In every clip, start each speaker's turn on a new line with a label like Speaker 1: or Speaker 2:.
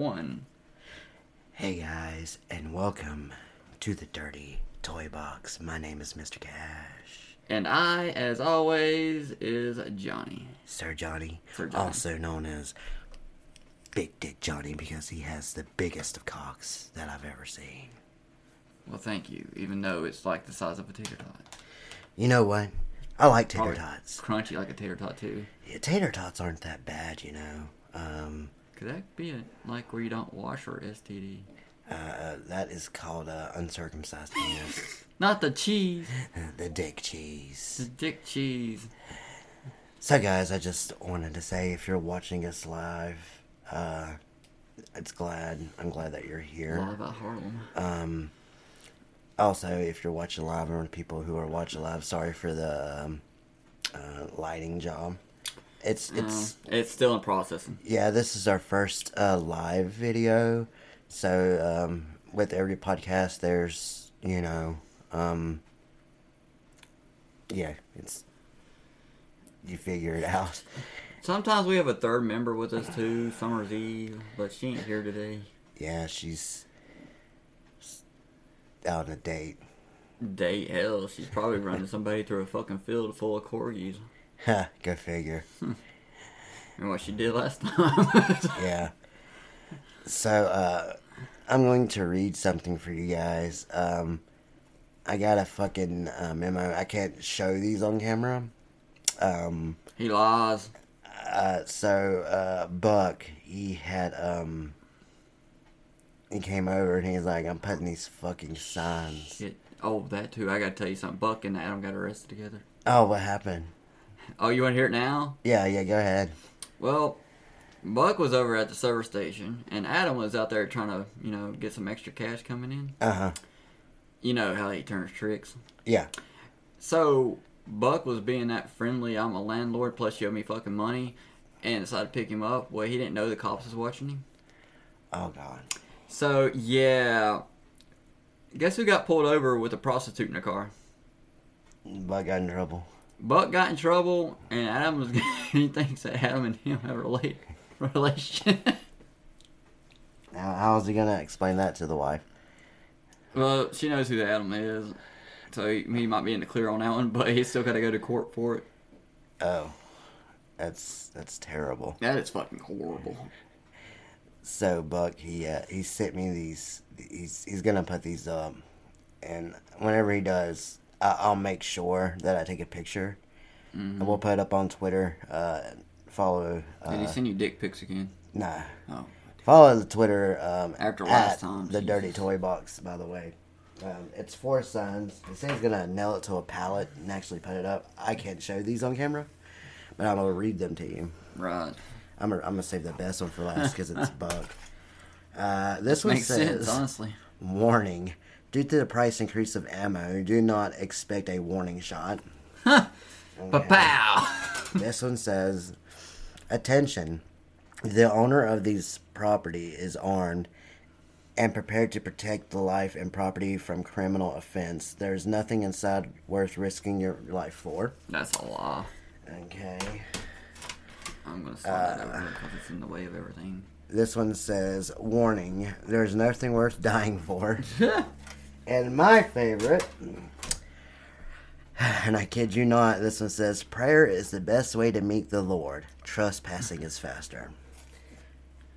Speaker 1: one.
Speaker 2: Hey guys, and welcome to the Dirty Toy Box. My name is Mr. Cash,
Speaker 1: And I, as always, is Johnny.
Speaker 2: Sir Johnny,
Speaker 1: Sir Johnny.
Speaker 2: also known as Big Dick Johnny because he has the biggest of cocks that I've ever seen.
Speaker 1: Well, thank you, even though it's like the size of a tater tot.
Speaker 2: You know what? I like tater
Speaker 1: Probably
Speaker 2: tots.
Speaker 1: Crunchy like a tater tot, too.
Speaker 2: Yeah, tater tots aren't that bad, you know. Um,
Speaker 1: Could that be a, like where you don't wash or STD?
Speaker 2: uh, that is called uh, uncircumcised penis.
Speaker 1: Not the cheese,
Speaker 2: the dick
Speaker 1: the
Speaker 2: cheese.
Speaker 1: dick cheese.
Speaker 2: So, guys, I just wanted to say if you're watching us live, uh, it's glad. I'm glad that you're here.
Speaker 1: Live at Harlem.
Speaker 2: Um, also, if you're watching live, or people who are watching live, sorry for the um, uh, lighting job. It's it's
Speaker 1: Uh, it's still in processing.
Speaker 2: yeah, this is our first uh, live video. So um, with every podcast, there's you know, um, yeah, it's you figure it out.
Speaker 1: Sometimes we have a third member with us, too, Summer's Eve, but she ain't here today.
Speaker 2: Yeah, she's out on a date.
Speaker 1: Day hell, she's probably running somebody through a fucking field full of corgis.
Speaker 2: Ha, Go figure.
Speaker 1: And what she did last time.
Speaker 2: Yeah. So uh, I'm going to read something for you guys. Um, I got a fucking uh, memo. I can't show these on camera. Um,
Speaker 1: he lies.
Speaker 2: Uh, so uh, Buck, he had um, he came over and he's like, "I'm putting these fucking signs."
Speaker 1: Shit. Oh, that too. I gotta tell you something. Buck and Adam got arrested together.
Speaker 2: Oh, what happened?
Speaker 1: Oh, you wanna hear it now?
Speaker 2: Yeah, yeah, go ahead.
Speaker 1: Well, Buck was over at the service station, and Adam was out there trying to, you know, get some extra cash coming in.
Speaker 2: Uh huh.
Speaker 1: You know how he turns tricks.
Speaker 2: Yeah.
Speaker 1: So Buck was being that friendly. I'm a landlord, plus you owe me fucking money, and decided to pick him up. Well, he didn't know the cops was watching him.
Speaker 2: Oh God.
Speaker 1: So yeah, guess who got pulled over with a prostitute in the car?
Speaker 2: Buck got in trouble.
Speaker 1: Buck got in trouble, and Adam was. he thinks that Adam and him have a relate, relation.
Speaker 2: Now, how is he gonna explain that to the wife?
Speaker 1: well, she knows who the Adam is, so he, he might be in the clear on that one. But he's still got to go to court for it.
Speaker 2: Oh, that's that's terrible.
Speaker 1: That is fucking horrible.
Speaker 2: So Buck, he uh, he sent me these. He's he's gonna put these up, and whenever he does, I, I'll make sure that I take a picture, and we'll put it up on Twitter. Uh, follow.
Speaker 1: Did he
Speaker 2: Uh,
Speaker 1: send you dick pics again?
Speaker 2: nah,
Speaker 1: Oh,
Speaker 2: follow the Twitter. Um,
Speaker 1: After
Speaker 2: at
Speaker 1: last time,
Speaker 2: the
Speaker 1: Jesus.
Speaker 2: Dirty Toy Box. By the way, um, it's four signs. He said he's gonna nail it to a pallet and actually put it up. I can't show these on camera, but I'm gonna read them to you.
Speaker 1: right.
Speaker 2: I'm gonna, I'm gonna save the best one for last because it's Buck. Uh, this one
Speaker 1: Makes
Speaker 2: says,
Speaker 1: sense, honestly.
Speaker 2: "Warning: Due to the price increase of ammo, do not expect a warning shot."
Speaker 1: But pow.
Speaker 2: This one says, "Attention: The owner of this property is armed and prepared to protect the life and property from criminal offense. There is nothing inside worth risking your life for."
Speaker 1: That's a lie.
Speaker 2: Okay.
Speaker 1: I'm gonna slide that
Speaker 2: Uh,
Speaker 1: over because it's in the way of everything.
Speaker 2: This one says, "Warning: There's nothing worth dying for." and my favorite, and I kid you not, this one says, "Prayer is the best way to meet the Lord. Trespassing is faster."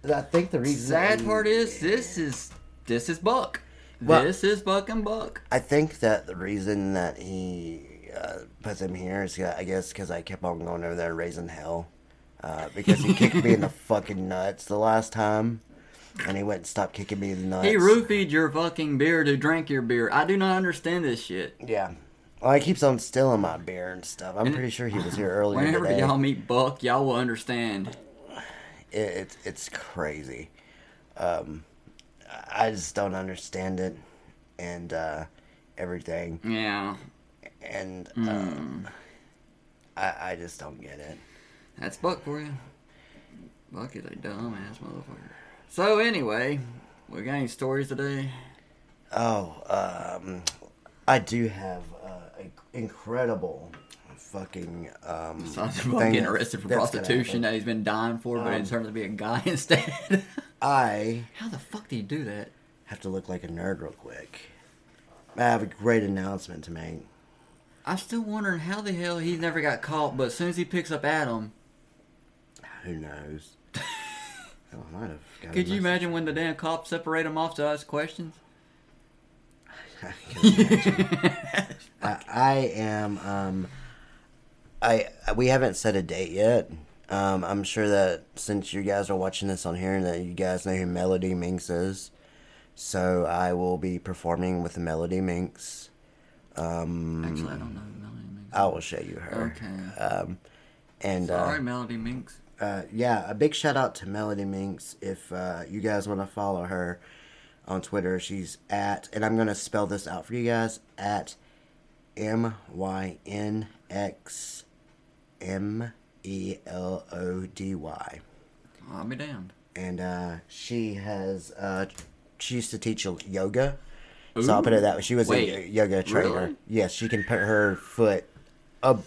Speaker 2: And I think the reason
Speaker 1: Sad part is this is this is Buck.
Speaker 2: Well-
Speaker 1: this is fucking Buck.
Speaker 2: I think that the reason that he uh, put them here is, uh, I guess, because I kept on going over there and raising hell. Uh, because he kicked me in the fucking nuts the last time, and he wouldn't stop kicking me in the nuts.
Speaker 1: He roofied your fucking beer to drink your beer. I do not understand this shit.
Speaker 2: Yeah. Well, he keeps on stealing my beer and stuff. I'm
Speaker 1: And-
Speaker 2: pretty sure he was here earlier
Speaker 1: Whenever
Speaker 2: today.
Speaker 1: y'all meet Buck, y'all will understand.
Speaker 2: It, it's it's crazy. Um, I just don't understand it, and uh, everything,
Speaker 1: Yeah,
Speaker 2: and
Speaker 1: Hmm.
Speaker 2: um, I I just don't get it.
Speaker 1: that's Buck for you. Buck is a dumbass motherfucker. So anyway, we got any stories today?
Speaker 2: Oh, um, I do have uh, an incredible fucking um
Speaker 1: Besides
Speaker 2: thing
Speaker 1: Buck getting
Speaker 2: that's-
Speaker 1: arrested for
Speaker 2: that's gonna Um,
Speaker 1: prostitution
Speaker 2: happen.
Speaker 1: that he's been dying for, but it turned out to be a guy instead.
Speaker 2: I
Speaker 1: How the fuck do you do that?
Speaker 2: have to look like a nerd real quick. I have a great announcement to make.
Speaker 1: I'm still wondering how the hell he never got caught, but as soon as he picks up Adam,
Speaker 2: Who knows? I might have. got a
Speaker 1: could you
Speaker 2: message.
Speaker 1: imagine when the damn cops separate him off to ask questions?
Speaker 2: I, I am. Um, I we haven't set a date yet. Um, I'm sure that since you guys are watching this on here, and that you guys know who Melody Minx is, so I will be performing with Melody Minx.
Speaker 1: Actually, I don't know who Melody Minks.
Speaker 2: I will show you her.
Speaker 1: Okay.
Speaker 2: Um, and
Speaker 1: All
Speaker 2: uh,
Speaker 1: right, Melody Minks.
Speaker 2: uh, yeah, a big shout out to Melody Minx. If uh, you guys want to follow her on Twitter, she's at, and I'm going to spell this out for you guys at M Y N X M E L O D Y.
Speaker 1: I'll be damned.
Speaker 2: And uh, she has, uh, she used to teach yoga. So I'll put it that way. She was
Speaker 1: Wait,
Speaker 2: a yoga trainer.
Speaker 1: really?
Speaker 2: Yes, she can put her foot up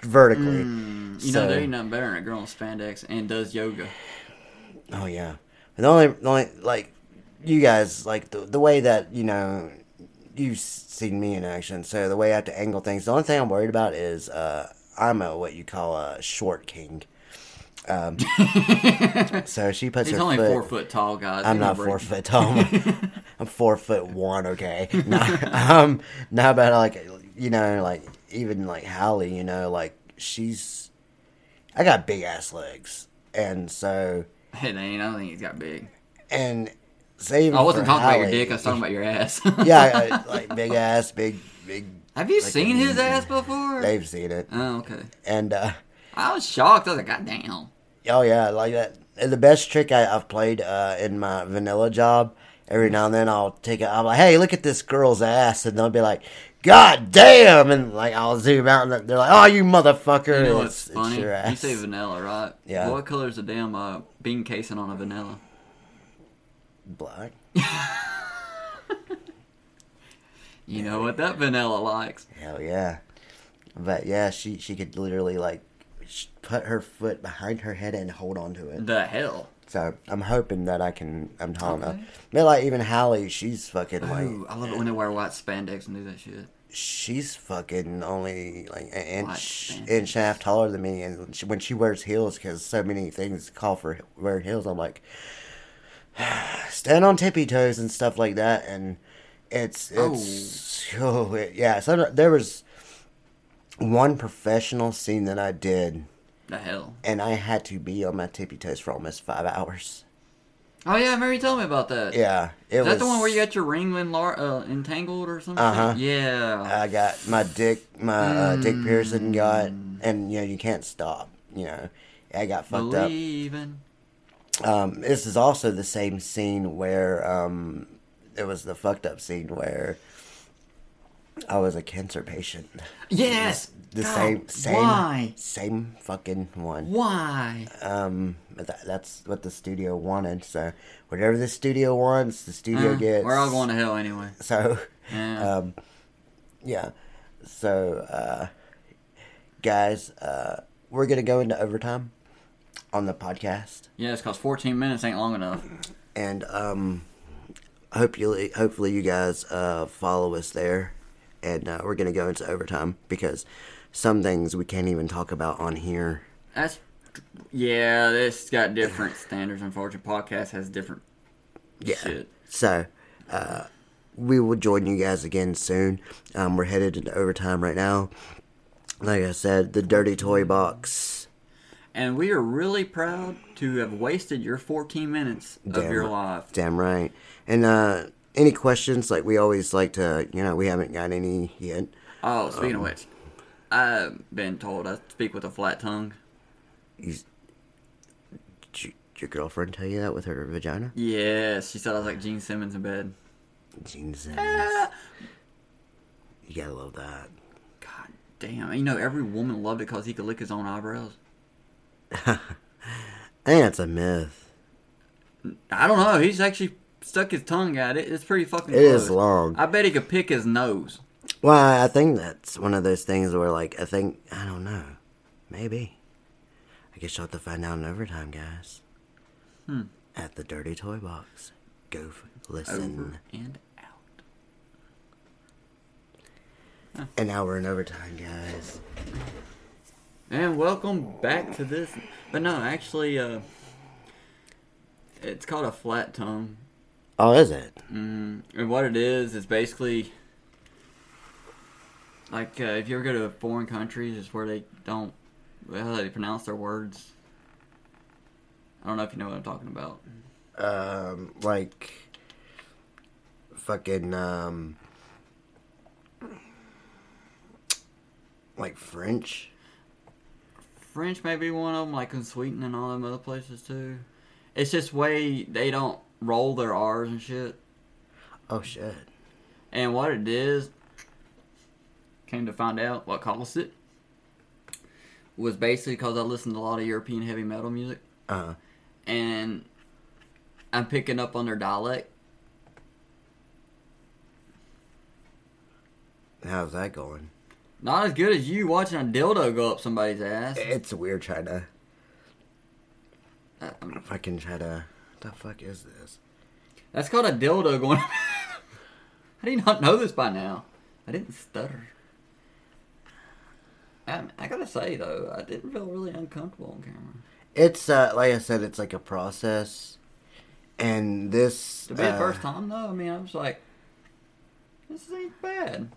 Speaker 2: vertically.
Speaker 1: Hmm. You
Speaker 2: So-
Speaker 1: know, there ain't nothing better than a girl in spandex and does yoga.
Speaker 2: Oh yeah. The only, the only like you guys like the the way that you know you've seen me in action. So the way I have to angle things. The only thing I'm worried about is uh, I'm a what you call a short king. Um, so she puts
Speaker 1: He's
Speaker 2: her
Speaker 1: only
Speaker 2: foot.
Speaker 1: four foot tall, guys.
Speaker 2: I'm
Speaker 1: Give me a
Speaker 2: not
Speaker 1: break.
Speaker 2: four foot tall. I'm- I'm four foot one. Okay, not, um, not about like you know, like even like Hallie, you know, like she's. I got big ass legs, and so
Speaker 1: It ain't. I don't think he's got big.
Speaker 2: and save.
Speaker 1: I wasn't
Speaker 2: for
Speaker 1: talking about your
Speaker 2: Hallie-
Speaker 1: dick. I was talking about your ass.
Speaker 2: yeah, I- like big ass, big, big.
Speaker 1: Have you
Speaker 2: like,
Speaker 1: seen his ass before?
Speaker 2: They've seen it,
Speaker 1: oh, okay.
Speaker 2: and uh,
Speaker 1: I was shocked. I was like, God damn.
Speaker 2: oh yeah, like that. And the best trick I, I've played uh, in my vanilla job. Every now and then, I'll take it. I'm like, hey, look at this girl's ass, and they'll be like, God damn, and like I'll zoom out, and they're like, oh, you motherfucker.
Speaker 1: You know
Speaker 2: and
Speaker 1: what's funny?
Speaker 2: your
Speaker 1: You
Speaker 2: ass.
Speaker 1: say vanilla, right?
Speaker 2: Yeah.
Speaker 1: What color's the damn uh, bean casing on a vanilla?
Speaker 2: black.
Speaker 1: You know what that vanilla likes.
Speaker 2: Hell yeah. But yeah, she she could literally like sh- put her foot behind her head and hold on to it.
Speaker 1: The hell.
Speaker 2: So I'm hoping that I can. I'm tall enough.
Speaker 1: Okay.
Speaker 2: But like even Hallie, she's fucking like
Speaker 1: Ooh, I love it when they wear white spandex and do that shit.
Speaker 2: she's fucking only like an inch
Speaker 1: Like,
Speaker 2: inch and a half taller than me. And she, when she wears heels, because so many things call for wearing heels, I'm like stand on tippy toes and stuff like that. And it's it's oh, it, yeah. So there was one professional scene that I did,
Speaker 1: The hell.
Speaker 2: and I had to be on my tippy toes for almost five hours.
Speaker 1: Oh yeah, Mary, tell me about that.
Speaker 2: Yeah, it
Speaker 1: Is
Speaker 2: was
Speaker 1: that the one where you got your ring when lar- uh, entangled or something?
Speaker 2: Uh-huh.
Speaker 1: Yeah.
Speaker 2: I got my dick, my uh, Dick Pearson
Speaker 1: Mm.
Speaker 2: got, and you know you can't stop. You know, I got fucked
Speaker 1: Believing.
Speaker 2: up. Um, this is also the same scene where um, it was the fucked up scene where I was a cancer patient.
Speaker 1: Yes.
Speaker 2: The
Speaker 1: God,
Speaker 2: same, same,
Speaker 1: Why?
Speaker 2: same fucking one.
Speaker 1: Why?
Speaker 2: Um, but that, that's what the studio wanted. So whatever the studio wants, the studio
Speaker 1: Uh,
Speaker 2: gets.
Speaker 1: we're all going to hell anyway.
Speaker 2: So
Speaker 1: Yeah.
Speaker 2: Um, yeah. So, uh, guys, uh, we're going to go into overtime on the podcast.
Speaker 1: yeah, it's cause 14 minutes ain't long enough.
Speaker 2: And um, hopefully, hopefully you guys uh, follow us there. And uh, we're going to go into overtime because some things we can't even talk about on here.
Speaker 1: That's yeah. This got different standards. Unfortunately, podcast has different
Speaker 2: Yeah.
Speaker 1: shit.
Speaker 2: So, uh, we will join you guys again soon. Um, we're headed into overtime right now. Like I said, the dirty toy box.
Speaker 1: And we are really proud to have wasted your 14 minutes of
Speaker 2: Damn
Speaker 1: your
Speaker 2: right.
Speaker 1: life.
Speaker 2: Damn right. And uh any questions? Like we always like to, you know, we haven't got any yet.
Speaker 1: Oh,
Speaker 2: Um,
Speaker 1: speaking of which, I've been told I speak with a flat tongue.
Speaker 2: You, did you- did your girlfriend tell you that with her vagina?
Speaker 1: Yes, she said I was like Gene Simmons in bed.
Speaker 2: Jesus, you gotta love that.
Speaker 1: God damn! You know every woman loved it because he could lick his own eyebrows.
Speaker 2: I think that's a myth.
Speaker 1: I don't know. He's actually stuck his tongue at it. It's pretty fucking.
Speaker 2: It is
Speaker 1: close.
Speaker 2: long.
Speaker 1: I bet he could pick his nose.
Speaker 2: Well, I think that's one of those things where, like, I think I don't know, maybe. I guess you'll have to find out in overtime, guys. at the Dirty Toy Box. Go f- listen.
Speaker 1: Over and out.
Speaker 2: An hour in overtime, guys.
Speaker 1: And welcome back to this. But no, actually, uh, it's called a flat tongue.
Speaker 2: Oh, is it?
Speaker 1: Mm, and what it is is basically like uh, if you ever go to foreign countries, it's where they don't how they pronounce their words. I don't know if you know what I'm talking about.
Speaker 2: Um, like fucking um, like French.
Speaker 1: French may be one of them, like in Sweden and all them other places too. It's just way they don't roll their R's and shit.
Speaker 2: Oh shit.
Speaker 1: And what it is, came to find out what caused it, was basically because I listened to a lot of European heavy metal music.
Speaker 2: Uh,
Speaker 1: and I'm picking up on their dialect.
Speaker 2: how's that going?
Speaker 1: Not as good as you watching a dildo go up somebody's ass.
Speaker 2: It's weird trying to
Speaker 1: Uh, I mean,
Speaker 2: fucking try to. What the fuck is this?
Speaker 1: That's called a dildo going. How do you not know this by now? I didn't stutter. I, I gotta say though, I didn't feel really uncomfortable on camera.
Speaker 2: It's uh, like I said, it's like a process, and this
Speaker 1: To be the
Speaker 2: uh,
Speaker 1: first time though, I mean, I was like, this ain't bad.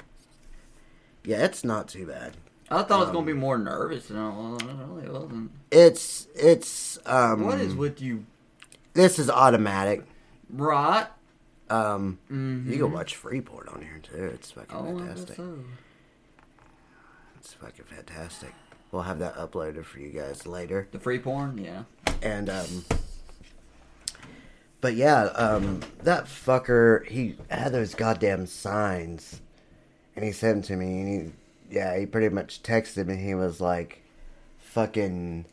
Speaker 2: Yeah, it's not too bad.
Speaker 1: I thought I was gonna be
Speaker 2: Um,
Speaker 1: more nervous than I was. I really wasn't.
Speaker 2: It's it's um.
Speaker 1: what is with you,
Speaker 2: This is automatic.
Speaker 1: right?
Speaker 2: Um,
Speaker 1: Mm-hmm.
Speaker 2: you can watch Freeport on here too. It's fucking
Speaker 1: Oh, I guess
Speaker 2: fantastic.
Speaker 1: so.
Speaker 2: It's fucking fantastic. We'll have that uploaded for you guys later.
Speaker 1: The free porn, yeah.
Speaker 2: And um But yeah, um that fucker he had those goddamn signs and he sent them to me and he yeah, he pretty much texted me he was like fucking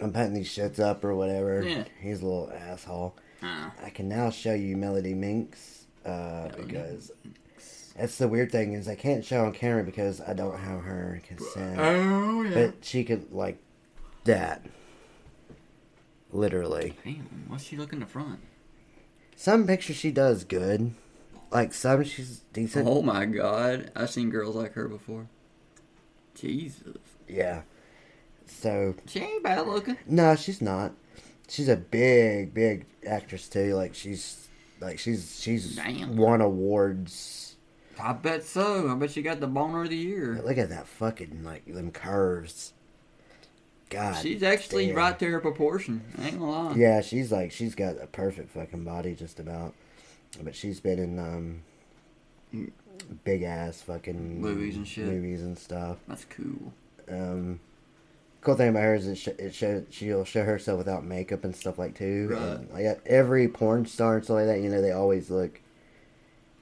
Speaker 2: I'm putting these shits up or whatever.
Speaker 1: Yeah.
Speaker 2: He's a little asshole.
Speaker 1: Uh,
Speaker 2: I can now show you Melody Minx uh,
Speaker 1: Melody
Speaker 2: because that's the weird thing is I can't show on camera because I don't have her consent.
Speaker 1: oh yeah.
Speaker 2: But she could like that, literally.
Speaker 1: Damn, what's she looking in the front?
Speaker 2: Some pictures she does good, like some she's decent.
Speaker 1: Oh my god, I've seen girls like her before. Jesus,
Speaker 2: Yeah. So
Speaker 1: she ain't bad looking.
Speaker 2: no, she's not. She's a big, big actress too. Like she's like she's she's
Speaker 1: Damn.
Speaker 2: won awards.
Speaker 1: I bet so. I bet she got the boner of the year.
Speaker 2: Look at that fucking like them curves. God.
Speaker 1: She's actually
Speaker 2: damn.
Speaker 1: right to her proportion. I ain't gonna lie.
Speaker 2: Yeah, she's like she's got a perfect fucking body just about. But she's been in um big ass fucking
Speaker 1: Movies and shit.
Speaker 2: movies and stuff.
Speaker 1: That's cool.
Speaker 2: Um cool thing about her is it, sh- it show she'll show herself without makeup and stuff like too.
Speaker 1: Right.
Speaker 2: And, like every porn star and stuff like that, you know, they always look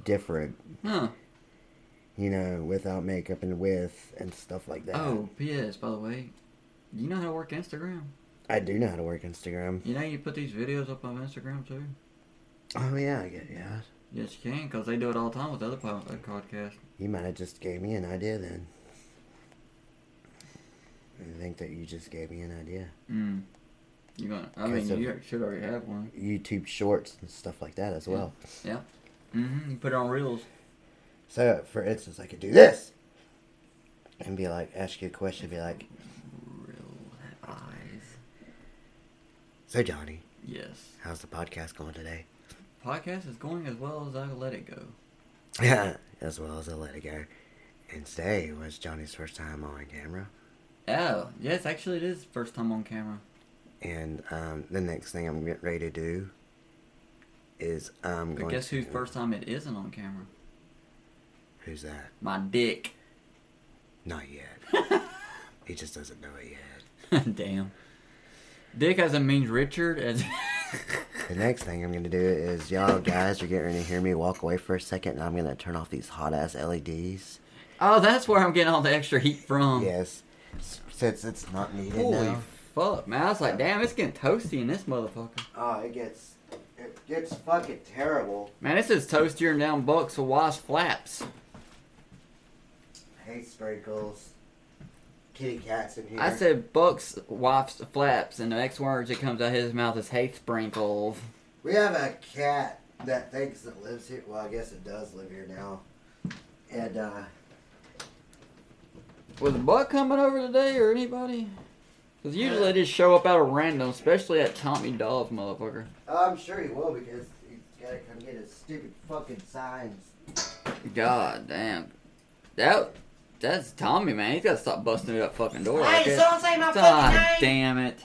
Speaker 2: different,
Speaker 1: Huh.
Speaker 2: you know, without makeup and with and stuff like that.
Speaker 1: Oh, P.S. By the way, you know how to work Instagram.
Speaker 2: I do know how to work Instagram.
Speaker 1: You know you put these videos up on Instagram too.
Speaker 2: Oh yeah, I get yeah.
Speaker 1: Yes, you can, cause they do it all the time with the other pod- uh, podcast.
Speaker 2: You might have just gave me an idea then. I think that you just gave me an idea.
Speaker 1: Mm. You gonna? I
Speaker 2: Okay,
Speaker 1: mean,
Speaker 2: so-
Speaker 1: you should already have one.
Speaker 2: YouTube shorts and stuff like that as well.
Speaker 1: Yeah. Mm-hmm. You put it on reels.
Speaker 2: So, for instance, I could do this and be like, ask you a question, be like,
Speaker 1: Real eyes.
Speaker 2: So, Johnny,
Speaker 1: Yes.
Speaker 2: how's the podcast going today?
Speaker 1: Podcast is going as well as I let it go.
Speaker 2: as well as I let it go. And today was Johnny's first time on camera.
Speaker 1: Oh, yes, actually it is first time on camera.
Speaker 2: And um, the next thing I'm getting ready to do is I'm
Speaker 1: But
Speaker 2: going
Speaker 1: guess whose
Speaker 2: to-
Speaker 1: first time it isn't on camera?
Speaker 2: Who's that?
Speaker 1: My dick.
Speaker 2: Not yet. he just doesn't know it yet.
Speaker 1: Damn. Dick as it means Richard as
Speaker 2: The next thing I'm gonna do is y'all guys are getting ready to hear me walk away for a second, and I'm gonna turn off these hot ass E LEDs.
Speaker 1: Oh, that's where I'm getting all the extra heat from.
Speaker 2: Yes, s- since it's not needed
Speaker 1: Holy
Speaker 2: now.
Speaker 1: fuck, man. I was like, damn, it's getting toasty in this motherfucker.
Speaker 2: Oh, it gets it gets fucking terrible.
Speaker 1: Man, this is toastier than down bucks with wash flaps.
Speaker 2: Hey, sprinkles. kitty cats in here.
Speaker 1: I said Buck's wife's flaps, and the next words that comes out of his mouth is "Hey sprinkles."
Speaker 2: we have a cat that thinks that lives here. Well, I guess it does live here now. And uh,
Speaker 1: Was Buck coming over today or anybody? Because usually they just show up out of random, especially at Tommy Doll's motherfucker.
Speaker 2: I'm sure he will because he's gotta come get his stupid fucking signs.
Speaker 1: God damn, that that's Tommy man. He's got to stop busting through that fucking door. right there.
Speaker 2: say my
Speaker 1: God damn it.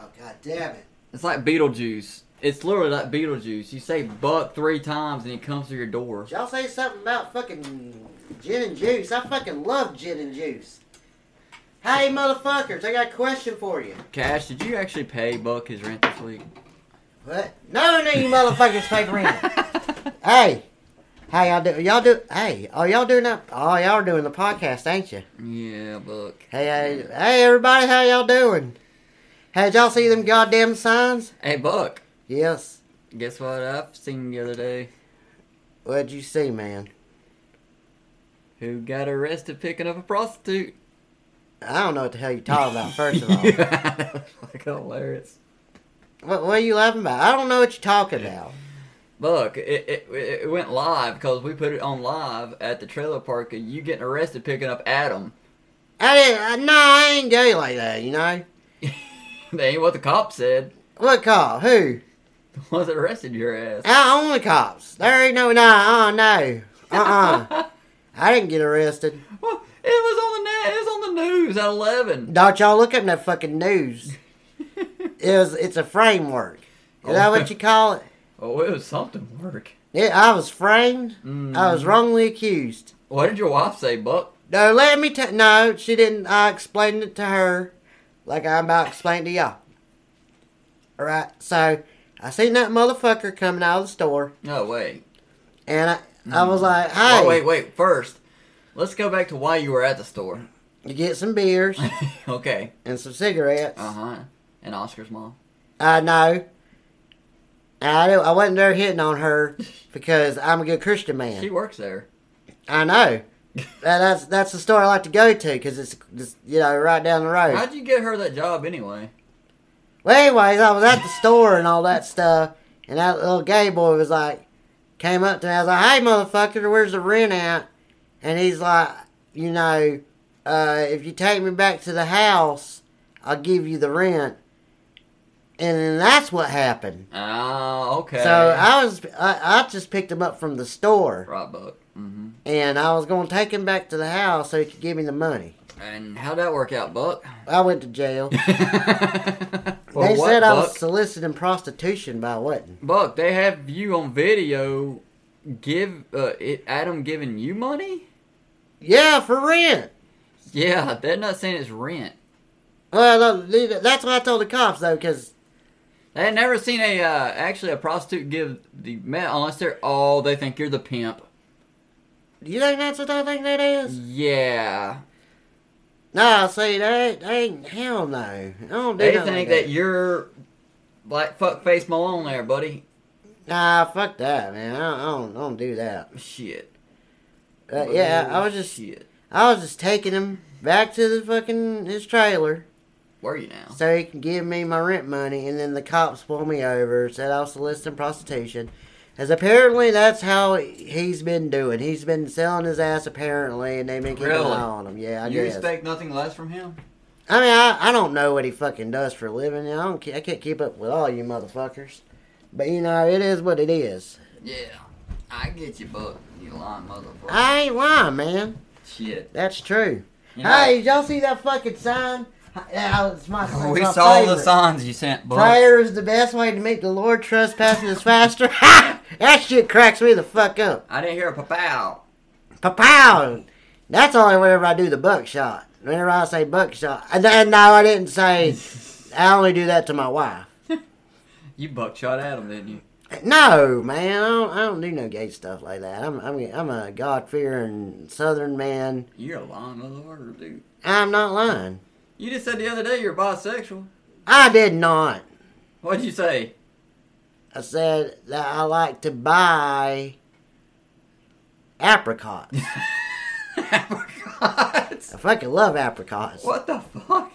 Speaker 2: Oh god damn it!
Speaker 1: It's like Beetlejuice. It's literally like Beetlejuice. You say Buck three times and he comes to your door.
Speaker 2: Y'all say something about fucking gin and juice. I fucking love gin and juice. Hey motherfuckers, I got a question for you.
Speaker 1: Cash, did you actually pay Buck his rent this week?
Speaker 2: What? No, no, you motherfuckers pay rent. hey, hey, y'all do y'all do? Hey, oh y'all doing that? Oh y'all are doing the podcast, ain't you?
Speaker 1: yeah, Buck.
Speaker 2: Hey, hey, hey, everybody, how y'all doing? Hey, did y'all see them goddamn signs?
Speaker 1: Hey, Buck.
Speaker 2: Yes.
Speaker 1: Guess what I've seen the other day?
Speaker 2: What'd you see, man?
Speaker 1: Who got arrested picking up a prostitute?
Speaker 2: I don't know what the hell you talking about. First of all,
Speaker 1: yeah, that was fucking hilarious.
Speaker 2: what, what are you laughing about? I don't know what you're talking about.
Speaker 1: Buck, it, it, it went live because we put it on live at the trailer park of you getting arrested picking up Adam.
Speaker 2: I didn't. I, no, I ain't gay like that. You know
Speaker 1: that ain't what the cop said.
Speaker 2: what cop? Who?
Speaker 1: The ones that arrested your ass.
Speaker 2: I own the cops. There ain't no. No, uh, no. Uh, uh I didn't get arrested.
Speaker 1: Well, it was on the net. It was on the news at eleven.
Speaker 2: Don't y'all look up no fucking news. It was. It's a framework. Is that what you call it?
Speaker 1: Oh, it was something work.
Speaker 2: Yeah, I was framed.
Speaker 1: Mm.
Speaker 2: I was wrongly accused.
Speaker 1: What did your wife say, Buck?
Speaker 2: No, let me tell. No, she didn't. I explained it to her, like I'm about to explain to y'all. All right. So I seen that motherfucker coming out of the store,
Speaker 1: No way.
Speaker 2: and I, I was like, "Hey,
Speaker 1: Oh wait, wait. First, let's go back to why you were at the store.
Speaker 2: you get some beers
Speaker 1: okay.
Speaker 2: and some cigarettes."
Speaker 1: Uh huh. And Oscar's mom.
Speaker 2: I know. I know. I wasn't there hitting on her because I'm a good Christian man.
Speaker 1: She works there.
Speaker 2: I know. That- that's that's the store I like to go to because it's, it's you know right down the road.
Speaker 1: How'd you get her that job anyway?
Speaker 2: Well, anyways, I was at the store and all that stuff, and that little gay boy was like, came up to me. I was like, "Hey, motherfucker, where's the rent at?" And he's like, "You know, uh, if you take me back to the house, I'll give you the rent." And then that's what happened.
Speaker 1: Oh, okay.
Speaker 2: So I was, I, I just picked him up from the store,
Speaker 1: Right, Buck. Mm-hmm.
Speaker 2: and I was gonna take him back to the house so he could give me the money.
Speaker 1: And how'd that work out, Buck?
Speaker 2: I went to jail.
Speaker 1: For
Speaker 2: they
Speaker 1: what,
Speaker 2: said I
Speaker 1: Buck?
Speaker 2: was soliciting prostitution, but I wasn't.
Speaker 1: Buck, they have you on video. Give uh, it, Adam giving you money?
Speaker 2: Yeah, for rent.
Speaker 1: Yeah, they're not saying it's rent.
Speaker 2: Well, no, that's what I told the cops though, because
Speaker 1: They had never seen a uh, actually a prostitute give the man unless they're oh they think you're the pimp.
Speaker 2: you think that's what I think that is?
Speaker 1: Mm. Yeah,
Speaker 2: No, see, that ain't, that ain't hell no. I don't do
Speaker 1: they
Speaker 2: nothing
Speaker 1: think
Speaker 2: like
Speaker 1: that you're like fuckface Malone there, buddy.
Speaker 2: Nah, fuck that, man. I don't, I don't, I don't do that.
Speaker 1: Shit.
Speaker 2: Uh, yeah, I was just,
Speaker 1: shit.
Speaker 2: I was just taking him back to the fucking his trailer
Speaker 1: Where are you now?
Speaker 2: so he can give me my rent money, and then the cops pulled me over, said I was soliciting prostitution. As apparently that's how he's been doing. He's been selling his ass apparently, and they've been keeping an
Speaker 1: Really?
Speaker 2: eye on him. Yeah, I
Speaker 1: you
Speaker 2: guess.
Speaker 1: expect nothing less from him?
Speaker 2: I mean, I, I don't know what he fucking does for a living. I don't. ke- I can't keep up with all you motherfuckers. But you know, it is what it is.
Speaker 1: Yeah, I get you, Buck. You lying motherfucker.
Speaker 2: I ain't lying, man.
Speaker 1: Shit.
Speaker 2: That's true.
Speaker 1: You know-
Speaker 2: Hey, did y'all see that fucking sign? Yeah, it's my. it's
Speaker 1: we
Speaker 2: my
Speaker 1: saw
Speaker 2: favorite.
Speaker 1: the signs you sent, Buck.
Speaker 2: Prayer is the best way to make the Lord trespassing us faster. that shit cracks me the fuck up.
Speaker 1: I didn't hear a papow.
Speaker 2: Pow! That's only whenever I do the buckshot. Whenever I say buckshot, and, and no, I didn't say. I only do that to my wife.
Speaker 1: You buckshot at him, didn't you?
Speaker 2: No, man, I don't, I don't do no gay stuff like that. I'm I'm, I'm a God fearing Southern man.
Speaker 1: You're a lying motherfucker, dude.
Speaker 2: I'm not lying.
Speaker 1: You just said the other day you're bisexual.
Speaker 2: I did not.
Speaker 1: What'd you say?
Speaker 2: I said that I like to buy apricots.
Speaker 1: apricots.
Speaker 2: I fucking love apricots.
Speaker 1: What the fuck?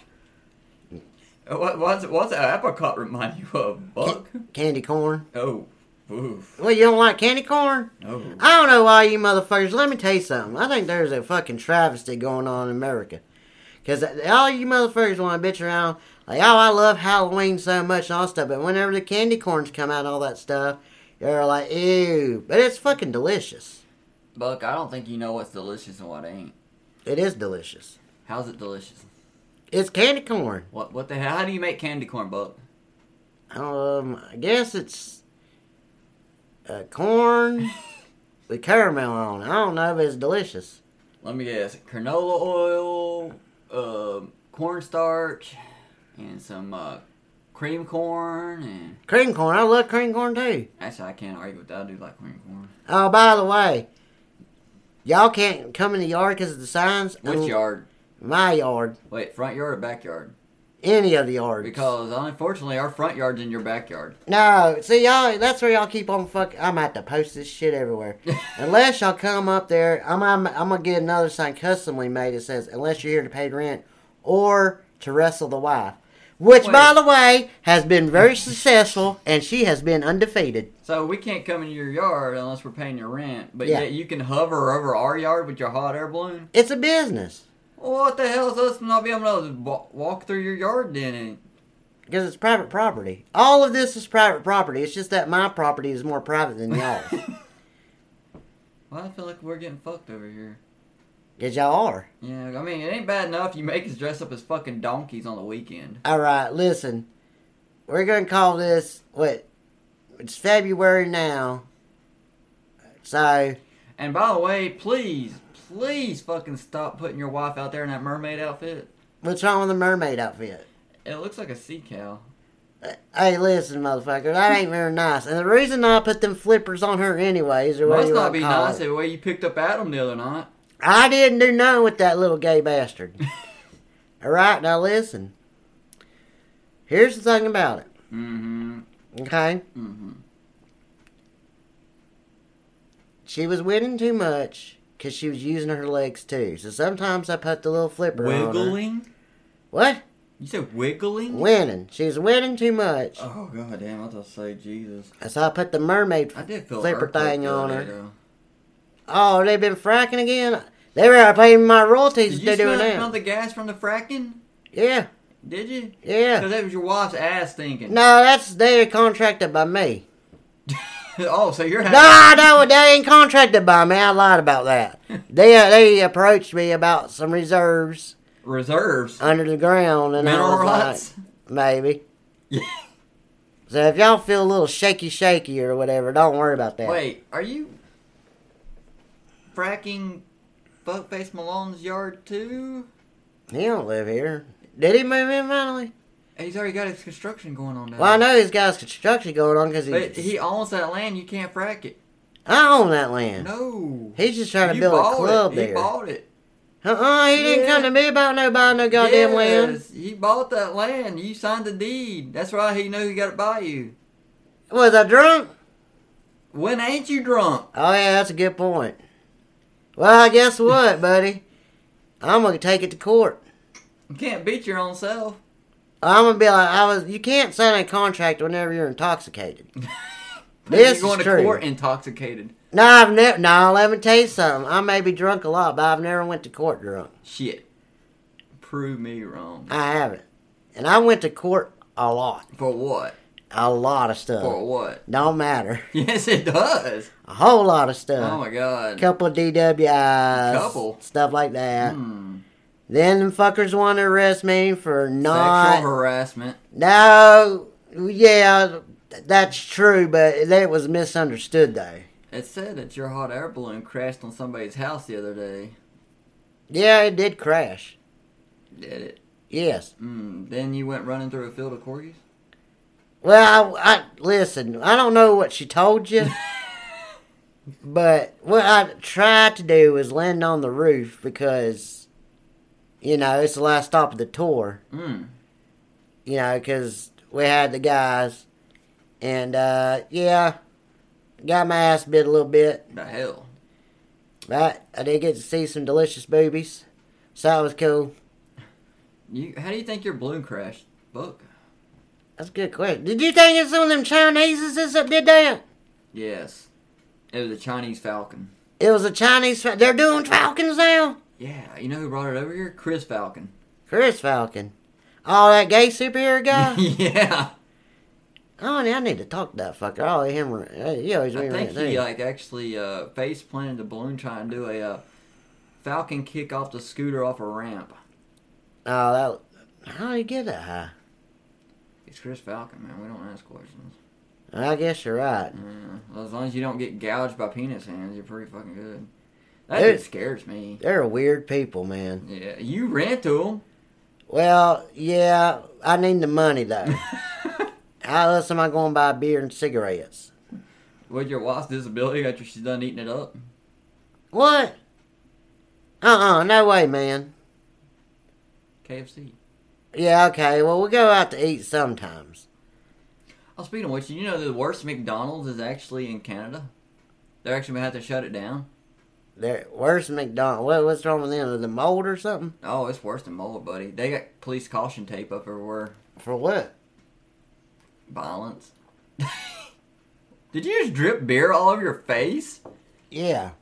Speaker 1: What what's what's an apricot remind you of? Buck?
Speaker 2: Candy corn.
Speaker 1: Oh, oof,
Speaker 2: Well, you don't like candy corn?
Speaker 1: no.
Speaker 2: I don't know why you motherfuckers. Let me tell you something. I think there's a fucking travesty going on in America. Because all you motherfuckers want to bitch around, like, oh, I love Halloween so much and all stuff. But whenever the candy corns come out and all that stuff, you're like, ew. But it's fucking delicious.
Speaker 1: Buck, I don't think you know what's delicious and what ain't.
Speaker 2: It is delicious.
Speaker 1: How's it delicious?
Speaker 2: It's candy corn.
Speaker 1: What what the hell? How do you make candy corn, Buck?
Speaker 2: Um, I guess it's uh, corn with caramel on. it. I don't know, but it's delicious.
Speaker 1: Let me guess. Canola oil, um, cornstarch, and some uh, cream corn. And
Speaker 2: Cream corn. I love cream corn too.
Speaker 1: actually, I can't argue with that. I do like cream corn.
Speaker 2: Oh, by the way, y'all can't come in the yard because of the signs.
Speaker 1: Which
Speaker 2: Um,
Speaker 1: yard?
Speaker 2: My yard.
Speaker 1: Wait, front yard or backyard?
Speaker 2: Any of the yards.
Speaker 1: Because unfortunately, our front yard's in your backyard.
Speaker 2: No, see y'all. That's where y'all keep on fuck. I'm about to post this shit everywhere. unless y'all come up there, I'm, I'm I'm gonna get another sign customly made that says unless you're here to pay rent or to wrestle the wife. Which, by
Speaker 1: Wait.
Speaker 2: the way, has been very successful, and she has been undefeated.
Speaker 1: So we can't come into your yard unless we're paying your rent. But
Speaker 2: Yeah.
Speaker 1: yet you can hover over our yard with your hot air balloon.
Speaker 2: It's a business
Speaker 1: Well, what the hell is us not being able to wa- walk through your yard then? And
Speaker 2: because it's private property. All of this is private property. It's just that my property is more private than y'all's.
Speaker 1: well, I feel like we're getting fucked over here.
Speaker 2: Cause y'all are.
Speaker 1: Yeah, I mean, it ain't bad enough you make us dress up as fucking donkeys on the weekend.
Speaker 2: All right, listen. We're gonna call this what? It's February now. So
Speaker 1: And by the way, please, please fucking stop putting your wife out there in that mermaid outfit.
Speaker 2: what's wrong with the mermaid outfit?
Speaker 1: It looks like a sea cow.
Speaker 2: Uh, Hey, listen, motherfucker, that ain't very nice. And the reason I put them flippers on her, anyways, or what
Speaker 1: Must
Speaker 2: you
Speaker 1: not
Speaker 2: wanna
Speaker 1: be
Speaker 2: call
Speaker 1: nice
Speaker 2: it.
Speaker 1: the way you picked up Adam the other night.
Speaker 2: I didn't do nothing with that little gay bastard. All right, now listen. Here's the thing about it.
Speaker 1: Mm-hmm.
Speaker 2: Okay,
Speaker 1: Mm-hmm.
Speaker 2: she was winning too much because she was using her legs too. So sometimes I put the little flipper on her.
Speaker 1: Wiggling?
Speaker 2: What?
Speaker 1: You said wiggling?
Speaker 2: Winning. She was winning too much.
Speaker 1: oh god damn! I thought say Jesus.
Speaker 2: So I put the mermaid
Speaker 1: I did feel
Speaker 2: flipper
Speaker 1: hurt the
Speaker 2: thing on
Speaker 1: other
Speaker 2: her.
Speaker 1: day, though.
Speaker 2: Oh, they've been fracking again? They were paying my royalties
Speaker 1: Did
Speaker 2: if
Speaker 1: you
Speaker 2: they're
Speaker 1: smell,
Speaker 2: doing that.
Speaker 1: smell the gas from the fracking?
Speaker 2: yeah,
Speaker 1: Did you? Because
Speaker 2: yeah.
Speaker 1: that was your wife's ass thinking.
Speaker 2: No, that's they're contracted by me.
Speaker 1: oh, so you're
Speaker 2: No, no, they ain't contracted by me. I lied about that. they uh, they approached me about some reserves
Speaker 1: reserves.
Speaker 2: under the ground, and I
Speaker 1: Mineral
Speaker 2: was like,
Speaker 1: rights.
Speaker 2: maybe.
Speaker 1: Yeah.
Speaker 2: So if y'all feel a little shaky, shaky or whatever, don't worry about that.
Speaker 1: Wait, are you fracking Fuckface Malone's yard too?
Speaker 2: He don't live here. Did he move in finally?
Speaker 1: And He's already got his construction going on down
Speaker 2: Well, I
Speaker 1: there.
Speaker 2: know this guy's construction going on because
Speaker 1: Uh-huh. But
Speaker 2: he,
Speaker 1: he owns that land. You can't frack it.
Speaker 2: I own that land.
Speaker 1: No.
Speaker 2: He's just trying to
Speaker 1: You
Speaker 2: build a
Speaker 1: bought
Speaker 2: club
Speaker 1: it. He
Speaker 2: there. Uh
Speaker 1: bought it.
Speaker 2: uh he didn't
Speaker 1: Yeah.
Speaker 2: come to me about no buying no goddamn land.
Speaker 1: Yes, He bought that land. You signed the deed. That's why he knew he got it by you.
Speaker 2: Was I drunk?
Speaker 1: When ain't you drunk?
Speaker 2: Oh yeah, that's a good point. Well, guess what, buddy? I'm gonna take it to court.
Speaker 1: You can't beat your own self.
Speaker 2: I'm gonna be like, I was. You can't sign a contract whenever you're intoxicated.
Speaker 1: You're
Speaker 2: this
Speaker 1: going
Speaker 2: is
Speaker 1: to
Speaker 2: true.
Speaker 1: court intoxicated.
Speaker 2: no, I've never. No, let me tell you something. I may be drunk a lot, but I've never went to court drunk.
Speaker 1: Shit. Prove me wrong.
Speaker 2: I haven't, and I went to court a lot,
Speaker 1: For what?
Speaker 2: a lot of stuff.
Speaker 1: For what?
Speaker 2: Don't matter.
Speaker 1: Yes, it does.
Speaker 2: A whole lot of stuff.
Speaker 1: Oh my god.
Speaker 2: couple of DWIs,
Speaker 1: Couple?
Speaker 2: stuff like that.
Speaker 1: Hmm.
Speaker 2: Then them fuckers want to arrest me for not.
Speaker 1: Sexual harassment.
Speaker 2: no, yeah, th- that's true, but that was misunderstood though.
Speaker 1: It said that your hot air balloon crashed on somebody's house the other day.
Speaker 2: Yeah, it did crash.
Speaker 1: Did it?
Speaker 2: Yes.
Speaker 1: Mm. Then you went running through a field of corgis.
Speaker 2: Well, I, I listen. I don't know what she told you, but what I tried to do was land on the roof because, you know, it's the last stop of the tour.
Speaker 1: Mm.
Speaker 2: you know, because we had the guys, and uh, yeah, got my ass bit a little bit.
Speaker 1: The hell.
Speaker 2: Right, I did get to see some delicious boobies, so that was cool.
Speaker 1: You, how do you think your balloon crashed? Book.
Speaker 2: That's a good question. Did you think it's some of them Chineses that did that?
Speaker 1: Yes. It was a Chinese falcon.
Speaker 2: It was a Chinese. Fa- They're doing falcons now.
Speaker 1: Yeah, you know who brought it over here? Chris Falcon.
Speaker 2: Chris Falcon. Oh, that gay superhero guy.
Speaker 1: yeah.
Speaker 2: oh, yeah, I need to talk to that fucker. Oh, him. uh, He always
Speaker 1: I
Speaker 2: rings
Speaker 1: think
Speaker 2: that
Speaker 1: he
Speaker 2: thing.
Speaker 1: like actually uh, face planted the balloon trying to do a uh, falcon kick off the scooter off a ramp.
Speaker 2: Oh, that. How do you get that high?
Speaker 1: It's Chris Falcon, man. We don't ask questions.
Speaker 2: I guess you're right.
Speaker 1: Yeah. Well, as long as you don't get gouged by penis hands, you're pretty fucking good. That
Speaker 2: Dude.
Speaker 1: just scares me.
Speaker 2: They're weird people, man.
Speaker 1: Yeah, you ran to
Speaker 2: Well, yeah, I need the money though.
Speaker 1: him.
Speaker 2: How else am I going to buy beer and cigarettes?
Speaker 1: With your wife's disability after she's done eating it up.
Speaker 2: What? Uh uh no way, man.
Speaker 1: KFC.
Speaker 2: Yeah, okay, well, we go out to eat sometimes.
Speaker 1: Oh, speaking of which, you know the worst McDonald's is actually in Canada. They're actually gonna have to shut it down.
Speaker 2: There, where's McDonald? What, what's wrong with them? The mold or something?
Speaker 1: Oh, it's worse than mold, buddy. They got police caution tape up everywhere.
Speaker 2: For what?
Speaker 1: Violence. Did you just drip beer all over your face?
Speaker 2: Yeah.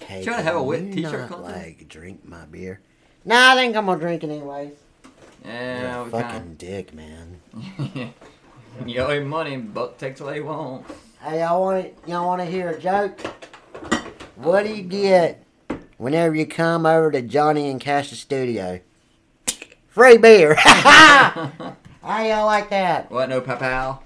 Speaker 2: Hey,
Speaker 1: Trying to have a
Speaker 2: can
Speaker 1: wet
Speaker 2: you
Speaker 1: t-shirt
Speaker 2: not,
Speaker 1: contest?
Speaker 2: Like, drink my beer. Nah, I think I'm gonna drink it anyways.
Speaker 1: Yeah,
Speaker 2: You're a
Speaker 1: we
Speaker 2: fucking
Speaker 1: kinda-
Speaker 2: dick, man.
Speaker 1: you owe him money, Buck takes what he wants.
Speaker 2: Hey, y'all want y'all want to hear a joke? What do you get whenever you come over to Johnny and Cash's studio? Free beer. hey, y'all like that?
Speaker 1: What, no pow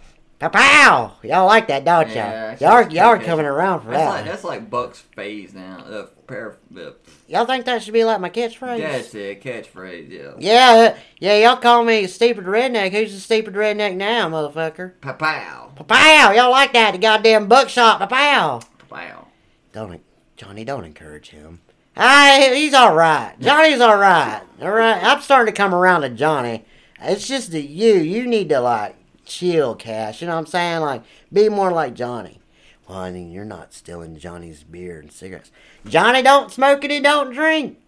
Speaker 2: Pow! Y'all like that, don't
Speaker 1: Yeah,
Speaker 2: y'all? Y'all,
Speaker 1: that's
Speaker 2: y'all are
Speaker 1: good.
Speaker 2: coming around for
Speaker 1: That's
Speaker 2: that.
Speaker 1: like,
Speaker 2: one.
Speaker 1: that's like Buck's phase now. The pair, the,
Speaker 2: Y'all think that should be like my catchphrase?
Speaker 1: that's it, catchphrase, yeah.
Speaker 2: Yeah, uh, yeah, y'all call me stupid redneck. Who's the stupid redneck now, motherfucker?
Speaker 1: Pow-pow,
Speaker 2: Pow! Y'all like that? The goddamn buckshot. Pow!
Speaker 1: pow.
Speaker 2: Don't, en- Johnny, don't encourage him. I, he's all right. Johnny's all right. All right, I'm starting to come around to Johnny. It's just that you, you need to like chill, Cash. You know what I'm saying? Like, be more like Johnny. Well, I mean, you're not stealing Johnny's beer and cigarettes. Johnny don't smoke and he don't drink.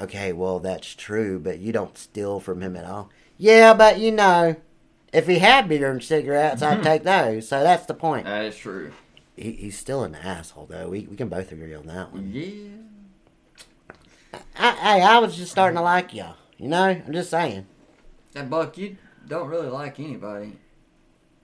Speaker 2: Okay, well that's true, but you don't steal from him at all. Yeah, but you know, if he had beer and cigarettes, I'd take those. So that's the point.
Speaker 1: That is true.
Speaker 2: He, he's still an asshole, though. We, we can both agree on that one.
Speaker 1: Yeah.
Speaker 2: I, hey, I was just starting to like y'all. You know, I'm just saying.
Speaker 1: And Buck, you don't really like anybody.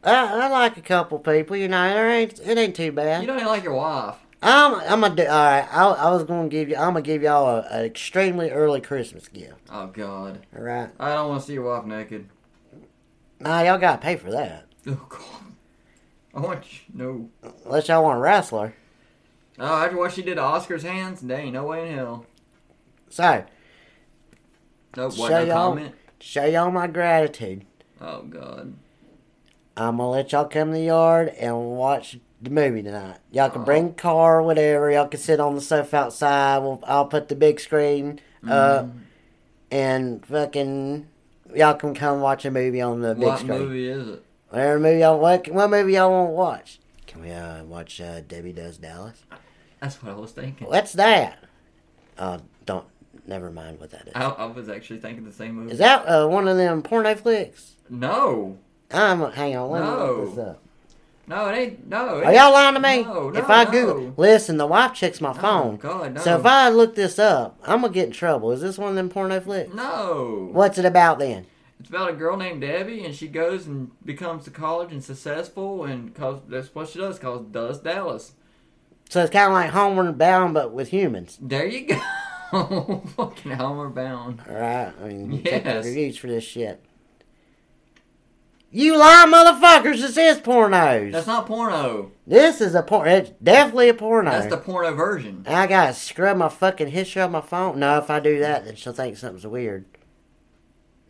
Speaker 2: I, I like a couple people. You know, there ain't it ain't too
Speaker 1: You
Speaker 2: bad.
Speaker 1: don't even like your wife.
Speaker 2: I'm I'm a do- all right. I, I was gonna give you. I'm gonna give y'all a- an extremely early Christmas gift.
Speaker 1: Oh, God.
Speaker 2: All right.
Speaker 1: I don't want to see your wife naked.
Speaker 2: Nah, y'all gotta pay for that.
Speaker 1: Oh, God. I want you. No.
Speaker 2: Unless y'all want a wrestler.
Speaker 1: Oh, after what she did to Oscar's hands, there ain't no way in hell.
Speaker 2: So
Speaker 1: No, what,
Speaker 2: Show
Speaker 1: no
Speaker 2: y'all.
Speaker 1: comment?
Speaker 2: show y'all my gratitude.
Speaker 1: Oh, God.
Speaker 2: I'm gonna let y'all come to the yard and watch the movie tonight. Y'all can
Speaker 1: Aw.
Speaker 2: bring a car, whatever. Y'all can sit on the sofa outside. We'll, I'll put the big screen
Speaker 1: Mm-hmm.
Speaker 2: up and fucking y'all can come watch a movie on the big
Speaker 1: What
Speaker 2: screen.
Speaker 1: movie is it?
Speaker 2: Whatever movie y'all what, what movie y'all want to watch. Can we uh, watch uh, Debbie Does Dallas?
Speaker 1: That's what I was thinking.
Speaker 2: What's that? Uh, don't. Never mind what that is.
Speaker 1: I, I was actually thinking the same movie.
Speaker 2: Is that uh, one of them porno flicks?
Speaker 1: no.
Speaker 2: I'm hang on. Let me
Speaker 1: No.
Speaker 2: look this up.
Speaker 1: No, it ain't. No. It
Speaker 2: Are y'all lying to me?
Speaker 1: No, no,
Speaker 2: if I
Speaker 1: no.
Speaker 2: Google, listen, the wife checks my
Speaker 1: Oh,
Speaker 2: phone.
Speaker 1: God, no.
Speaker 2: So if I look this up, I'm gonna get in trouble. Is this one of them porno flicks?
Speaker 1: No.
Speaker 2: What's it about then?
Speaker 1: It's about a girl named Debbie, and she goes and becomes to college and successful, and cause, that's what she does, called Does Dallas.
Speaker 2: So it's kind of like Homeward Bound, but with humans.
Speaker 1: There you go. Fucking homeward bound.
Speaker 2: All right, I mean, you check the
Speaker 1: Yes.
Speaker 2: reviews for this shit. You lie, motherfuckers! This is pornos.
Speaker 1: That's not porno.
Speaker 2: this is a porn. It's definitely a porno.
Speaker 1: That's the porno version.
Speaker 2: I gotta scrub my fucking history on my phone. No, if I do that, then she'll think something's weird.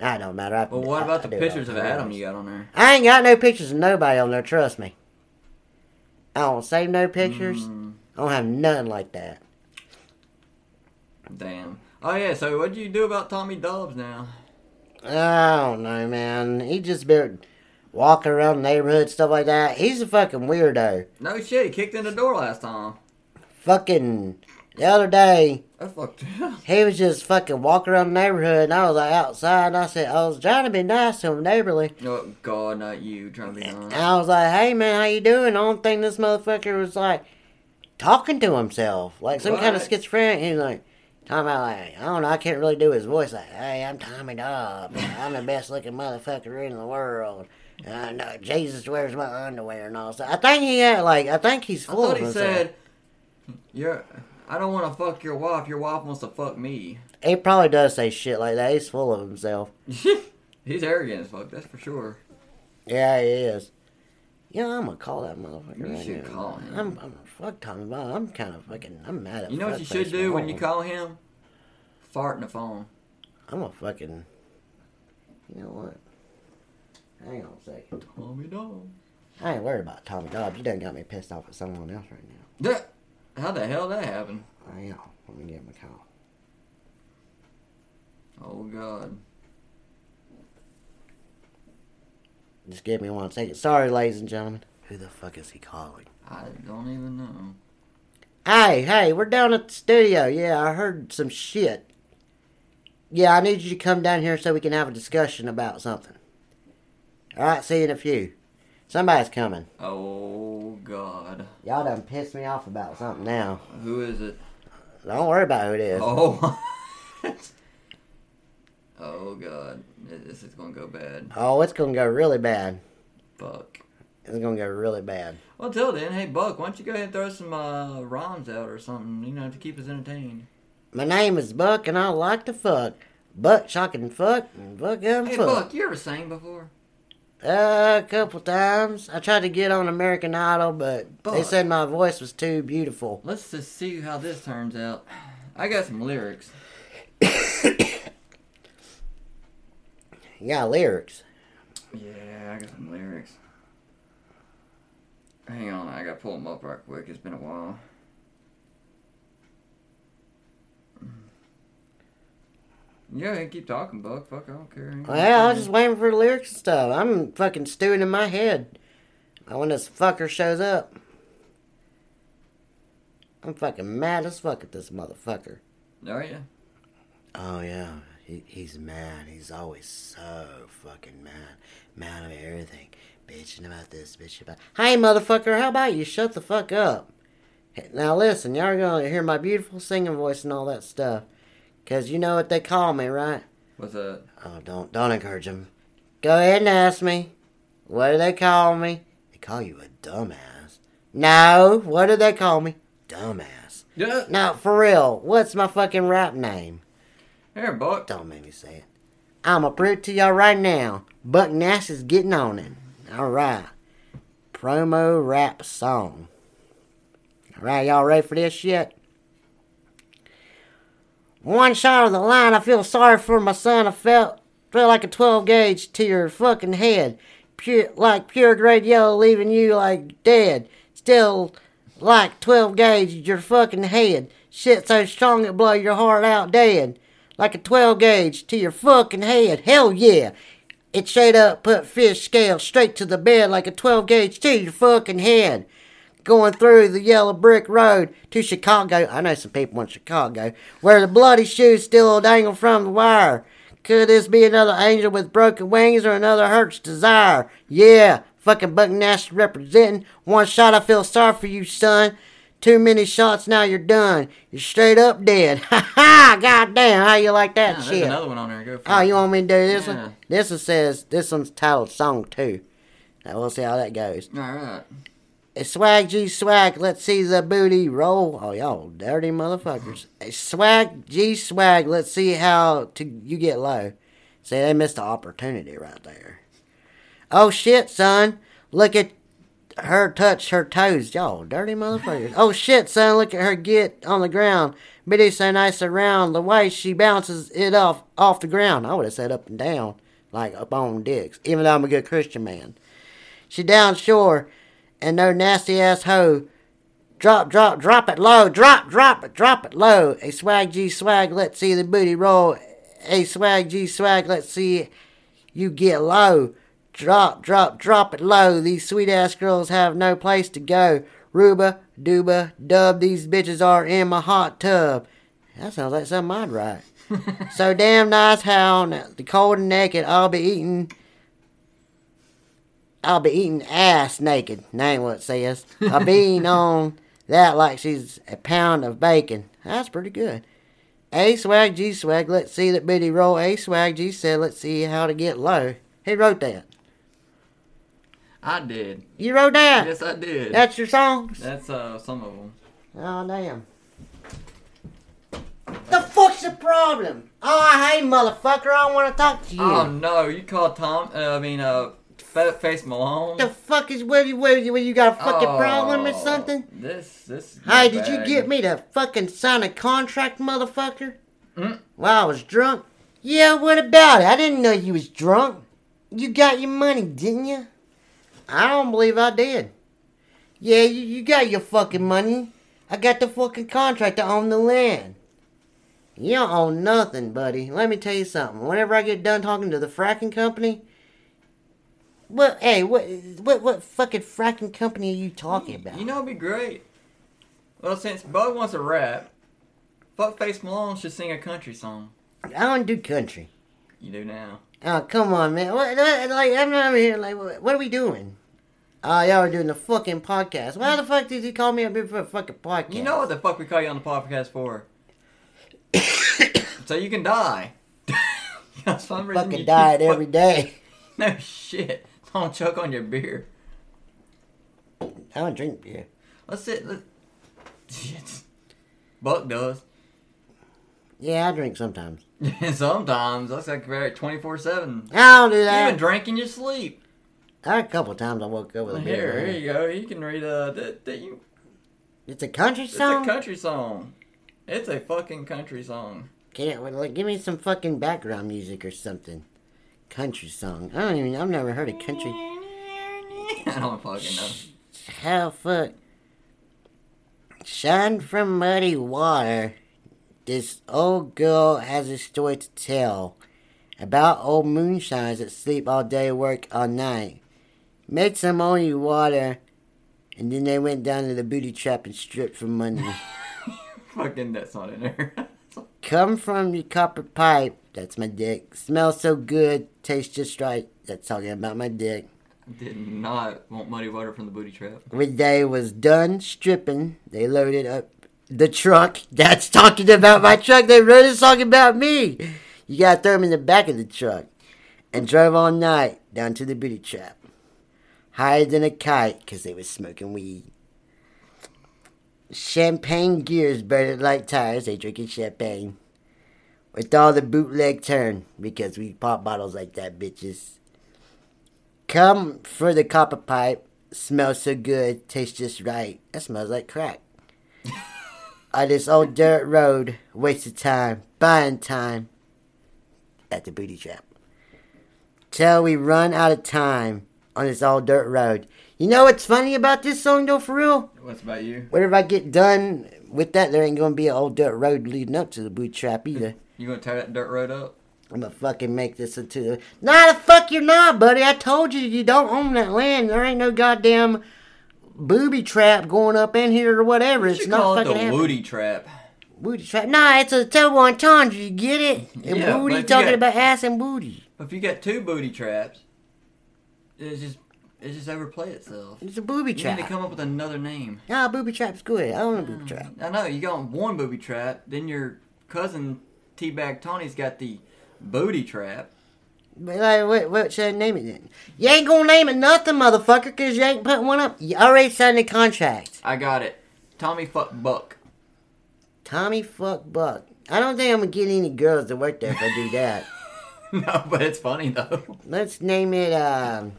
Speaker 2: I don't matter. I,
Speaker 1: But what
Speaker 2: I-
Speaker 1: about
Speaker 2: I
Speaker 1: the
Speaker 2: do it
Speaker 1: pictures
Speaker 2: all
Speaker 1: of
Speaker 2: the
Speaker 1: Adam
Speaker 2: time.
Speaker 1: you got on there?
Speaker 2: I ain't got no pictures of nobody on there. Trust me. I don't save no pictures.
Speaker 1: Mm,
Speaker 2: I don't have nothing like that.
Speaker 1: damn. Oh yeah. So what do you do about Tommy Dobbs now?
Speaker 2: I don't know, man. He just been walking around the neighborhood, stuff like that. He's a fucking weirdo.
Speaker 1: No shit. He kicked in the door last time.
Speaker 2: Fucking The other day,
Speaker 1: I fucked up.
Speaker 2: he was just fucking walking around the neighborhood, and I was like outside, and I said, "Oh, I was trying to be nice to him, neighborly.
Speaker 1: Oh God, not you trying to be honest.
Speaker 2: And I was like, hey man, how you doing? I don't think this motherfucker was like talking to himself, like some kind of
Speaker 1: Right.
Speaker 2: schizophrenic. He's like, talking about like, I don't know, I can't really do his voice. Like, hey, I'm Tommy Dobb. I'm the best looking motherfucker in the world. And I know Jesus wears my underwear and all that. I think he had like, I think he's
Speaker 1: I
Speaker 2: full
Speaker 1: thought
Speaker 2: of
Speaker 1: he
Speaker 2: himself.
Speaker 1: said, "You're. I don't want to fuck your wife. Your wife wants to fuck me."
Speaker 2: he probably does say shit like that. He's full of himself.
Speaker 1: He's arrogant as fuck. That's for sure.
Speaker 2: Yeah, he is. Yeah, I'm gonna call that motherfucker.
Speaker 1: You
Speaker 2: right
Speaker 1: should
Speaker 2: now.
Speaker 1: call him.
Speaker 2: I'm, I'm fuck Tommy Bob. I'm kind of fucking. I'm mad at.
Speaker 1: You know what you should
Speaker 2: fuckface
Speaker 1: do when you
Speaker 2: Malone.
Speaker 1: call him? Fart in the phone.
Speaker 2: I'm a fucking. You know what? Hang on a second.
Speaker 1: Tommy Dog.
Speaker 2: I ain't worried about Tommy Dobbs. You done got me pissed off at someone else right now.
Speaker 1: That- How the hell that happened?
Speaker 2: Hang on. Let me give him a call.
Speaker 1: Oh God.
Speaker 2: Just give me one second. Sorry, ladies and gentlemen. Who the fuck is he calling?
Speaker 1: I don't even know.
Speaker 2: Hey, hey, we're down at the studio. Yeah, I heard some shit. Yeah, I need you to come down here so we can have a discussion about something. Alright, see you in a few. Somebody's coming.
Speaker 1: Oh God.
Speaker 2: Y'all done pissed me off about something now.
Speaker 1: Who is it?
Speaker 2: Don't worry about who it is.
Speaker 1: Oh. oh God. This is gonna go bad.
Speaker 2: Oh, it's gonna go really bad.
Speaker 1: Fuck.
Speaker 2: It's gonna go really bad.
Speaker 1: Well, till then, hey Buck, why don't you go ahead and throw some uh, rhymes out or something? You know, to keep us entertained.
Speaker 2: My name is Buck and I like to fuck. Buck shock and fuck and fuck and
Speaker 1: Hey
Speaker 2: fuck.
Speaker 1: Buck, you ever sang before?
Speaker 2: Uh, a couple times. I tried to get on American Idol, but they
Speaker 1: Buck.
Speaker 2: said my voice was too beautiful.
Speaker 1: Let's just see how this turns out. I got some lyrics.
Speaker 2: You got lyrics.
Speaker 1: Yeah, I got some lyrics. Hang on, I gotta pull them up right quick. It's been a while. Yeah, keep talking, Buck. Fuck, I don't care.
Speaker 2: Well, I was just waiting for the lyrics and stuff. I'm fucking stewing in my head. And When this fucker shows up, I'm fucking mad as fuck at this motherfucker.
Speaker 1: Are you?
Speaker 2: Oh, yeah. He, he's mad. He's always so fucking mad. Mad about everything. Bitching about this, bitching about. Hey, motherfucker, how about you shut the fuck up? Hey, Now, listen, y'all are gonna hear my beautiful singing voice and all that stuff. Cause you know what they call me, right?
Speaker 1: What's up?
Speaker 2: Oh, don't don't encourage him. Go ahead and ask me. What do they call me? They call you a dumbass. No, what do they call me? Dumbass.
Speaker 1: Yeah.
Speaker 2: No, for real. What's my fucking rap name?
Speaker 1: Here, Buck.
Speaker 2: Don't make me say it. I'ma prove to y'all right now. Buck Nash is getting on it. All right. Promo rap song. All right, y'all ready for this shit? One shot of the line. I feel sorry for my son. I felt felt like a 12 gauge to your fucking head, pure like pure grade yellow, leaving you like dead. Still like 12 gauge your fucking head. Shit so strong it blow your heart out dead. Like a 12 gauge to your fucking head. Hell yeah. It straight up put fish scale straight to the bed like a 12 gauge to your fucking head going through the yellow brick road to Chicago. I know some people in Chicago where the bloody shoes still dangle from the wire. Could this be another angel with broken wings or another hurt's desire? Yeah, fucking Buck Nash representing. One shot, I feel sorry for you, son. Too many shots, now you're done. You're straight up dead. Ha ha! Goddamn, how you like that
Speaker 1: Yeah, there's
Speaker 2: shit?
Speaker 1: another one on there. Go for
Speaker 2: Oh,
Speaker 1: it.
Speaker 2: you want me to do this
Speaker 1: Yeah.
Speaker 2: one? This one says this one's titled "Song Two. Now we'll see how that goes.
Speaker 1: All right.
Speaker 2: It's swag G swag, let's see the booty roll. Oh y'all dirty motherfuckers. It's swag G swag, let's see how to you get low. See they missed the opportunity right there. Oh shit, son. Look at her touch her toes. Y'all dirty motherfuckers. oh shit, son, look at her get on the ground. Bitty so nice around the way she bounces it off off the ground. I would have said up and down, like up on dicks, even though I'm a good Christian man. She down shore, and no nasty ass hoe. Drop, drop, drop it low. Drop, drop it, drop it low. A swag G swag, let's see the booty roll. A swag G swag, let's see you get low. Drop, drop, drop it low. These sweet ass girls have no place to go. Ruba, Duba, Dub, these bitches are in my hot tub. That sounds like something I'd write. so damn nice how on the cold and naked I'll be eating. I'll be eating ass naked. That ain't what it says. I'll be eating on that like she's a pound of bacon. That's pretty good. A swag, G swag, let's see that biddy roll. A swag, G said, let's see how to get low. Who wrote that?
Speaker 1: I did.
Speaker 2: You wrote that?
Speaker 1: Yes, I did.
Speaker 2: That's your song?
Speaker 1: That's uh, some of them.
Speaker 2: Oh, damn. The fuck's the problem? Oh, hey, motherfucker, I want to talk to you.
Speaker 1: Oh no, you called Tom. Uh, I mean, uh, Fat Face Malone.
Speaker 2: the fuck is with you? With you? What, You got a fucking
Speaker 1: Oh,
Speaker 2: problem or something?
Speaker 1: This, this.
Speaker 2: Hey, did you
Speaker 1: bag.
Speaker 2: get me to fucking sign a contract, motherfucker?
Speaker 1: Mm.
Speaker 2: While I was drunk? Yeah, what about it? I didn't know you was drunk. You got your money, didn't you? I don't believe I did. Yeah, you, you got your fucking money. I got the fucking contract to own the land. You don't own nothing, buddy. Let me tell you something. Whenever I get done talking to the fracking company, what? Hey, what? What? What fucking fracking company are you talking about?
Speaker 1: You know, it'd be great. Well, since Bud wants a rap, Fuckface Malone should sing a country song.
Speaker 2: I don't do country.
Speaker 1: You do now.
Speaker 2: Oh, come on, man. What, what- like, I'm not over here. Like, what, what are we doing? Oh, y'all are doing the fucking podcast. Why the fuck did you call me up here for a fucking podcast?
Speaker 1: You know what the fuck we call you on the podcast for? so you can die. That's one reason you
Speaker 2: fucking died
Speaker 1: keep-
Speaker 2: every day.
Speaker 1: No shit. Don't choke on your beer.
Speaker 2: I don't drink beer.
Speaker 1: Let's sit. Let... Shit. Buck does.
Speaker 2: Yeah, I drink sometimes.
Speaker 1: Sometimes that's like very twenty four seven.
Speaker 2: I don't do
Speaker 1: You
Speaker 2: that.
Speaker 1: even drink in your sleep.
Speaker 2: I, a couple times I woke up with a
Speaker 1: Here,
Speaker 2: beer. in my
Speaker 1: here
Speaker 2: hand.
Speaker 1: you go. You can read uh that, that you.
Speaker 2: It's a country
Speaker 1: It's
Speaker 2: song.
Speaker 1: a country song. It's a fucking country song.
Speaker 2: Can't well, like, give me some fucking background music or something. Country song. I don't even. I've never heard of country.
Speaker 1: I don't fucking know.
Speaker 2: How fuck? Shine from muddy water. This old girl has a story to tell about old moonshines that sleep all day, work all night. Made some only water, and then they went down to the booty trap and stripped for money.
Speaker 1: Fucking that's not in there.
Speaker 2: Come from your copper pipe. That's my dick. Smells so good, tastes just right. That's talking about my dick.
Speaker 1: Did not want muddy water from the booty trap.
Speaker 2: when they was done stripping, they loaded up the truck. That's talking about my truck. They wrote a song about me. You gotta throw them in the back of the truck. And drove all night down to the booty trap. Higher than a kite, 'cause they was smoking weed. Champagne gears burned like tires. They drinking champagne. With all the bootleg turn, because we pop bottles like that, bitches. Come for the copper pipe. Smells so good, tastes just right. That smells like crack. On this old dirt road, wasted time, buying time at the booty trap. Till we run out of time on this old dirt road. You know what's funny about this song though, for real?
Speaker 1: What's about you?
Speaker 2: Whenever I get done with that, there ain't gonna be an old dirt road leading up to the booty trap either.
Speaker 1: You gonna tear that dirt road up?
Speaker 2: I'm gonna fucking make this into. Nah, the fuck you're not, buddy. I told you you don't own that land. There ain't no goddamn booby trap going up in here or whatever.
Speaker 1: You
Speaker 2: It's not
Speaker 1: call it
Speaker 2: fucking
Speaker 1: the
Speaker 2: happening.
Speaker 1: Woody trap.
Speaker 2: Booty trap. Nah, it's a double entendre. You get it? And
Speaker 1: Yeah, but
Speaker 2: booty
Speaker 1: if you
Speaker 2: talking
Speaker 1: got-
Speaker 2: about ass and booty.
Speaker 1: But if you got two booty traps, it's just it just overplay itself.
Speaker 2: It's a booby
Speaker 1: You need to
Speaker 2: trap.
Speaker 1: come Mm. up with another name.
Speaker 2: Nah, booby trap's good. I don't want a booby trap.
Speaker 1: I know you got one booby trap. Then your cousin Teabag Tony's got the booty trap.
Speaker 2: But like, what, what should I name it then? You ain't gonna name it nothing, motherfucker, because you ain't putting one up. You already signed the contract.
Speaker 1: I got it. Tommy fuck Buck.
Speaker 2: Tommy fuck Buck. I don't think I'm gonna get any girls to work there if I do that.
Speaker 1: no, but it's funny though.
Speaker 2: Let's name it um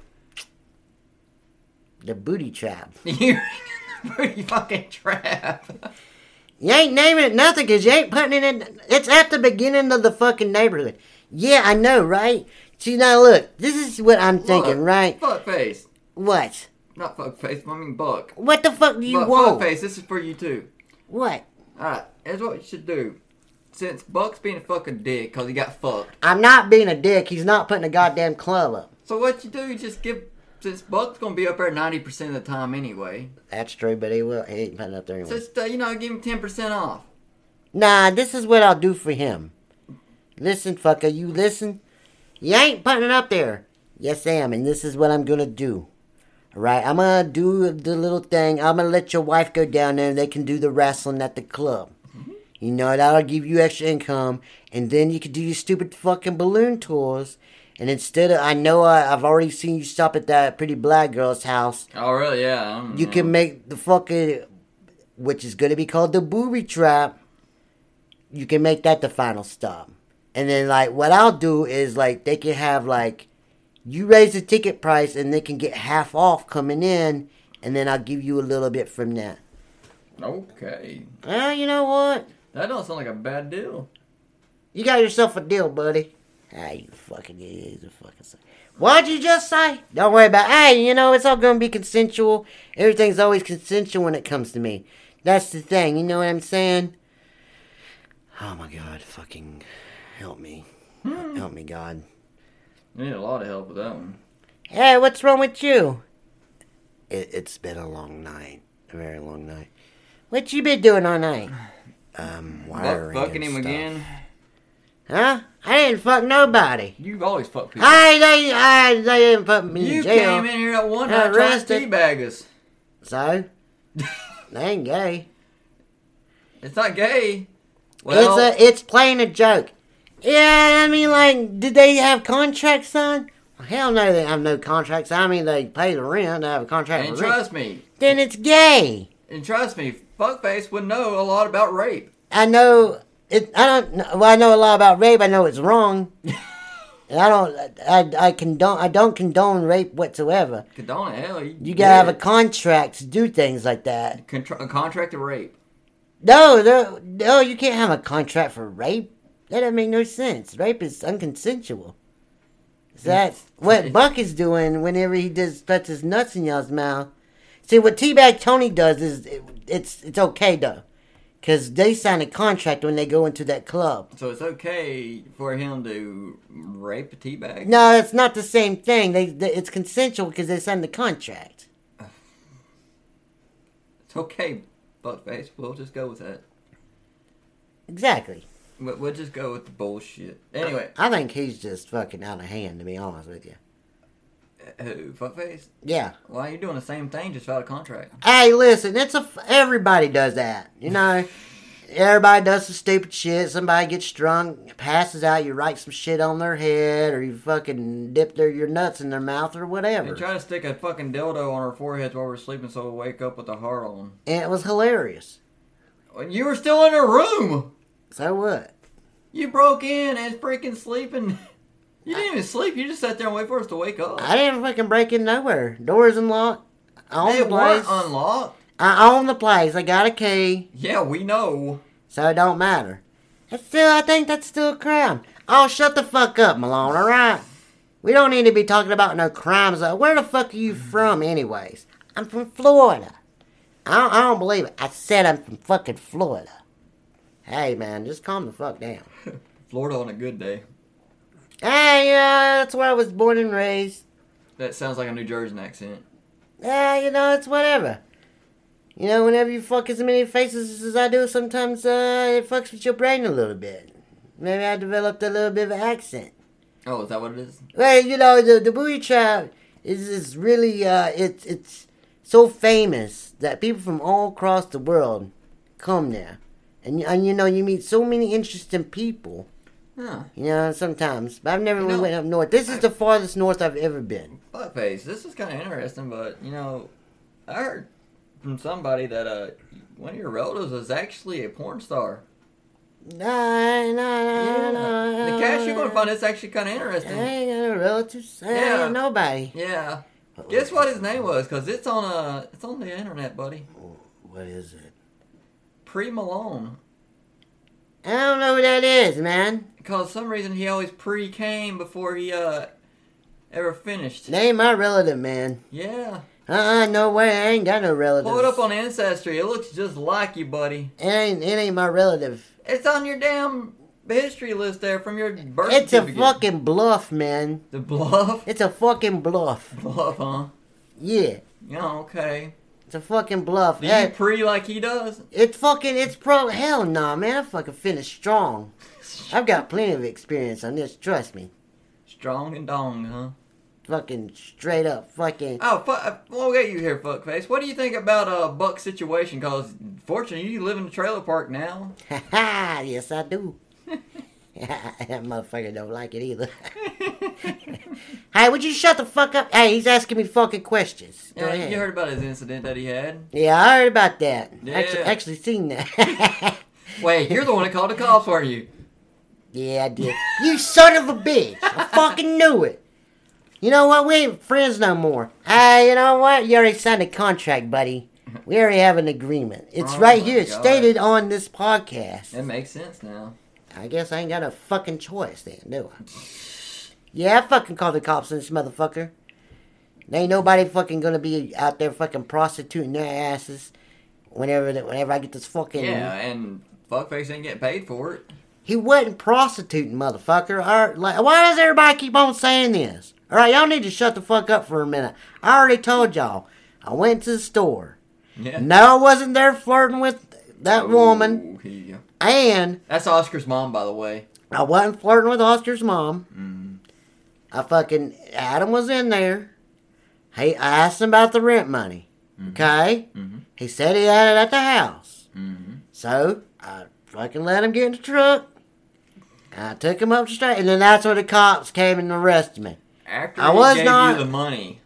Speaker 2: the booty trap.
Speaker 1: You're in the booty fucking trap.
Speaker 2: You ain't naming it nothing because you ain't putting it in. It's at the beginning of the fucking neighborhood. Yeah, I know, right? See now, look. This is what I'm thinking,
Speaker 1: Look,
Speaker 2: right?
Speaker 1: Fuckface.
Speaker 2: What?
Speaker 1: Not fuckface. I mean Buck.
Speaker 2: What the fuck do you
Speaker 1: Buck,
Speaker 2: want?
Speaker 1: Fuckface. This is for you too.
Speaker 2: What?
Speaker 1: All right. Here's what you should do. Since Buck's being a fucking dick because he got fucked.
Speaker 2: I'm not being a dick. He's not putting a goddamn club up.
Speaker 1: So what you do? You just give since Buck's gonna be up there ninety percent of the time anyway,
Speaker 2: That's true, but he will. He ain't putting up there anyway.
Speaker 1: just uh, you know, give him ten percent off.
Speaker 2: Nah, this is what I'll do for him. Listen, fucker, you listen. You ain't putting it up there. Yes, I am, and this is what I'm gonna do. Alright, I'm gonna do the little thing. I'm gonna let your wife go down there and they can do the wrestling at the club. You know, that'll give you extra income, and then you can do your stupid fucking balloon tours. And instead of, I know I, I've already seen you stop at that pretty black girl's house.
Speaker 1: Oh really? Yeah. I don't
Speaker 2: You
Speaker 1: know.
Speaker 2: can make the fucking, which is going to be called the booby trap. You can make that the final stop, and then like what I'll do is like they can have like, you raise the ticket price and they can get half off coming in, and then I'll give you a little bit from that.
Speaker 1: Okay,
Speaker 2: Well, you know what?
Speaker 1: that don't sound like a bad deal.
Speaker 2: You got yourself a deal, buddy. Ah, you fucking idiot. You fucking son. What'd you just say? Don't worry about Hey, you know, it's all gonna be consensual. Everything's always consensual when it comes to me. That's the thing, you know what I'm saying? Oh my god, fucking help me.
Speaker 1: Hmm.
Speaker 2: Help me, God.
Speaker 1: You need a lot of help with that one.
Speaker 2: Hey, what's wrong with you? It, it's been a long night. A very long night. What you been doing all night? Um,
Speaker 1: Buck
Speaker 2: wiring
Speaker 1: fucking
Speaker 2: and
Speaker 1: him
Speaker 2: stuff.
Speaker 1: again.
Speaker 2: Huh? I didn't fuck nobody.
Speaker 1: You've always fucked people.
Speaker 2: I they I they didn't put me
Speaker 1: you
Speaker 2: in jail.
Speaker 1: came in here at one night trying to
Speaker 2: Arrested.
Speaker 1: teabag us.
Speaker 2: So they ain't gay.
Speaker 1: It's not gay. Well,
Speaker 2: it's a it's playing a joke. Yeah, I mean like did they have contracts signed? Well, hell no they have no contracts. I mean they pay the rent, they have a contract
Speaker 1: and
Speaker 2: for rent.
Speaker 1: trust me,
Speaker 2: Then it's gay.
Speaker 1: and trust me, fuckface would know a lot about rape.
Speaker 2: I know it I don't know well, I know a lot about rape, I know it's wrong. And I don't I, I condone I don't condone rape whatsoever.
Speaker 1: Condone it, hell. You,
Speaker 2: You gotta have a contract to do things like that.
Speaker 1: contra- a contract to rape.
Speaker 2: No, no, no, you can't have a contract for rape. That doesn't make no sense. Rape is unconsensual. So that's what Buck is doing whenever he just puts his nuts in y'all's mouth. See, what Teabag Tony does is it, it's it's okay, though. Because they sign a contract when they go into that club.
Speaker 1: So it's okay for him to rape a teabag.
Speaker 2: No, it's not the same thing. They, they It's consensual because they signed the contract.
Speaker 1: It's okay, fuckface. We'll just go with that.
Speaker 2: Exactly.
Speaker 1: We- We'll just go with the bullshit. Anyway,
Speaker 2: I think he's just fucking out of hand, to be honest with you.
Speaker 1: who fuckface?
Speaker 2: Yeah.
Speaker 1: Why are you doing the same thing just without a contract?
Speaker 2: Hey, listen, it's a everybody does that, you know. Everybody does some stupid shit. Somebody gets drunk, passes out. You write some shit on their head, or you fucking dip their your nuts in their mouth, or
Speaker 1: And
Speaker 2: whatever.
Speaker 1: try to stick a fucking dildo on our foreheads while we're sleeping, so we'll wake up with a heart on.
Speaker 2: And it was hilarious.
Speaker 1: You were still in her room.
Speaker 2: So what?
Speaker 1: You broke in and freaking sleeping. You didn't even sleep. You just sat there and wait for us to wake up.
Speaker 2: I didn't fucking break in nowhere. Doors unlocked. I own
Speaker 1: They
Speaker 2: the place.
Speaker 1: weren't unlocked.
Speaker 2: I own the place. I got a key,
Speaker 1: Yeah, we know.
Speaker 2: so it don't matter. That's still, I think that's still a crime. Oh, shut the fuck up, Malone. All right. We don't need to be talking about no crimes. Uh, Where the fuck are you from, anyways? I'm from Florida. I don't, I don't believe it. I said I'm from fucking Florida. Hey, man, just calm the fuck down.
Speaker 1: Florida on a good day.
Speaker 2: Hey, yeah, that's where I was born and raised.
Speaker 1: That sounds like a New Jersey accent.
Speaker 2: Yeah, you know, it's whatever. You know, whenever you fuck as many faces as I do, sometimes uh, it fucks with your brain a little bit. Maybe I developed a little bit of an accent.
Speaker 1: Oh, is that what it is?
Speaker 2: Well, you know, the the booby trap is is really uh, it's it's so famous that people from all across the world come there, and you- and you know you meet so many interesting people.
Speaker 1: Huh.
Speaker 2: You know, sometimes, but I've never
Speaker 1: You
Speaker 2: really
Speaker 1: know,
Speaker 2: went up north. This is the farthest north I've ever been.
Speaker 1: Fuckface, this is kind of interesting, but you know, I heard from somebody that uh, one of your relatives is actually a porn star.
Speaker 2: Nah, nah, nah, nah,
Speaker 1: The cash you're gonna find is actually kind of interesting.
Speaker 2: I ain't got no relatives. I ain't
Speaker 1: Yeah.
Speaker 2: got nobody.
Speaker 1: Yeah. Guess what his name was? Cause it's on uh, it's on the internet, buddy.
Speaker 2: What is it?
Speaker 1: Pre Malone.
Speaker 2: I don't know what that is, man.
Speaker 1: Cause some reason he always pre came before he uh ever finished.
Speaker 2: Name my relative, man.
Speaker 1: Yeah.
Speaker 2: Uh, uh no way. I ain't got no relatives.
Speaker 1: Pull it up on Ancestry. It looks just like you, buddy.
Speaker 2: It ain't, it ain't my relative.
Speaker 1: It's on your damn history list there from your birth
Speaker 2: It's a
Speaker 1: certificate.
Speaker 2: fucking bluff, man.
Speaker 1: The bluff?
Speaker 2: It's a fucking bluff.
Speaker 1: Bluff, huh?
Speaker 2: Yeah.
Speaker 1: Yeah, okay.
Speaker 2: It's a fucking bluff.
Speaker 1: Do
Speaker 2: Eh,
Speaker 1: you pre like he does?
Speaker 2: It's fucking, it's pro. Hell nah, man. I fucking finished strong. I've got plenty of experience on this, trust me.
Speaker 1: Strong and dong, huh?
Speaker 2: Fucking straight up, fucking.
Speaker 1: Oh, fuck. We'll get you here, fuckface. What do you think about uh, Buck's situation? Because, fortunately, you live in a trailer park now.
Speaker 2: Ha ha! Yes, I do. that motherfucker don't like it either. hey, would you shut the fuck up? Hey, he's asking me fucking questions. Go
Speaker 1: Yeah,
Speaker 2: ahead.
Speaker 1: you heard about his incident that he had.
Speaker 2: Yeah, I heard about that. Actually,
Speaker 1: Yeah.
Speaker 2: actually seen that.
Speaker 1: Wait, you're the one that called the cops, weren't you?
Speaker 2: yeah, I did. you son of a bitch! I fucking knew it. You know what? We ain't friends no more. Hey, you know what? You already signed a contract, buddy. We already have an agreement. It's
Speaker 1: Oh
Speaker 2: right
Speaker 1: my
Speaker 2: here. It's
Speaker 1: God.
Speaker 2: stated on this podcast.
Speaker 1: That makes sense now.
Speaker 2: I guess I ain't got a fucking choice then, do I? Yeah, I fucking call the cops on this motherfucker. There ain't nobody fucking gonna be out there fucking prostituting their asses whenever the, whenever I get this fucking.
Speaker 1: Yeah, and fuckface ain't getting paid for it.
Speaker 2: He wasn't prostituting, motherfucker. All right, like, why does everybody keep on saying this? All right, y'all need to shut the fuck up for a minute. I already told y'all. I went to the store.
Speaker 1: Yeah. Oh.
Speaker 2: No, I wasn't there flirting with that woman,
Speaker 1: Ooh, here you go.
Speaker 2: and
Speaker 1: That's Oscar's mom, by the way. Mm-hmm,
Speaker 2: I wasn't flirting with Oscar's mom. I fucking Adam was in there. He I asked him about the rent money. Okay,
Speaker 1: Mhm.
Speaker 2: he said he had it at the house.
Speaker 1: Mm-hmm.
Speaker 2: So I fucking let him get in the truck. I took him up the street, and then that's when the cops came and arrested me.
Speaker 1: After
Speaker 2: I
Speaker 1: he
Speaker 2: was
Speaker 1: gave
Speaker 2: not-
Speaker 1: you the money.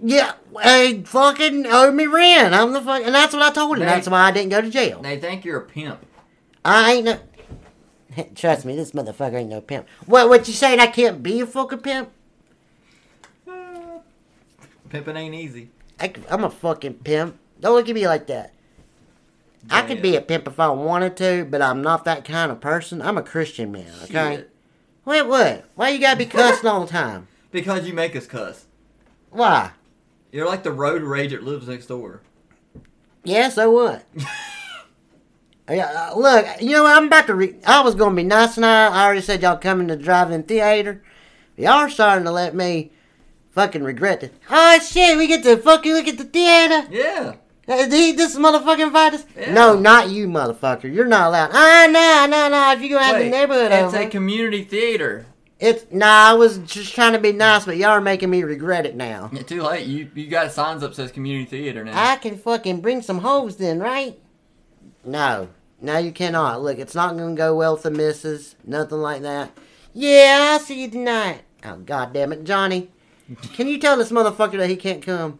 Speaker 2: Yeah, they fucking owed me rent. I'm the fuck, and that's what I told him.
Speaker 1: They-
Speaker 2: That's why I didn't go to jail.
Speaker 1: They think you're a pimp.
Speaker 2: I ain't no. Trust me, this motherfucker ain't no pimp. What? What you saying? I can't be a fucking pimp?
Speaker 1: Pimping ain't easy.
Speaker 2: I, am a fucking pimp. Don't look at me like that. I could be a pimp if I wanted to, but I'm not that kind of person. I'm a Christian man, okay?
Speaker 1: Shit.
Speaker 2: Wait, what? Why you gotta be cussing all the time?
Speaker 1: Because you make us cuss.
Speaker 2: Why?
Speaker 1: You're like the road rage that lives next door.
Speaker 2: Yeah, so what? yeah, uh, look, you know what? I'm about to. Re- I was gonna be nice and I, I already said y'all coming to the drive-in theater. Y'all are starting to let me fucking regret this. Oh shit, we get to fucking look at the theater.
Speaker 1: Yeah.
Speaker 2: Uh, He, this motherfucker invited us?
Speaker 1: Yeah.
Speaker 2: No, not you, motherfucker. You're not allowed. Ah, no, no, no. If you go out in
Speaker 1: Wait,
Speaker 2: the neighborhood,
Speaker 1: It's
Speaker 2: it's,
Speaker 1: a community theater.
Speaker 2: it's nah. I was just trying to be nice, but y'all are making me regret it now.
Speaker 1: Yeah, too late. You you got signs up says community theater now.
Speaker 2: I can fucking bring some hoes then, right? No, no, you cannot. Look, it's not gonna go well with the missus. Nothing like that. Yeah, I'll see you tonight. Oh god damn it, Johnny. Can you tell this motherfucker that he can't come?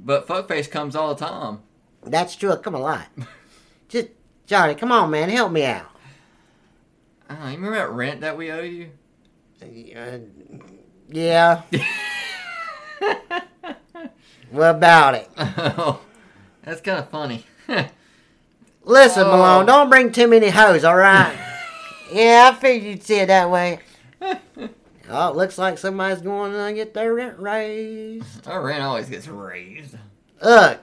Speaker 1: but fuckface comes all the time.
Speaker 2: That's true. I Come a lot. Just Johnny, come on, man, help me out.
Speaker 1: Oh, you remember that rent that we owe you?
Speaker 2: Uh, yeah. what about it?
Speaker 1: That's kind of funny.
Speaker 2: Listen,
Speaker 1: Oh.
Speaker 2: Malone, don't bring too many hoes, all right? yeah, I figured you'd see it that way. Oh, it looks like somebody's going to get their rent raised.
Speaker 1: Our rent always gets raised.
Speaker 2: Look,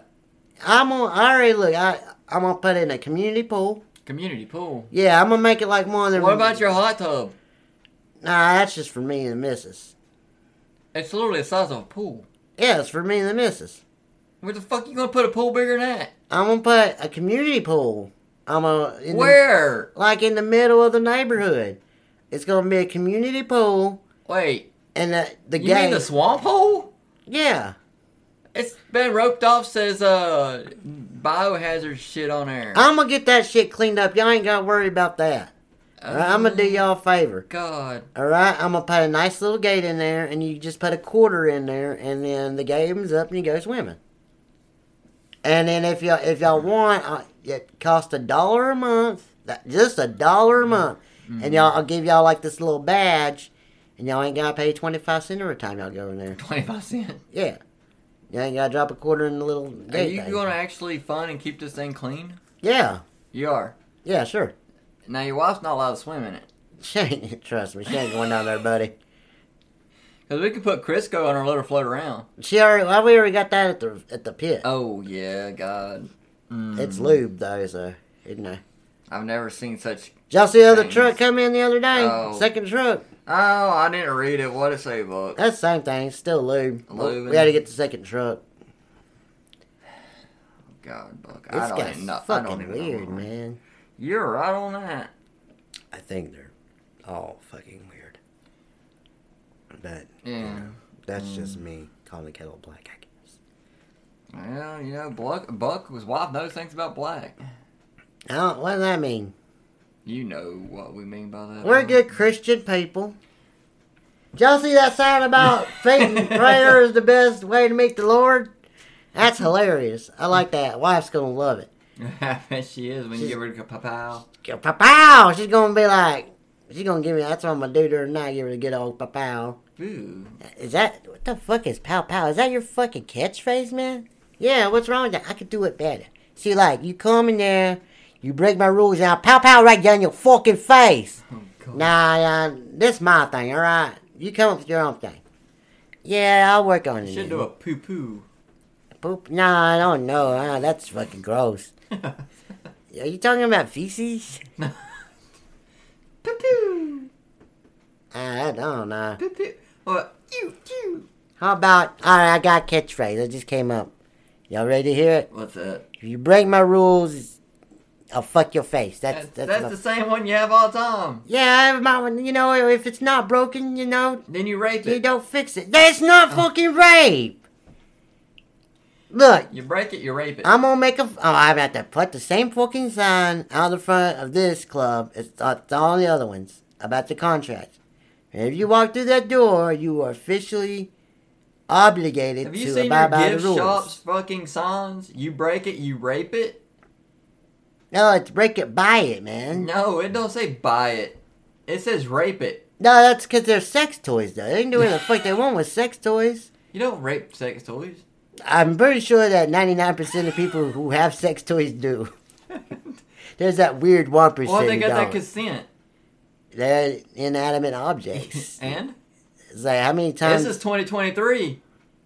Speaker 2: I'm gonna. I already look. I I'm gonna put in a community pool.
Speaker 1: Community pool.
Speaker 2: Yeah, I'm gonna make it like one of them.
Speaker 1: What about your hot tub?
Speaker 2: Nah, that's just for me and the missus.
Speaker 1: It's literally the size of a pool.
Speaker 2: Yeah, it's for me and the missus.
Speaker 1: Where the fuck you gonna put a pool bigger than that?
Speaker 2: I'm gonna put a community pool. I'm gonna in the-
Speaker 1: Where?
Speaker 2: like in the middle of the neighborhood. It's gonna be a community pool,
Speaker 1: Wait,
Speaker 2: and the the
Speaker 1: you mean
Speaker 2: gate.
Speaker 1: the swamp hole?
Speaker 2: yeah.
Speaker 1: It's been roped off. Says uh, biohazard shit on there.
Speaker 2: I'm gonna get that shit cleaned up. Y'all ain't gotta worry about that.
Speaker 1: Um,
Speaker 2: All right, I'm gonna do y'all a favor.
Speaker 1: Oh God.
Speaker 2: All right, I'm gonna put a nice little gate in there, and you just put a quarter in there, and then the gate opens up, and you go swimming. And then if y'all if y'all want, uh, it costs a dollar a month, that- just a dollar a month,
Speaker 1: Mm-hmm.
Speaker 2: and y'all I'll give y'all like this little badge, and y'all ain't gotta pay twenty five cent every time y'all go in there.
Speaker 1: Twenty-five cent.
Speaker 2: Yeah, y'all ain't gotta drop a quarter in the little
Speaker 1: Are
Speaker 2: gate.
Speaker 1: you
Speaker 2: thing.
Speaker 1: gonna actually fund and keep this thing clean?
Speaker 2: Yeah,
Speaker 1: You are.
Speaker 2: yeah, sure.
Speaker 1: Now your wife's not allowed to swim in it.
Speaker 2: She ain't, trust me, she ain't going down there, buddy.
Speaker 1: Cause we could put Crisco on her, let her float around.
Speaker 2: She already, well, we already got that at
Speaker 1: Uh,
Speaker 2: the at the pit.
Speaker 1: Oh yeah, God. Mm.
Speaker 2: It's lube though, so you know.
Speaker 1: I've never seen such.
Speaker 2: Did y'all see the other
Speaker 1: Things.
Speaker 2: truck come in the other day?
Speaker 1: Oh.
Speaker 2: Second truck.
Speaker 1: Oh, I didn't read it. What a save book.
Speaker 2: That's the same thing. Still lube.
Speaker 1: Lube
Speaker 2: We had to
Speaker 1: and-
Speaker 2: get the second truck.
Speaker 1: God, Buck.
Speaker 2: This
Speaker 1: I don't
Speaker 2: guy's
Speaker 1: even know. I don't
Speaker 2: fucking
Speaker 1: even
Speaker 2: weird,
Speaker 1: know.
Speaker 2: man.
Speaker 1: You're right on that.
Speaker 2: I think they're all fucking weird. But you
Speaker 1: Yeah.
Speaker 2: know, that's
Speaker 1: Hmm.
Speaker 2: just me calling the kettle black. I guess.
Speaker 1: Well, you know, Buck, Buck was wife knows things about black.
Speaker 2: I don't, what does that mean?
Speaker 1: You know what we mean by that.
Speaker 2: We're
Speaker 1: Buck.
Speaker 2: good Christian people. Did y'all see that sign about faith and prayer is the best way to meet the Lord? That's hilarious. I like that. Wife's gonna love it.
Speaker 1: I bet she is when you
Speaker 2: She's-
Speaker 1: give her the papow.
Speaker 2: Go, Pow! She's gonna be like, she's gonna give me. That's what I'm gonna do to her tonight. Give her a good old pow pow.
Speaker 1: Ooh.
Speaker 2: Is that what the fuck is pow pow? Is that your fucking catchphrase, man? Yeah, what's wrong with that? I could do it better. See, like you come in there, you break my rules, and I pow pow right down your fucking face.
Speaker 1: Oh, God.
Speaker 2: Nah, nah, this my thing. All right, you come up with your own thing. Yeah, I'll work on it.
Speaker 1: You should do a poo poo.
Speaker 2: Poop? Nah, I don't know. Ah, that's fucking gross. Are you talking about feces?
Speaker 1: Poo poo.
Speaker 2: Ah, I don't know.
Speaker 1: Poo poo. Or you, you.
Speaker 2: How about? All right, I got a catchphrase. I just came up. Y'all ready to hear it?
Speaker 1: What's that?
Speaker 2: If you break my rules, I'll fuck your face. That's
Speaker 1: That's,
Speaker 2: that's, my-
Speaker 1: the same one you have all the time.
Speaker 2: yeah. My, you know, if it's not broken, you know,
Speaker 1: Then you rape
Speaker 2: you
Speaker 1: it.
Speaker 2: don't fix it. That's not
Speaker 1: Oh.
Speaker 2: fucking rape. Look,
Speaker 1: You break it, you rape it.
Speaker 2: I'm gonna make a. Oh, I'm have to put the same fucking sign out the front of this club. It's, it's all the other ones about the contract. And if you walk through that door, you are officially obligated
Speaker 1: have you
Speaker 2: to
Speaker 1: seen
Speaker 2: abide
Speaker 1: your
Speaker 2: by the
Speaker 1: gift
Speaker 2: rules.
Speaker 1: shop's fucking signs? You break it, you rape it?
Speaker 2: No, it's break it, buy it, man. No,
Speaker 1: No, it don't say buy it. It says rape it.
Speaker 2: that's because they're sex toys, though. They can do whatever the fuck they want with sex toys.
Speaker 1: You don't rape sex toys.
Speaker 2: I'm pretty sure that 99% of people who have sex toys do. There's that weird 1%.
Speaker 1: Well, they got that
Speaker 2: don't.
Speaker 1: consent.
Speaker 2: They're inanimate objects.
Speaker 1: And
Speaker 2: It's like how many
Speaker 1: this
Speaker 2: times?
Speaker 1: is 2023.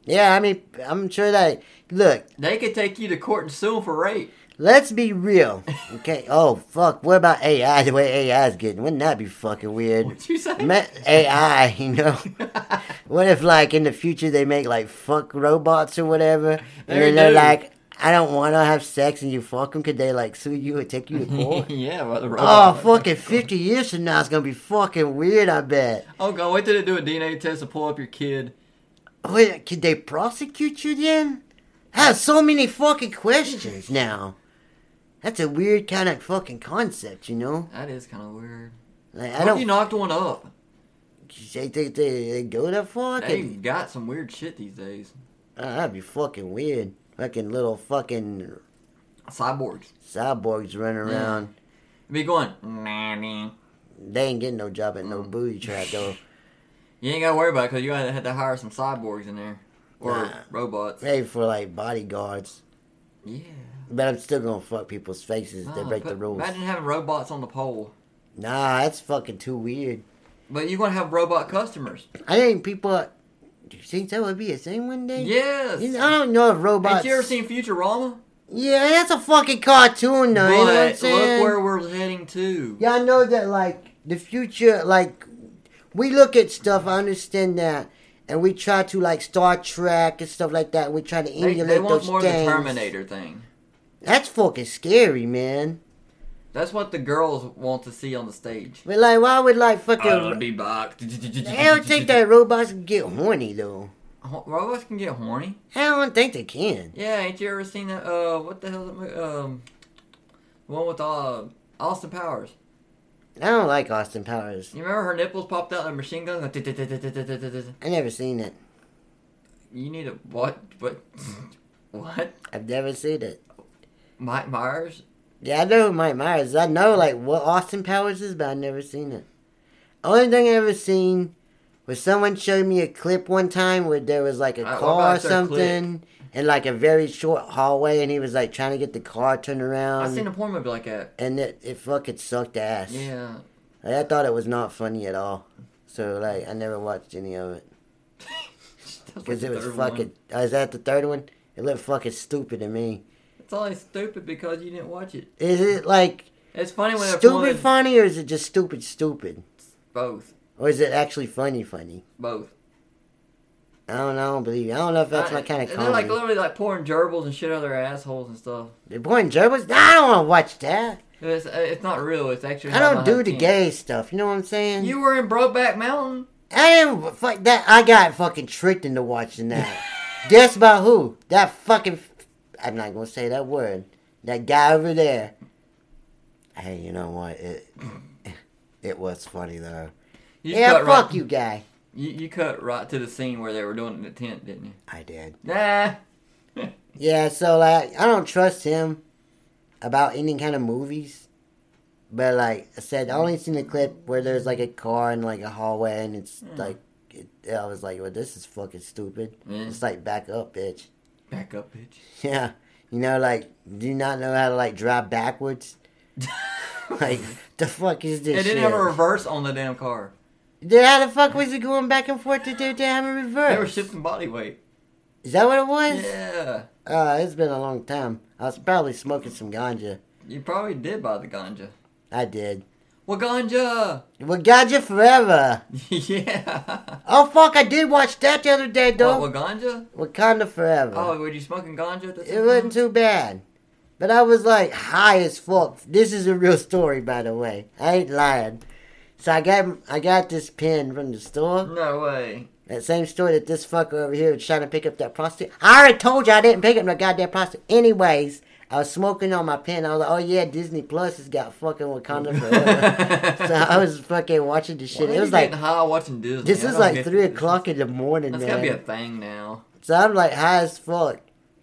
Speaker 2: yeah, I mean, I'm sure that. Look,
Speaker 1: They could take you to court and sue 'em for rape.
Speaker 2: let's be real, okay? Oh fuck, what about AI? The way AI is getting, wouldn't that be fucking weird?
Speaker 1: What you say?
Speaker 2: Ma- AI, you know, what if like in the future they make like fuck robots or whatever, and
Speaker 1: They
Speaker 2: then they're
Speaker 1: do.
Speaker 2: like, I don't want to have sex, and you fuck them? Could they like sue you and take you to court?
Speaker 1: yeah, well, the
Speaker 2: oh,
Speaker 1: robot.
Speaker 2: fucking fifty years from now, it's gonna be fucking weird. I bet.
Speaker 1: Oh god, wait till they do a DNA test to pull up your kid.
Speaker 2: Wait, could they prosecute you then? I have so many fucking questions now. That's a weird kind of fucking concept, you know?
Speaker 1: That is kind of weird.
Speaker 2: Like,
Speaker 1: What
Speaker 2: I
Speaker 1: if
Speaker 2: don't.
Speaker 1: you knocked one up?
Speaker 2: they, they, they, they go that far?
Speaker 1: They
Speaker 2: Could,
Speaker 1: got some weird shit these days.
Speaker 2: uh, that'd be fucking weird. Fucking little fucking
Speaker 1: Cyborgs
Speaker 2: cyborgs running around.
Speaker 1: be going. Mammy.
Speaker 2: They ain't getting no job at no
Speaker 1: Mm.
Speaker 2: booty trap, though.
Speaker 1: You ain't gotta worry about it because you gonna have to hire some cyborgs in there or
Speaker 2: Nah.
Speaker 1: robots.
Speaker 2: Maybe for like bodyguards.
Speaker 1: Yeah.
Speaker 2: But I'm still gonna fuck people's faces if they
Speaker 1: Oh,
Speaker 2: break the
Speaker 1: but
Speaker 2: rules.
Speaker 1: Imagine having robots on the pole,
Speaker 2: Nah, that's fucking too weird.
Speaker 1: but you gonna have robot customers.
Speaker 2: I think people. Do you think that would be a thing one day?
Speaker 1: Yes.
Speaker 2: You know, I don't know if robots.
Speaker 1: Have you ever seen Futurama?
Speaker 2: Yeah, that's a fucking cartoon, though.
Speaker 1: but
Speaker 2: you know what I'm saying?
Speaker 1: look where we're heading to.
Speaker 2: yeah, I know that. Like the future, like we look at stuff. I understand that, and we try to like Star Trek and stuff like that. We try to
Speaker 1: They,
Speaker 2: emulate
Speaker 1: they want
Speaker 2: those
Speaker 1: more of the
Speaker 2: things.
Speaker 1: Terminator thing.
Speaker 2: That's fucking scary, man.
Speaker 1: That's what the girls want to see on the stage.
Speaker 2: But like, why would like fucking?
Speaker 1: I'll be back.
Speaker 2: I don't think that robots can get horny though.
Speaker 1: robots can get horny.
Speaker 2: I don't think they can.
Speaker 1: Yeah, ain't you ever seen that? Uh, what the hell? That movie? Um, the one with uh, Austin Powers.
Speaker 2: I don't like Austin Powers.
Speaker 1: You remember her nipples popped out in a machine gun? Like, "Tut-tut-tut-tut-tut-tut-tut-tut."
Speaker 2: I never seen it.
Speaker 1: You need a what? What? What?
Speaker 2: I've never seen it.
Speaker 1: Mike Myers?
Speaker 2: Yeah, I know who Mike Myers. is. I know like what Austin Powers is, but I've never seen it. Only thing I ever seen was someone showed me a clip one time where there was like a
Speaker 1: Uh, what
Speaker 2: car or
Speaker 1: about their clip?
Speaker 2: something in like a very short hallway, and he was like trying to get the car turned
Speaker 1: I've
Speaker 2: around,
Speaker 1: seen a porn movie like that.
Speaker 2: and it it fucking sucked ass.
Speaker 1: Yeah.
Speaker 2: Like, I thought it was not funny at all. So like I never watched any of it
Speaker 1: That like
Speaker 2: because
Speaker 1: the
Speaker 2: it was
Speaker 1: third
Speaker 2: fucking.
Speaker 1: one.
Speaker 2: Oh, is that the third one? It looked fucking stupid to me.
Speaker 1: It's only stupid because you didn't watch it.
Speaker 2: Is it like
Speaker 1: It's funny when they're pulling
Speaker 2: Stupid funny, or is it just stupid stupid?
Speaker 1: both,
Speaker 2: Or is it actually funny funny?
Speaker 1: both.
Speaker 2: I don't know. I don't believe. you. I don't know if that's my kind of
Speaker 1: Uh, And they're like
Speaker 2: comedy.
Speaker 1: literally like pouring gerbils and shit out of their assholes and stuff.
Speaker 2: They're pouring gerbils. Nah, I don't want to watch that.
Speaker 1: It's, uh, it's not real. It's actually.
Speaker 2: I don't do the
Speaker 1: game.
Speaker 2: gay stuff. You know what I'm saying?
Speaker 1: You were in Brokeback Mountain.
Speaker 2: I didn't fuck that. I got fucking tricked into watching that. Guess by who? That fucking. I'm not gonna say that word. That guy over there. Hey, you know what? It it was funny though.
Speaker 1: You
Speaker 2: yeah,
Speaker 1: cut
Speaker 2: fuck
Speaker 1: right,
Speaker 2: you, guy.
Speaker 1: you. You cut right to the scene where they were doing it in the tent, didn't you?
Speaker 2: I did.
Speaker 1: Nah.
Speaker 2: Yeah, so like I don't trust him about any kind of movies. But like I said, I only seen a clip where there's like a car in like a hallway, and it's
Speaker 1: Mm.
Speaker 2: like it, I was like, well, this is fucking stupid.
Speaker 1: Yeah.
Speaker 2: It's like back up, bitch.
Speaker 1: Back up, bitch.
Speaker 2: Yeah. You know, like, do you not know how to, like, drive backwards? Like, the fuck is
Speaker 1: It
Speaker 2: this shit?
Speaker 1: didn't have a reverse on the damn car.
Speaker 2: Then how the fuck was it going back and forth to do damn reverse?
Speaker 1: They were shifting body weight.
Speaker 2: is that what it was?
Speaker 1: Yeah.
Speaker 2: Uh, it's been a long time. I was probably smoking some ganja.
Speaker 1: You probably did buy the ganja.
Speaker 2: I did.
Speaker 1: Well, ganja.
Speaker 2: Well, ganja forever.
Speaker 1: yeah.
Speaker 2: Oh, fuck, I did watch that the other day,
Speaker 1: What,
Speaker 2: though.
Speaker 1: Oh, well, ganja?
Speaker 2: Wakanda forever.
Speaker 1: Oh, were you smoking ganja? At the
Speaker 2: It
Speaker 1: same
Speaker 2: wasn't
Speaker 1: time?
Speaker 2: too bad. But I was like high as fuck. This is a real story, by the way. I ain't lying. So I got I got this pen from the store.
Speaker 1: No way.
Speaker 2: That same store that this fucker over here was trying to pick up that prostitute. I already told you I didn't pick up no goddamn prostitute. Anyways, I was smoking on my pen. I was like, oh yeah, Disney Plus has got fucking Wakanda forever. so I was fucking watching this shit.
Speaker 1: Why
Speaker 2: it
Speaker 1: are
Speaker 2: was
Speaker 1: you
Speaker 2: like
Speaker 1: getting high watching Disney.
Speaker 2: this
Speaker 1: I
Speaker 2: was
Speaker 1: don't
Speaker 2: like
Speaker 1: get
Speaker 2: three
Speaker 1: this.
Speaker 2: o'clock in the morning,
Speaker 1: That's
Speaker 2: man.
Speaker 1: gotta be a thing now.
Speaker 2: So I'm like high as fuck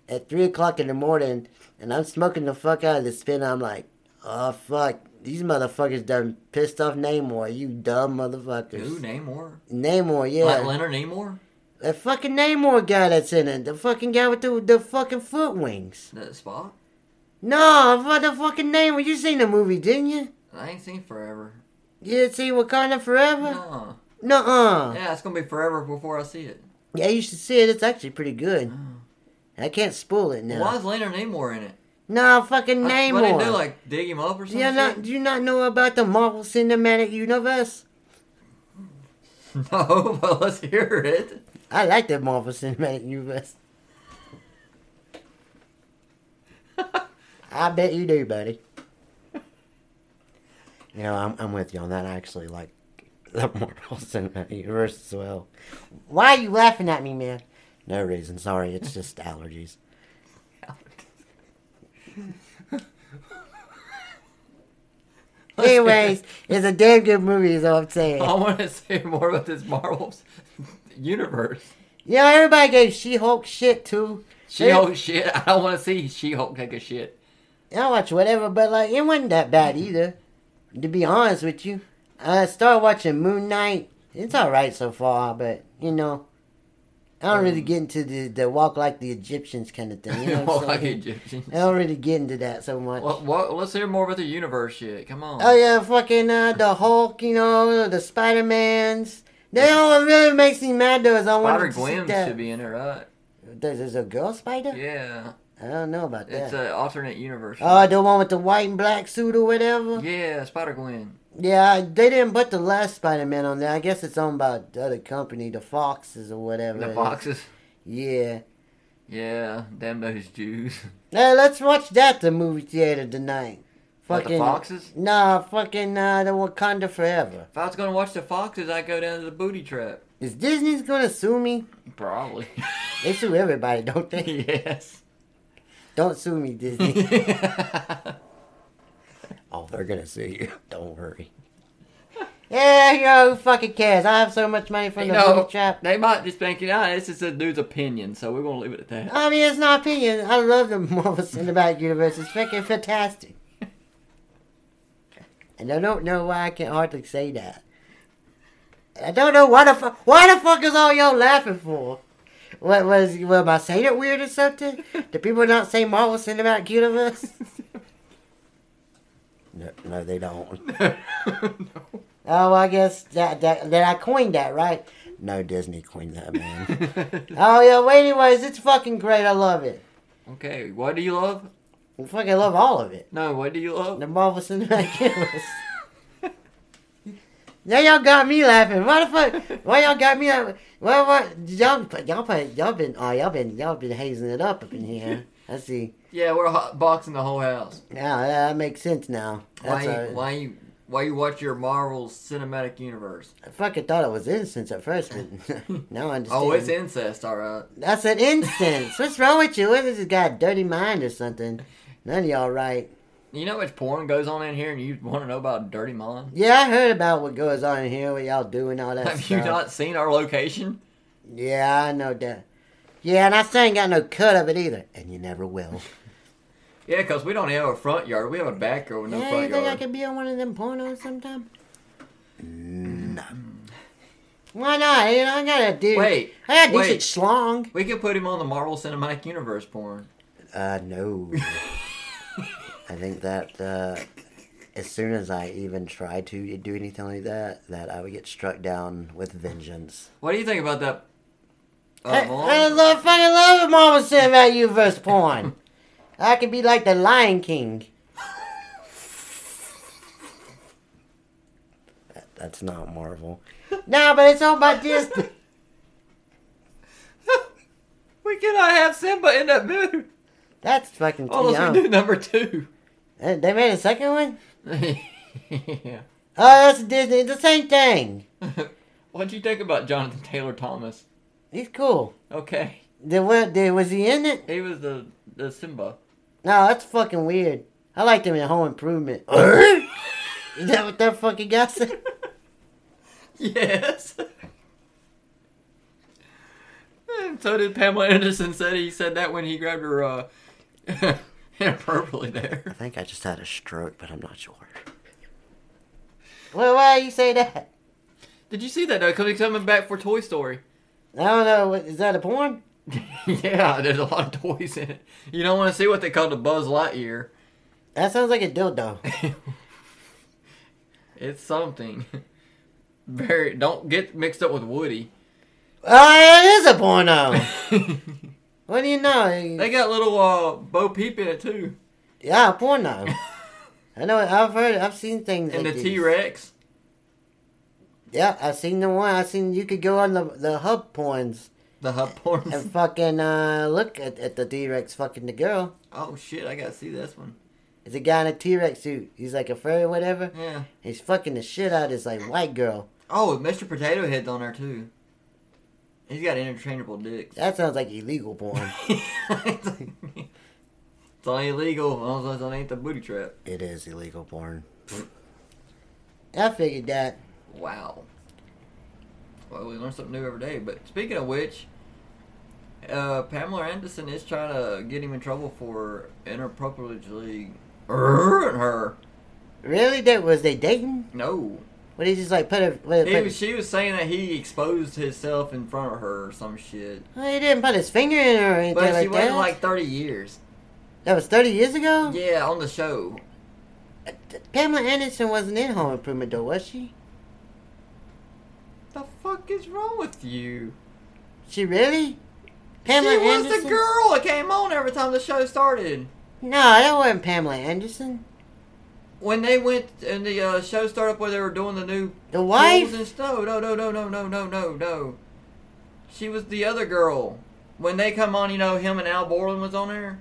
Speaker 2: at three o'clock in the morning, and I'm smoking the fuck out of this pen. I'm like, oh fuck, these motherfuckers done pissed off Namor. You dumb motherfuckers.
Speaker 1: Who Namor?
Speaker 2: Namor, yeah,
Speaker 1: Like Leonard Namor?
Speaker 2: that fucking Namor guy that's in it. The fucking guy with the the fucking foot wings.
Speaker 1: That Spock?
Speaker 2: No, what the fucking Namor? You seen the movie, didn't you?
Speaker 1: I ain't seen forever.
Speaker 2: You didn't see Wakanda Forever?
Speaker 1: No.
Speaker 2: No, uh.
Speaker 1: Yeah, it's gonna be forever before I see it.
Speaker 2: Yeah, you should see it. It's actually pretty good. I can't spoil it now.
Speaker 1: Why is Leonard Namor in it?
Speaker 2: No, fucking
Speaker 1: I-
Speaker 2: Namor.
Speaker 1: What did they do, like dig him up or something?
Speaker 2: Yeah, not, do you not know about the Marvel Cinematic Universe?
Speaker 1: No, but let's hear it.
Speaker 2: I like the Marvel Cinematic Universe. I bet you do, buddy. You know, I'm, I'm with you on that. I actually like the Marvel Cinematic Universe as well. Why are you laughing at me, man? No reason. Sorry, it's just allergies. Anyways, it's a damn good movie, is all I'm saying.
Speaker 1: I want to say more about this Marvel's universe.
Speaker 2: Yeah, everybody gave She Hulk shit too.
Speaker 1: She Hulk shit. I don't want to see She Hulk take a shit.
Speaker 2: I watch whatever, but like it wasn't that
Speaker 1: Mm-hmm.
Speaker 2: bad either. To be honest with you, I started watching Moon Knight. It's all right so far, but you know, I don't
Speaker 1: Um.
Speaker 2: really get into the, the walk like the Egyptians kind of thing. You know what I'm
Speaker 1: like
Speaker 2: saying?
Speaker 1: Egyptians.
Speaker 2: I don't really get into that so much.
Speaker 1: Well, well, let's hear more about the universe shit. Come on.
Speaker 2: Oh yeah, fucking uh, the Hulk, you know, the Spider Mans. They all really makes me mad though. Is I
Speaker 1: Spider
Speaker 2: wanted to see
Speaker 1: Gwen
Speaker 2: that.
Speaker 1: should be in it, right?
Speaker 2: There's, there's a girl spider.
Speaker 1: Yeah,
Speaker 2: I don't know about that.
Speaker 1: it's an alternate universe.
Speaker 2: Oh, the one with the white and black suit or whatever.
Speaker 1: yeah, Spider Gwen.
Speaker 2: Yeah, they didn't put the last Spider-Man on there. I guess it's owned by the other company, the Foxes or whatever. it
Speaker 1: The
Speaker 2: is.
Speaker 1: boxes.
Speaker 2: Yeah.
Speaker 1: Yeah, damn those Jews.
Speaker 2: Hey, let's watch that at the movie theater tonight.
Speaker 1: What, the foxes?
Speaker 2: Nah, fucking uh, the Wakanda Forever.
Speaker 1: If I was gonna watch the foxes, I'd go down to the booty trap.
Speaker 2: Is Disney's gonna sue me?
Speaker 1: Probably.
Speaker 2: They sue everybody, don't they?
Speaker 1: yes.
Speaker 2: don't sue me, Disney.
Speaker 1: That's
Speaker 2: oh, they're gonna sue you. Don't worry. Yeah, you know, who fucking cares? I have so much money from
Speaker 1: You
Speaker 2: the
Speaker 1: know,
Speaker 2: movie trap.
Speaker 1: They might just think, you know, this is a dude's opinion, so we're gonna leave it at that.
Speaker 2: I mean, it's not opinion. I love the Marvel Cinematic Universe. It's freaking fantastic. And I don't know why I can hardly say that. I don't know why the fuck. Why the fuck is all y'all laughing for? What was? Well, am I saying it weird or something? Do people not say Marvel Cinematic Universe? No, no they don't.
Speaker 1: no.
Speaker 2: Oh, I guess that that that I coined that, right? No, Disney coined that, man. Uh, oh yeah. Well, anyways, it's fucking great. I love it.
Speaker 1: okay, what do you love?
Speaker 2: I fucking love all of it.
Speaker 1: No, what do you love?
Speaker 2: The Marvel Cinematic Universe. Now y'all got me laughing. Why the fuck? Why y'all got me? Why what? Y'all y'all play, y'all been oh y'all been y'all been hazing it up up in here. I see.
Speaker 1: Yeah, we're hot boxing the whole house.
Speaker 2: Now that makes sense now.
Speaker 1: Why?
Speaker 2: That's
Speaker 1: You,
Speaker 2: all-
Speaker 1: Why you? Why you watch your Marvel Cinematic Universe?
Speaker 2: I fucking thought it was incense at first, but now I understand.
Speaker 1: Oh, it's incest, all right.
Speaker 2: That's an incense. What's wrong with you? What is this guy dirty mind or something? None of y'all right.
Speaker 1: You know which porn goes on in here, and you want to know about Dirty Mind?
Speaker 2: Yeah, I heard about what goes on in here, what y'all doing, all that
Speaker 1: Have
Speaker 2: stuff.
Speaker 1: you not seen our location?
Speaker 2: Yeah, I know that. Yeah, and I still ain't got no cut of it either, and you never will.
Speaker 1: Yeah, 'cause we don't have a front yard. We have a back yard with no
Speaker 2: yeah, you
Speaker 1: front
Speaker 2: think I
Speaker 1: yard.
Speaker 2: could be on one of them pornos sometime? No. Why not? You know, I got a dude.
Speaker 1: Wait,
Speaker 2: I got a
Speaker 1: wait.
Speaker 2: decent schlong.
Speaker 1: We could put him on the Marvel Cinematic Universe porn.
Speaker 2: Uh, no. I think that uh, as soon as I even try to do anything like that, that I would get struck down with vengeance.
Speaker 1: What do you think about that? Uh,
Speaker 2: I,
Speaker 1: Malone?
Speaker 2: I love, fucking love what Mama said about you versus porn. I could be like the Lion King. That- That's not Marvel. No, but it's all about Disney.
Speaker 1: we cannot have Simba in that movie.
Speaker 2: That's fucking too
Speaker 1: Unless we do
Speaker 2: young.
Speaker 1: number two.
Speaker 2: Uh, They made a second one?
Speaker 1: yeah.
Speaker 2: Oh, that's Disney. It's the same thing.
Speaker 1: What'd you think about Jonathan Taylor Thomas?
Speaker 2: He's cool.
Speaker 1: Okay,
Speaker 2: Did what? Did was he in it?
Speaker 1: he was the the Simba.
Speaker 2: No, that's fucking weird. I liked him in Home Improvement. Is that what that fucking guy said?
Speaker 1: Yes. and so did Pamela Anderson. Said he said that when he grabbed her uh, inappropriately
Speaker 2: I
Speaker 1: there.
Speaker 2: think I just had a stroke, but I'm not sure. Well, why you say that?
Speaker 1: Did you see that though? Because he's coming back for Toy Story.
Speaker 2: I don't know. What, is that a porn?
Speaker 1: yeah, there's a lot of toys in it. You don't want to see what they call the Buzz Lightyear.
Speaker 2: That sounds like a dildo.
Speaker 1: It's something. Very. Don't get mixed up with Woody.
Speaker 2: oh, it is a porno. what do you know?
Speaker 1: They got little uh, Bo Peep in it too,
Speaker 2: Yeah, a porno. I know. I've heard. I've seen things.
Speaker 1: and the
Speaker 2: like these.
Speaker 1: T Rex.
Speaker 2: Yeah, I've seen the one. I've seen you could go on the the hub porns
Speaker 1: The hub porn.
Speaker 2: and fucking uh, look at, at the T Rex fucking the girl.
Speaker 1: Oh shit! I gotta see this one.
Speaker 2: It's a guy in a T Rex suit. He's like a furry, whatever.
Speaker 1: Yeah.
Speaker 2: He's fucking the shit out of this like white girl.
Speaker 1: Oh, Mr. Potato Head's on there too. He's got interchangeable dicks.
Speaker 2: That sounds like illegal porn.
Speaker 1: it's all illegal as long as it ain't the booty trap.
Speaker 2: it is illegal porn. I figured that.
Speaker 1: Wow. Well, we learn something new every day. But speaking of which, uh, Pamela Anderson is trying to get him in trouble for inappropriately hurting her.
Speaker 2: Really? That was they dating?
Speaker 1: No,
Speaker 2: What he just like put a what,
Speaker 1: he
Speaker 2: put,
Speaker 1: was, she was saying that he exposed himself in front of her or some shit.
Speaker 2: Well, he didn't put his finger in her or anything
Speaker 1: But she
Speaker 2: like that.
Speaker 1: waited like thirty years.
Speaker 2: that was thirty years ago.
Speaker 1: Yeah, on the show.
Speaker 2: Uh, Pamela Anderson wasn't in Home Improvement though, was she?
Speaker 1: The fuck is wrong with you?
Speaker 2: She really? Pamela
Speaker 1: she was
Speaker 2: Anderson?
Speaker 1: the girl that came on every time the show started.
Speaker 2: No, that wasn't Pamela Anderson.
Speaker 1: When they went and the uh, show started up where they were doing the new
Speaker 2: The
Speaker 1: Rules
Speaker 2: wife?
Speaker 1: and Snow. No, no, no, no, no, no, no, no. She was the other girl. When they come on, you know, him and Al Borland was on there.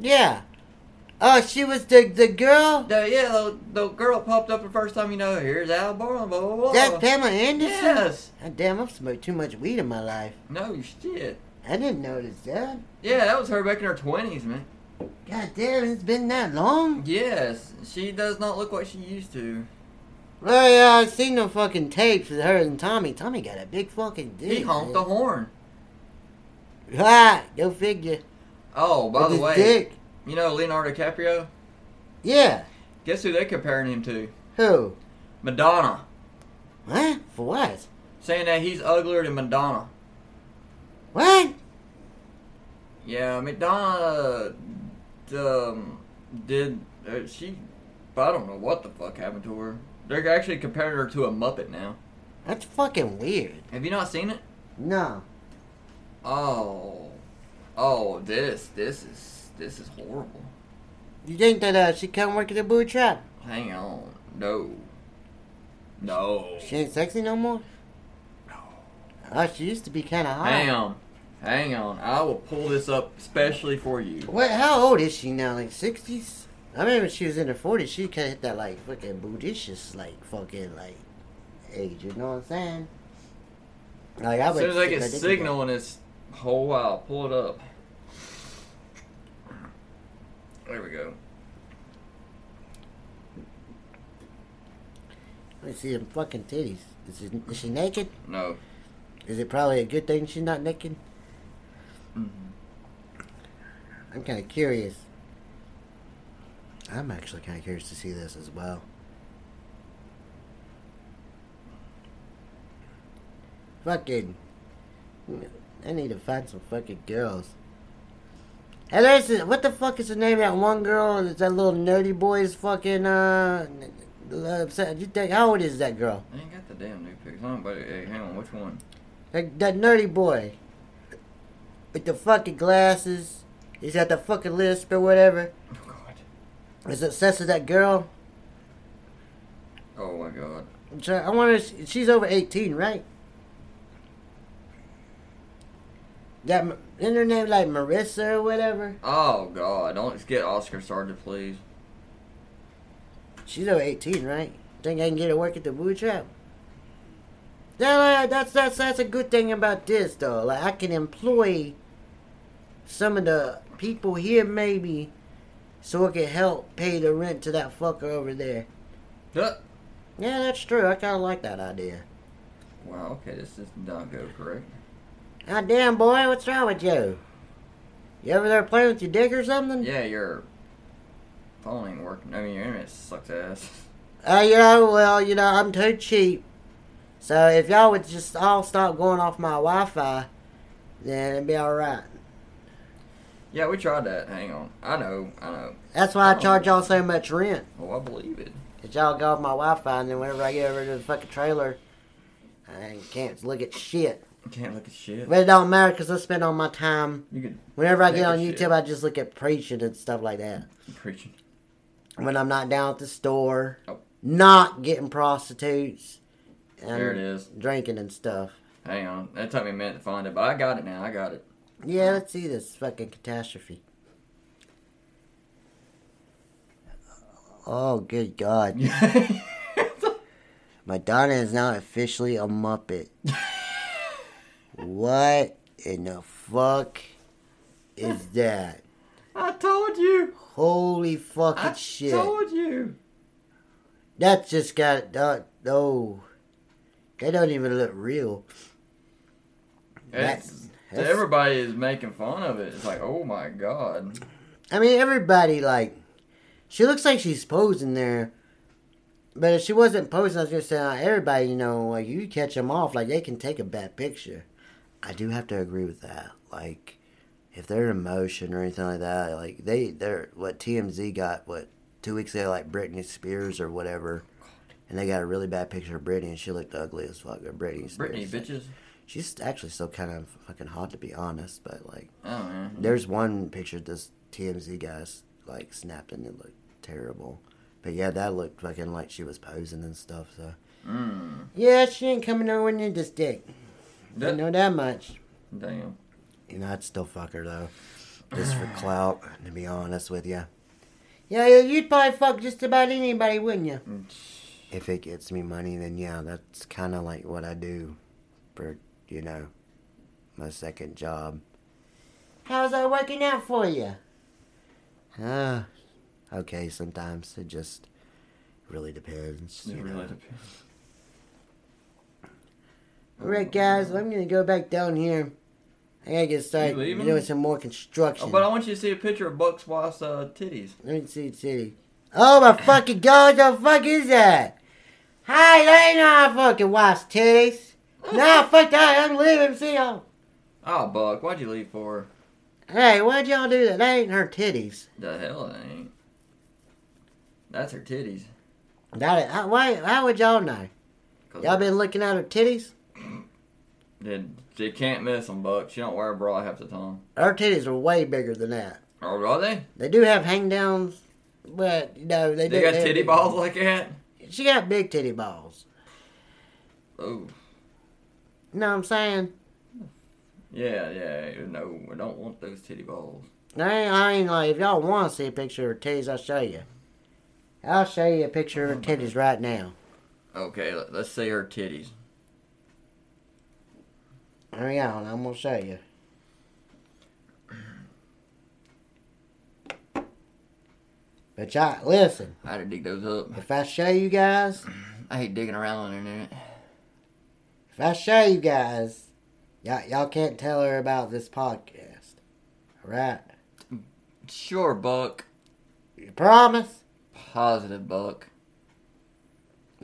Speaker 2: Yeah. Oh, she was the the girl.
Speaker 1: The, yeah, the, the girl popped up the first time, you know, here's Al Borland, blah, blah, blah.
Speaker 2: That's Pamela Anderson.
Speaker 1: Yes.
Speaker 2: God damn, I've smoked too much weed in my life.
Speaker 1: No shit.
Speaker 2: I didn't notice that.
Speaker 1: Yeah, that was her back in her 20s, man.
Speaker 2: God damn, it's been that long.
Speaker 1: Yes, she does not look like she used to.
Speaker 2: Well, yeah, I seen no fucking tapes with her and Tommy. Tommy got a big fucking dick.
Speaker 1: He honked the
Speaker 2: man.
Speaker 1: horn.
Speaker 2: Ah, go figure.
Speaker 1: Oh, by
Speaker 2: With
Speaker 1: the
Speaker 2: his
Speaker 1: way,
Speaker 2: dick.
Speaker 1: you know Leonardo DiCaprio?
Speaker 2: Yeah.
Speaker 1: Guess who they're comparing him to?
Speaker 2: Who?
Speaker 1: Madonna.
Speaker 2: What? For what?
Speaker 1: Saying that he's uglier than Madonna.
Speaker 2: What?
Speaker 1: Yeah, Madonna um, did uh, she? I don't know what the fuck happened to her. They're actually comparing her to a Muppet now.
Speaker 2: That's fucking weird.
Speaker 1: Have you not seen it?
Speaker 2: No.
Speaker 1: Oh, oh, this this is This is horrible.
Speaker 2: You think that uh, she come work at the booby trap?
Speaker 1: Hang on. No. No.
Speaker 2: She ain't sexy no more? Oh, she used to be kind of hot.
Speaker 1: Hang on. Hang on. I will pull this up especially for you.
Speaker 2: What? How old is she now? Like sixties? I remember when she was in her forties. She kind of hit that like fucking bootitious like fucking like age. You know what I'm saying? Like I
Speaker 1: As
Speaker 2: would.
Speaker 1: soon as I
Speaker 2: stick
Speaker 1: get
Speaker 2: my dick in
Speaker 1: signal in this whole while, pull it up. There we go.
Speaker 2: there. Let me see them fucking titties. Is she, is she naked?
Speaker 1: No.
Speaker 2: Is it probably a good thing she's not naked?
Speaker 1: Mhm.
Speaker 2: Mm-hmm. I'm kind of curious. I'm actually kind of curious to see this as well. Fucking. I need to find some fucking girls. Hey, there's a, what the fuck is the name of that one girl? Is that little nerdy boy's fucking uh? n- n- upset- You think how old is that girl?
Speaker 1: I ain't got the damn new pics on, but hey, hang on, which one?
Speaker 2: That, that nerdy boy. With the fucking glasses. He's at the fucking lisp or whatever.
Speaker 1: Oh god.
Speaker 2: Is obsessed with that girl.
Speaker 1: Oh my god.
Speaker 2: I'm try- I wonder. if she- She's over eighteen, right? That m- isn't her name like Marissa or whatever.
Speaker 1: Oh god. Don't get Oscar started, please.
Speaker 2: She's over eighteen, right? Think I can get her work at the booby trap? That, uh, that's that's that's a good thing about this though. Like I can employ some of the people here maybe, so it can help pay the rent to that fucker over there.
Speaker 1: Huh.
Speaker 2: Yeah, that's true. I kind of like that idea.
Speaker 1: Wow, okay, this does not go correct.
Speaker 2: Ah, damn boy, what's wrong with you? You over there playing with your dick or something?
Speaker 1: Yeah, your phone ain't working. I mean, your internet sucks ass.
Speaker 2: Uh, you know, well, you know, I'm too cheap. So if y'all would just all stop going off my Wi-Fi, then it'd be all right.
Speaker 1: Yeah, we tried that. Hang on. I know, I know.
Speaker 2: That's why I
Speaker 1: Oh.
Speaker 2: charge y'all so much rent.
Speaker 1: Oh, I believe it.
Speaker 2: Cause y'all go off my Wi-Fi, and then whenever I get over to the fucking trailer, I can't look at shit.
Speaker 1: You can't look at shit.
Speaker 2: But it don't matter, cause I spend all my time.
Speaker 1: You could
Speaker 2: Whenever I
Speaker 1: Look
Speaker 2: get
Speaker 1: at
Speaker 2: on
Speaker 1: shit.
Speaker 2: YouTube, I just look at preaching and stuff like that.
Speaker 1: preach it.
Speaker 2: When I'm not down at the store,
Speaker 1: Oh.
Speaker 2: not getting prostitutes, and
Speaker 1: There it is.
Speaker 2: drinking and stuff.
Speaker 1: Hang on. That took me a minute to find it, but I got it now. I got it.
Speaker 2: Yeah, let's see this fucking catastrophe. Oh, good God. Madonna is now officially a Muppet. what in the fuck is that?
Speaker 1: I told you.
Speaker 2: Holy fucking
Speaker 1: I
Speaker 2: Ah, shit.
Speaker 1: told you.
Speaker 2: That just got. Uh, oh. They don't even look real.
Speaker 1: It's,
Speaker 2: that's-
Speaker 1: everybody is making fun of it. It's like, oh my god.
Speaker 2: I mean, everybody like, she looks like she's posing there, but if she wasn't posing, I was just saying like, everybody, you know, like you catch them off, like they can take a bad picture. I do have to agree with that. Like, if they're in motion or anything like that, like they they're what TMZ got what two weeks ago, like Britney Spears or whatever. And they got a really bad picture of Britney, and she looked ugly as fuck. Or Britney Spears.
Speaker 1: Britney, bitches.
Speaker 2: She's actually still kind of fucking hot, to be honest. But like,
Speaker 1: Oh man.
Speaker 2: there's one picture this TMZ guys like snapped and it looked terrible. But yeah, that looked fucking like she was posing and stuff. So
Speaker 1: Mm.
Speaker 2: yeah, she ain't coming nowhere near this dick. I
Speaker 1: That-
Speaker 2: know that much.
Speaker 1: damn.
Speaker 2: You know, I'd still fuck her though, just for clout. To be honest with you. Yeah, yeah, you'd probably fuck just about anybody, wouldn't you? If it gets me money, then yeah, that's kind of like what I do for you know my second job. How's that working out for you? Uh, okay, sometimes it just really depends.
Speaker 1: It
Speaker 2: you
Speaker 1: really
Speaker 2: know.
Speaker 1: depends.
Speaker 2: Alright, guys, I'm gonna go back down here. I gotta get started
Speaker 1: You leaving?
Speaker 2: doing some more
Speaker 1: Oh,
Speaker 2: construction.
Speaker 1: but I want you to see a picture of Buck Swath's uh, titties.
Speaker 2: Let me see, city. Oh my fucking god, what the fuck is that? Hi, they ain't I fucking watch titties. Nah, fuck that, I'm leaving, see y'all.
Speaker 1: Oh, Buck, why'd you leave for?
Speaker 2: Hey, why'd y'all do that? They ain't her titties.
Speaker 1: The hell it ain't. That's her titties.
Speaker 2: That, I, why, how would y'all know?
Speaker 1: 'Cause
Speaker 2: Y'all been looking at her titties?
Speaker 1: they, they can't miss them, Buck. She don't wear a bra half the time.
Speaker 2: Her titties are way bigger than that.
Speaker 1: Or are they?
Speaker 2: They do have hang downs, but no, they,
Speaker 1: They
Speaker 2: do
Speaker 1: got
Speaker 2: have
Speaker 1: titty
Speaker 2: big-
Speaker 1: balls like that?
Speaker 2: She got big titty balls.
Speaker 1: Oh,
Speaker 2: You know what I'm saying?
Speaker 1: yeah, yeah. No, I don't want those titty balls.
Speaker 2: I ain't, I ain't like if y'all want to see a picture of her titties, I'll show you. I'll show you a picture of her titties right now.
Speaker 1: Okay, let- let's say her titties.
Speaker 2: Hang on, I'm gonna show you. But y'all listen.
Speaker 1: I had to dig those up.
Speaker 2: If I show you guys,
Speaker 1: I hate digging around on the internet.
Speaker 2: if I show you guys, y'all, y'all can't tell her about this podcast. Alright?
Speaker 1: Sure, Buck.
Speaker 2: You promise?
Speaker 1: Positive, Buck.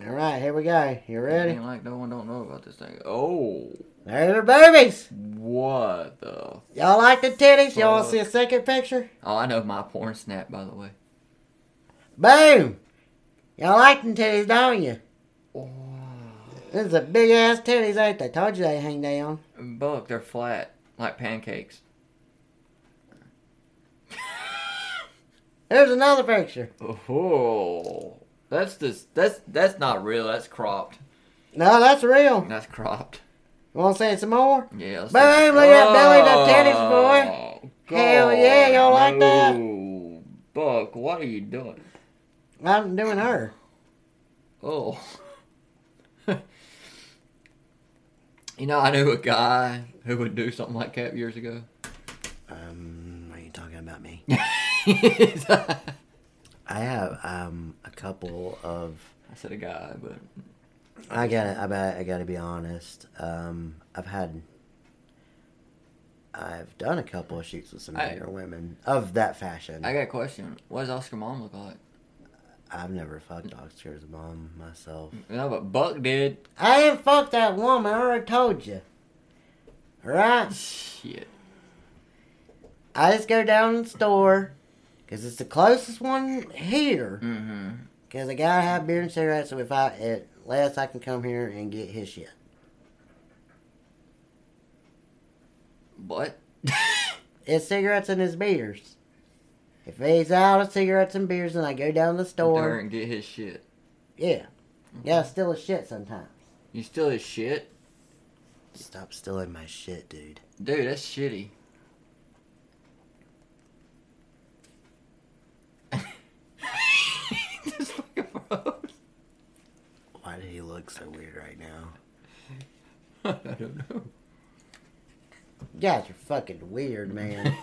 Speaker 2: Alright, here we go. You ready?
Speaker 1: Ain't like no one don't know about this thing. Oh,
Speaker 2: There's her boobies.
Speaker 1: what the?
Speaker 2: Y'all like the titties? Y'all wanna
Speaker 1: Fuck.
Speaker 2: see a second picture?
Speaker 1: Oh, I know my porn snap, by the way.
Speaker 2: Boom! Y'all like them titties, don't you? This is a big ass titties, ain't they? Told you they hang down.
Speaker 1: Buck, they're flat like pancakes.
Speaker 2: Here's another picture.
Speaker 1: Oh, that's just that's that's not real. That's cropped.
Speaker 2: No, that's real.
Speaker 1: That's cropped.
Speaker 2: You want to see some more?
Speaker 1: Yeah. let's
Speaker 2: Babe,
Speaker 1: see.
Speaker 2: look at that belly, that titties, boy.
Speaker 1: Oh,
Speaker 2: Hell
Speaker 1: God,
Speaker 2: yeah, y'all like that?
Speaker 1: no. Buck, what are you doing?
Speaker 2: I'm doing her.
Speaker 1: Oh. you know, I knew a guy who would do something like that years ago.
Speaker 2: Um, are you talking about me?
Speaker 1: I
Speaker 2: I have um a couple of.
Speaker 1: said a guy, but
Speaker 2: I gotta. I bet I gotta be honest. Um, I've had. I've done a couple of shoots with some
Speaker 1: I-
Speaker 2: bigger women of that fashion.
Speaker 1: I got a question. What does Oscar mom look like?
Speaker 2: I've never fucked Oscar's mom myself.
Speaker 1: No, but Buck did.
Speaker 2: I didn't fuck that woman. I already told you. Right?
Speaker 1: Shit.
Speaker 2: I just go down to the store because it's the closest one here.
Speaker 1: Mm-hmm.
Speaker 2: Because I gotta have beer and cigarettes. So if I at last I can come here and get his shit.
Speaker 1: But
Speaker 2: It's cigarettes and his beers. If he's out of cigarettes and beers, then I go down to the store.
Speaker 1: and get his shit.
Speaker 2: Yeah, gotta steal his shit sometimes.
Speaker 1: You steal his shit,
Speaker 2: Stop stealing my shit, dude.
Speaker 1: dude. That's shitty. Just fucking froze.
Speaker 2: Why did he look so weird right now?
Speaker 1: I don't know.
Speaker 2: You guys are fucking weird, man.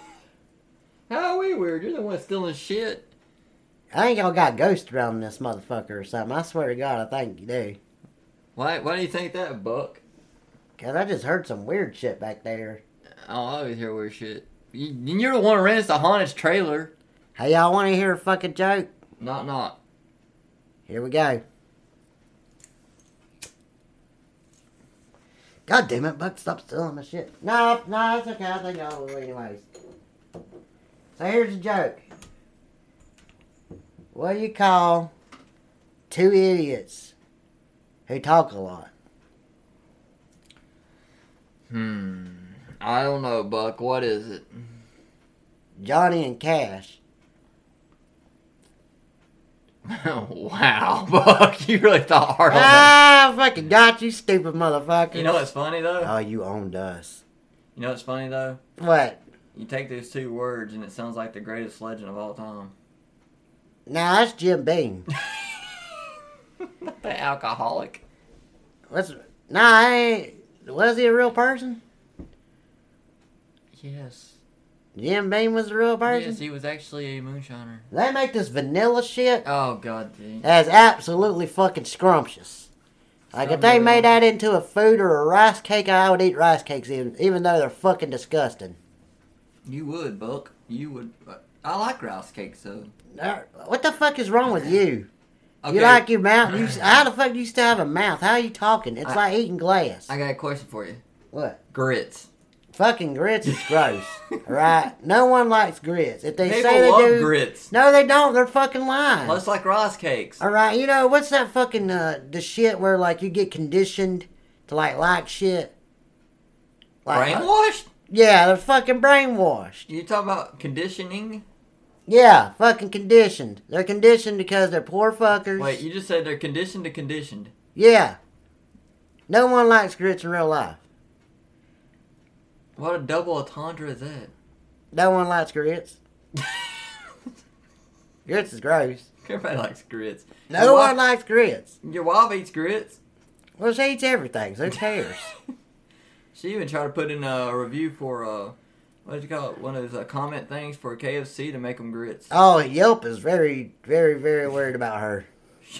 Speaker 1: How are we weird? You're the one stealing shit.
Speaker 2: I think y'all got ghosts around this motherfucker or something. I swear to God, I think you do.
Speaker 1: Why? Why do you think that, Buck?
Speaker 2: Cause I just heard some weird shit back there.
Speaker 1: Oh, I always hear weird shit. You, you're the one who rents the haunted trailer.
Speaker 2: Hey, y'all want to hear a fucking joke?
Speaker 1: Not, not.
Speaker 2: Here we go. God damn it, Buck, stop stealing my shit. No, no, it's okay. I think y'all will anyways. So here's a joke. What do you call two idiots who talk a lot?
Speaker 1: Hmm. I don't know, Buck. What is it?
Speaker 2: Johnny and Cash.
Speaker 1: wow, Buck. You really thought hard on that.
Speaker 2: Ah, I fucking got you, stupid motherfucker.
Speaker 1: You know what's funny though?
Speaker 2: Oh, you owned us.
Speaker 1: You know what's funny though?
Speaker 2: What?
Speaker 1: You take those two words and it sounds like the greatest legend of all time.
Speaker 2: Now that's Jim Beam.
Speaker 1: the alcoholic.
Speaker 2: What's nah? I ain't, was he a real person?
Speaker 1: Yes.
Speaker 2: Jim Beam was a real person.
Speaker 1: Yes, he was actually a moonshiner.
Speaker 2: They make this vanilla shit
Speaker 1: Oh god, dude.
Speaker 2: that is absolutely fucking scrumptious. Like if they
Speaker 1: Scrumptious.
Speaker 2: made that into a food or a rice cake, I would eat rice cakes even, even though they're fucking disgusting.
Speaker 1: You would, Buck. You would. I like rice cakes though.
Speaker 2: Uh, What the fuck is wrong with you?
Speaker 1: Okay.
Speaker 2: You like your mouth? You, s- how the fuck do you still have a mouth? How are you talking? It's
Speaker 1: I-
Speaker 2: like eating glass.
Speaker 1: I got a question for you.
Speaker 2: what?
Speaker 1: Grits.
Speaker 2: Fucking grits is gross, right? No one likes grits. If they
Speaker 1: People
Speaker 2: say they
Speaker 1: love
Speaker 2: do,
Speaker 1: grits.
Speaker 2: no, they don't. They're fucking lying.
Speaker 1: Much like rice cakes.
Speaker 2: All right, you know what's that fucking uh, the shit where like uh, you get conditioned to like like shit? Like,
Speaker 1: Brainwashed?
Speaker 2: Yeah, they're fucking brainwashed.
Speaker 1: You talk about conditioning.
Speaker 2: Yeah, fucking conditioned. They're conditioned because they're poor fuckers.
Speaker 1: Wait, you just said they're conditioned to conditioned.
Speaker 2: yeah. No one likes grits in real life.
Speaker 1: What a double entendre is that?
Speaker 2: No one likes grits. grits is gross.
Speaker 1: Everybody likes grits.
Speaker 2: No
Speaker 1: Your
Speaker 2: one
Speaker 1: wa-
Speaker 2: likes grits.
Speaker 1: Your wife eats grits.
Speaker 2: Well, she eats everything, so who cares?
Speaker 1: She even tried to put in a review for uh, what do you call it? One of those uh, comment things for KFC to make them grits.
Speaker 2: oh, Yelp is very, very, very worried about her.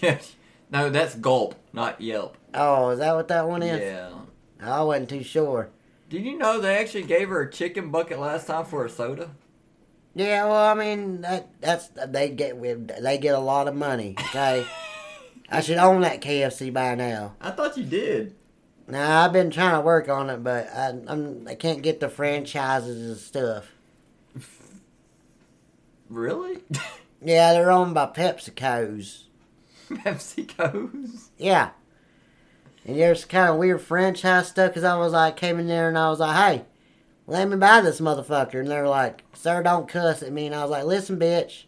Speaker 1: Yes. no, that's gulp, not Yelp.
Speaker 2: Oh, is that what that one is?
Speaker 1: Yeah.
Speaker 2: I wasn't too sure.
Speaker 1: Did you know they actually gave her a chicken bucket last time for a soda?
Speaker 2: Yeah, well, I mean, that that's they get they get a lot of money. Okay, I should own that KFC by now.
Speaker 1: I thought you did.
Speaker 2: Now I've been trying to work on it, but I I'm, I can't get the franchises and stuff.
Speaker 1: Really?
Speaker 2: Yeah, they're owned by PepsiCo's.
Speaker 1: PepsiCo's.
Speaker 2: Yeah, and there's kind of weird franchise stuff because I was like came in there and I was like, hey, let me buy this motherfucker, and they're like, sir, don't cuss at me, and I was like, listen, bitch.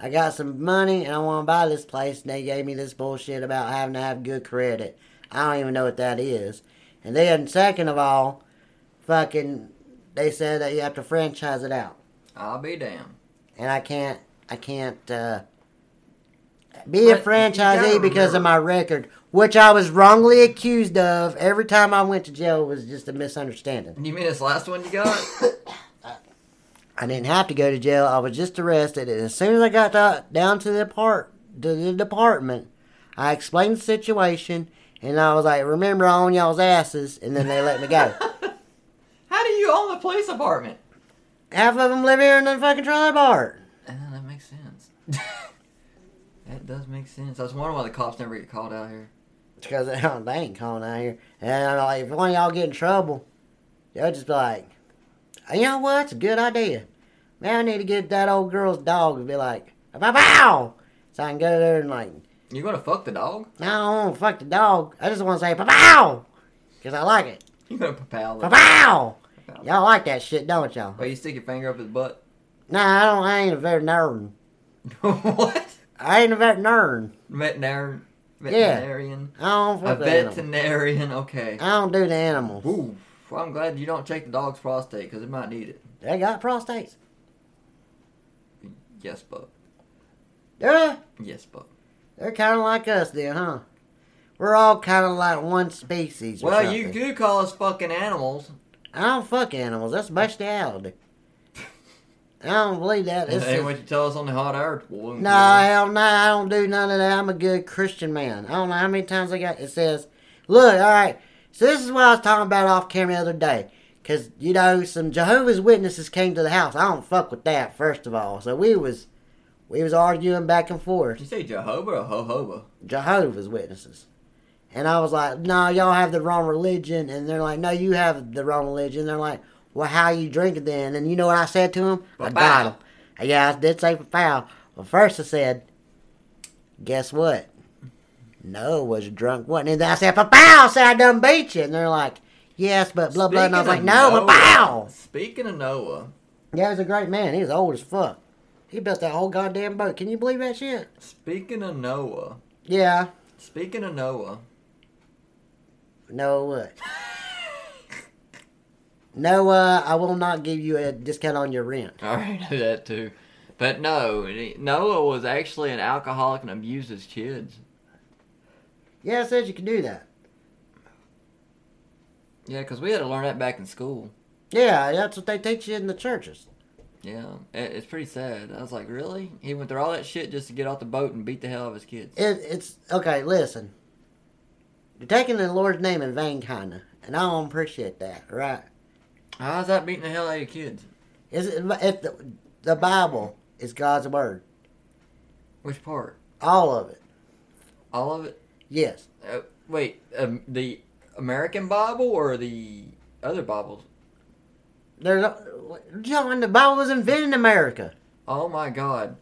Speaker 2: I got some money and I want to buy this place, and they gave me this bullshit about having to have good credit. I don't even know what that is. And then, second of all, fucking, they said that you have to franchise it out,
Speaker 1: I'll be damned.
Speaker 2: and I can't, I can't uh, be
Speaker 1: But
Speaker 2: a
Speaker 1: you gotta
Speaker 2: franchisee because of
Speaker 1: remember-
Speaker 2: my record, which I was wrongly accused of. Every time I went to jail was just a misunderstanding.
Speaker 1: You mean this last one you got?
Speaker 2: I didn't have to go to jail. I was just arrested, and as soon as I got to, down to the apart to the department, I explained the situation, and I was like, "Remember, I own y'all's asses," and then they let me go.
Speaker 1: How do you own the police apartment?
Speaker 2: Half of them live here in the fucking trailer park.
Speaker 1: Uh, that makes sense. that does make sense. I was wondering why the cops never get called out here.
Speaker 2: because they don't- oh, they ain't calling out here. And I'm like, if one of y'all get in trouble, they'll just be like, you know what? It's a good idea. Man, I need to get that old girl's dog and be like, bow bow, so I can go there and like
Speaker 1: You gonna fuck the dog?
Speaker 2: I don't want to fuck the dog. I just want to say pow because I like it.
Speaker 1: You gonna papal the
Speaker 2: Pow! Y'all like that shit, don't y'all?
Speaker 1: Wait, you stick your finger up his butt?
Speaker 2: Nah, I don't. I ain't a veterinarian.
Speaker 1: what?
Speaker 2: I ain't a veterinarian.
Speaker 1: Veterinar- veterinarian?
Speaker 2: I don't
Speaker 1: A
Speaker 2: fuck the animal. Uh.
Speaker 1: veterinarian, okay.
Speaker 2: I don't do the animals.
Speaker 1: Ooh, well, I'm glad you don't check the dog's prostate because it might need it.
Speaker 2: They got prostates.
Speaker 1: Yes, bub.
Speaker 2: Yeah,
Speaker 1: Yes, bub.
Speaker 2: they're kind of like us then, huh? We're all kind of like one species. Or
Speaker 1: Well,
Speaker 2: something.
Speaker 1: you do call us fucking animals.
Speaker 2: I don't fuck animals. That's bestiality. I don't believe that.
Speaker 1: That
Speaker 2: It's
Speaker 1: ain't
Speaker 2: just-
Speaker 1: what you tell us on the hot air. Well,
Speaker 2: No, hell no, I don't do none of that. I'm a good Christian man. I don't know how many times I got it says, look, all right, so this is what I was talking about off camera the other day. Because, you know, some Jehovah's Witnesses came to the house. I don't fuck with that, first of all. So we was, we was arguing back and forth.
Speaker 1: Did you say Jehovah or Hohoba?
Speaker 2: Jehovah's Witnesses. And I was like, no, y'all have the wrong religion. And they're like, no, you have the wrong religion. They're like, well, how you drinking then? And you know what I said to them? I got
Speaker 1: Ba-pow.
Speaker 2: them. Yeah, I did say foul. Well, first I said, guess what? Noah was drunk, wasn't he? And then I said, foul, said I done beat you. And they're like, yes, but blah, blah. And I was like,
Speaker 1: Speaking
Speaker 2: no,
Speaker 1: of
Speaker 2: foul.
Speaker 1: Speaking of Noah,
Speaker 2: Yeah, he was a great man. He was old as fuck. He built that whole goddamn boat. Can you believe that shit?
Speaker 1: speaking of Noah,
Speaker 2: Yeah.
Speaker 1: speaking of Noah,
Speaker 2: No what? Noah, I will not give you a discount on your rent.
Speaker 1: I already know that too. But no, Noah was actually an alcoholic and abused his kids.
Speaker 2: Yeah, I said you could do that.
Speaker 1: Yeah, because we had to learn that back in school.
Speaker 2: Yeah, that's what they teach you in the churches.
Speaker 1: Yeah, it, it's pretty sad. I was like, really? He went through all that shit just to get off the boat and beat the hell out of his kids.
Speaker 2: It, it's okay. Listen, you're taking the Lord's name in vain, kinda, and I don't appreciate that. Right?
Speaker 1: How's that beating the hell out of your kids?
Speaker 2: Is it if the, the Bible is God's word,
Speaker 1: Which part?
Speaker 2: all of it?
Speaker 1: All of it?
Speaker 2: Yes.
Speaker 1: Uh, wait, um, the American Bible or the other Bibles?
Speaker 2: There's a- John. The Bible was invented in America.
Speaker 1: Oh my god.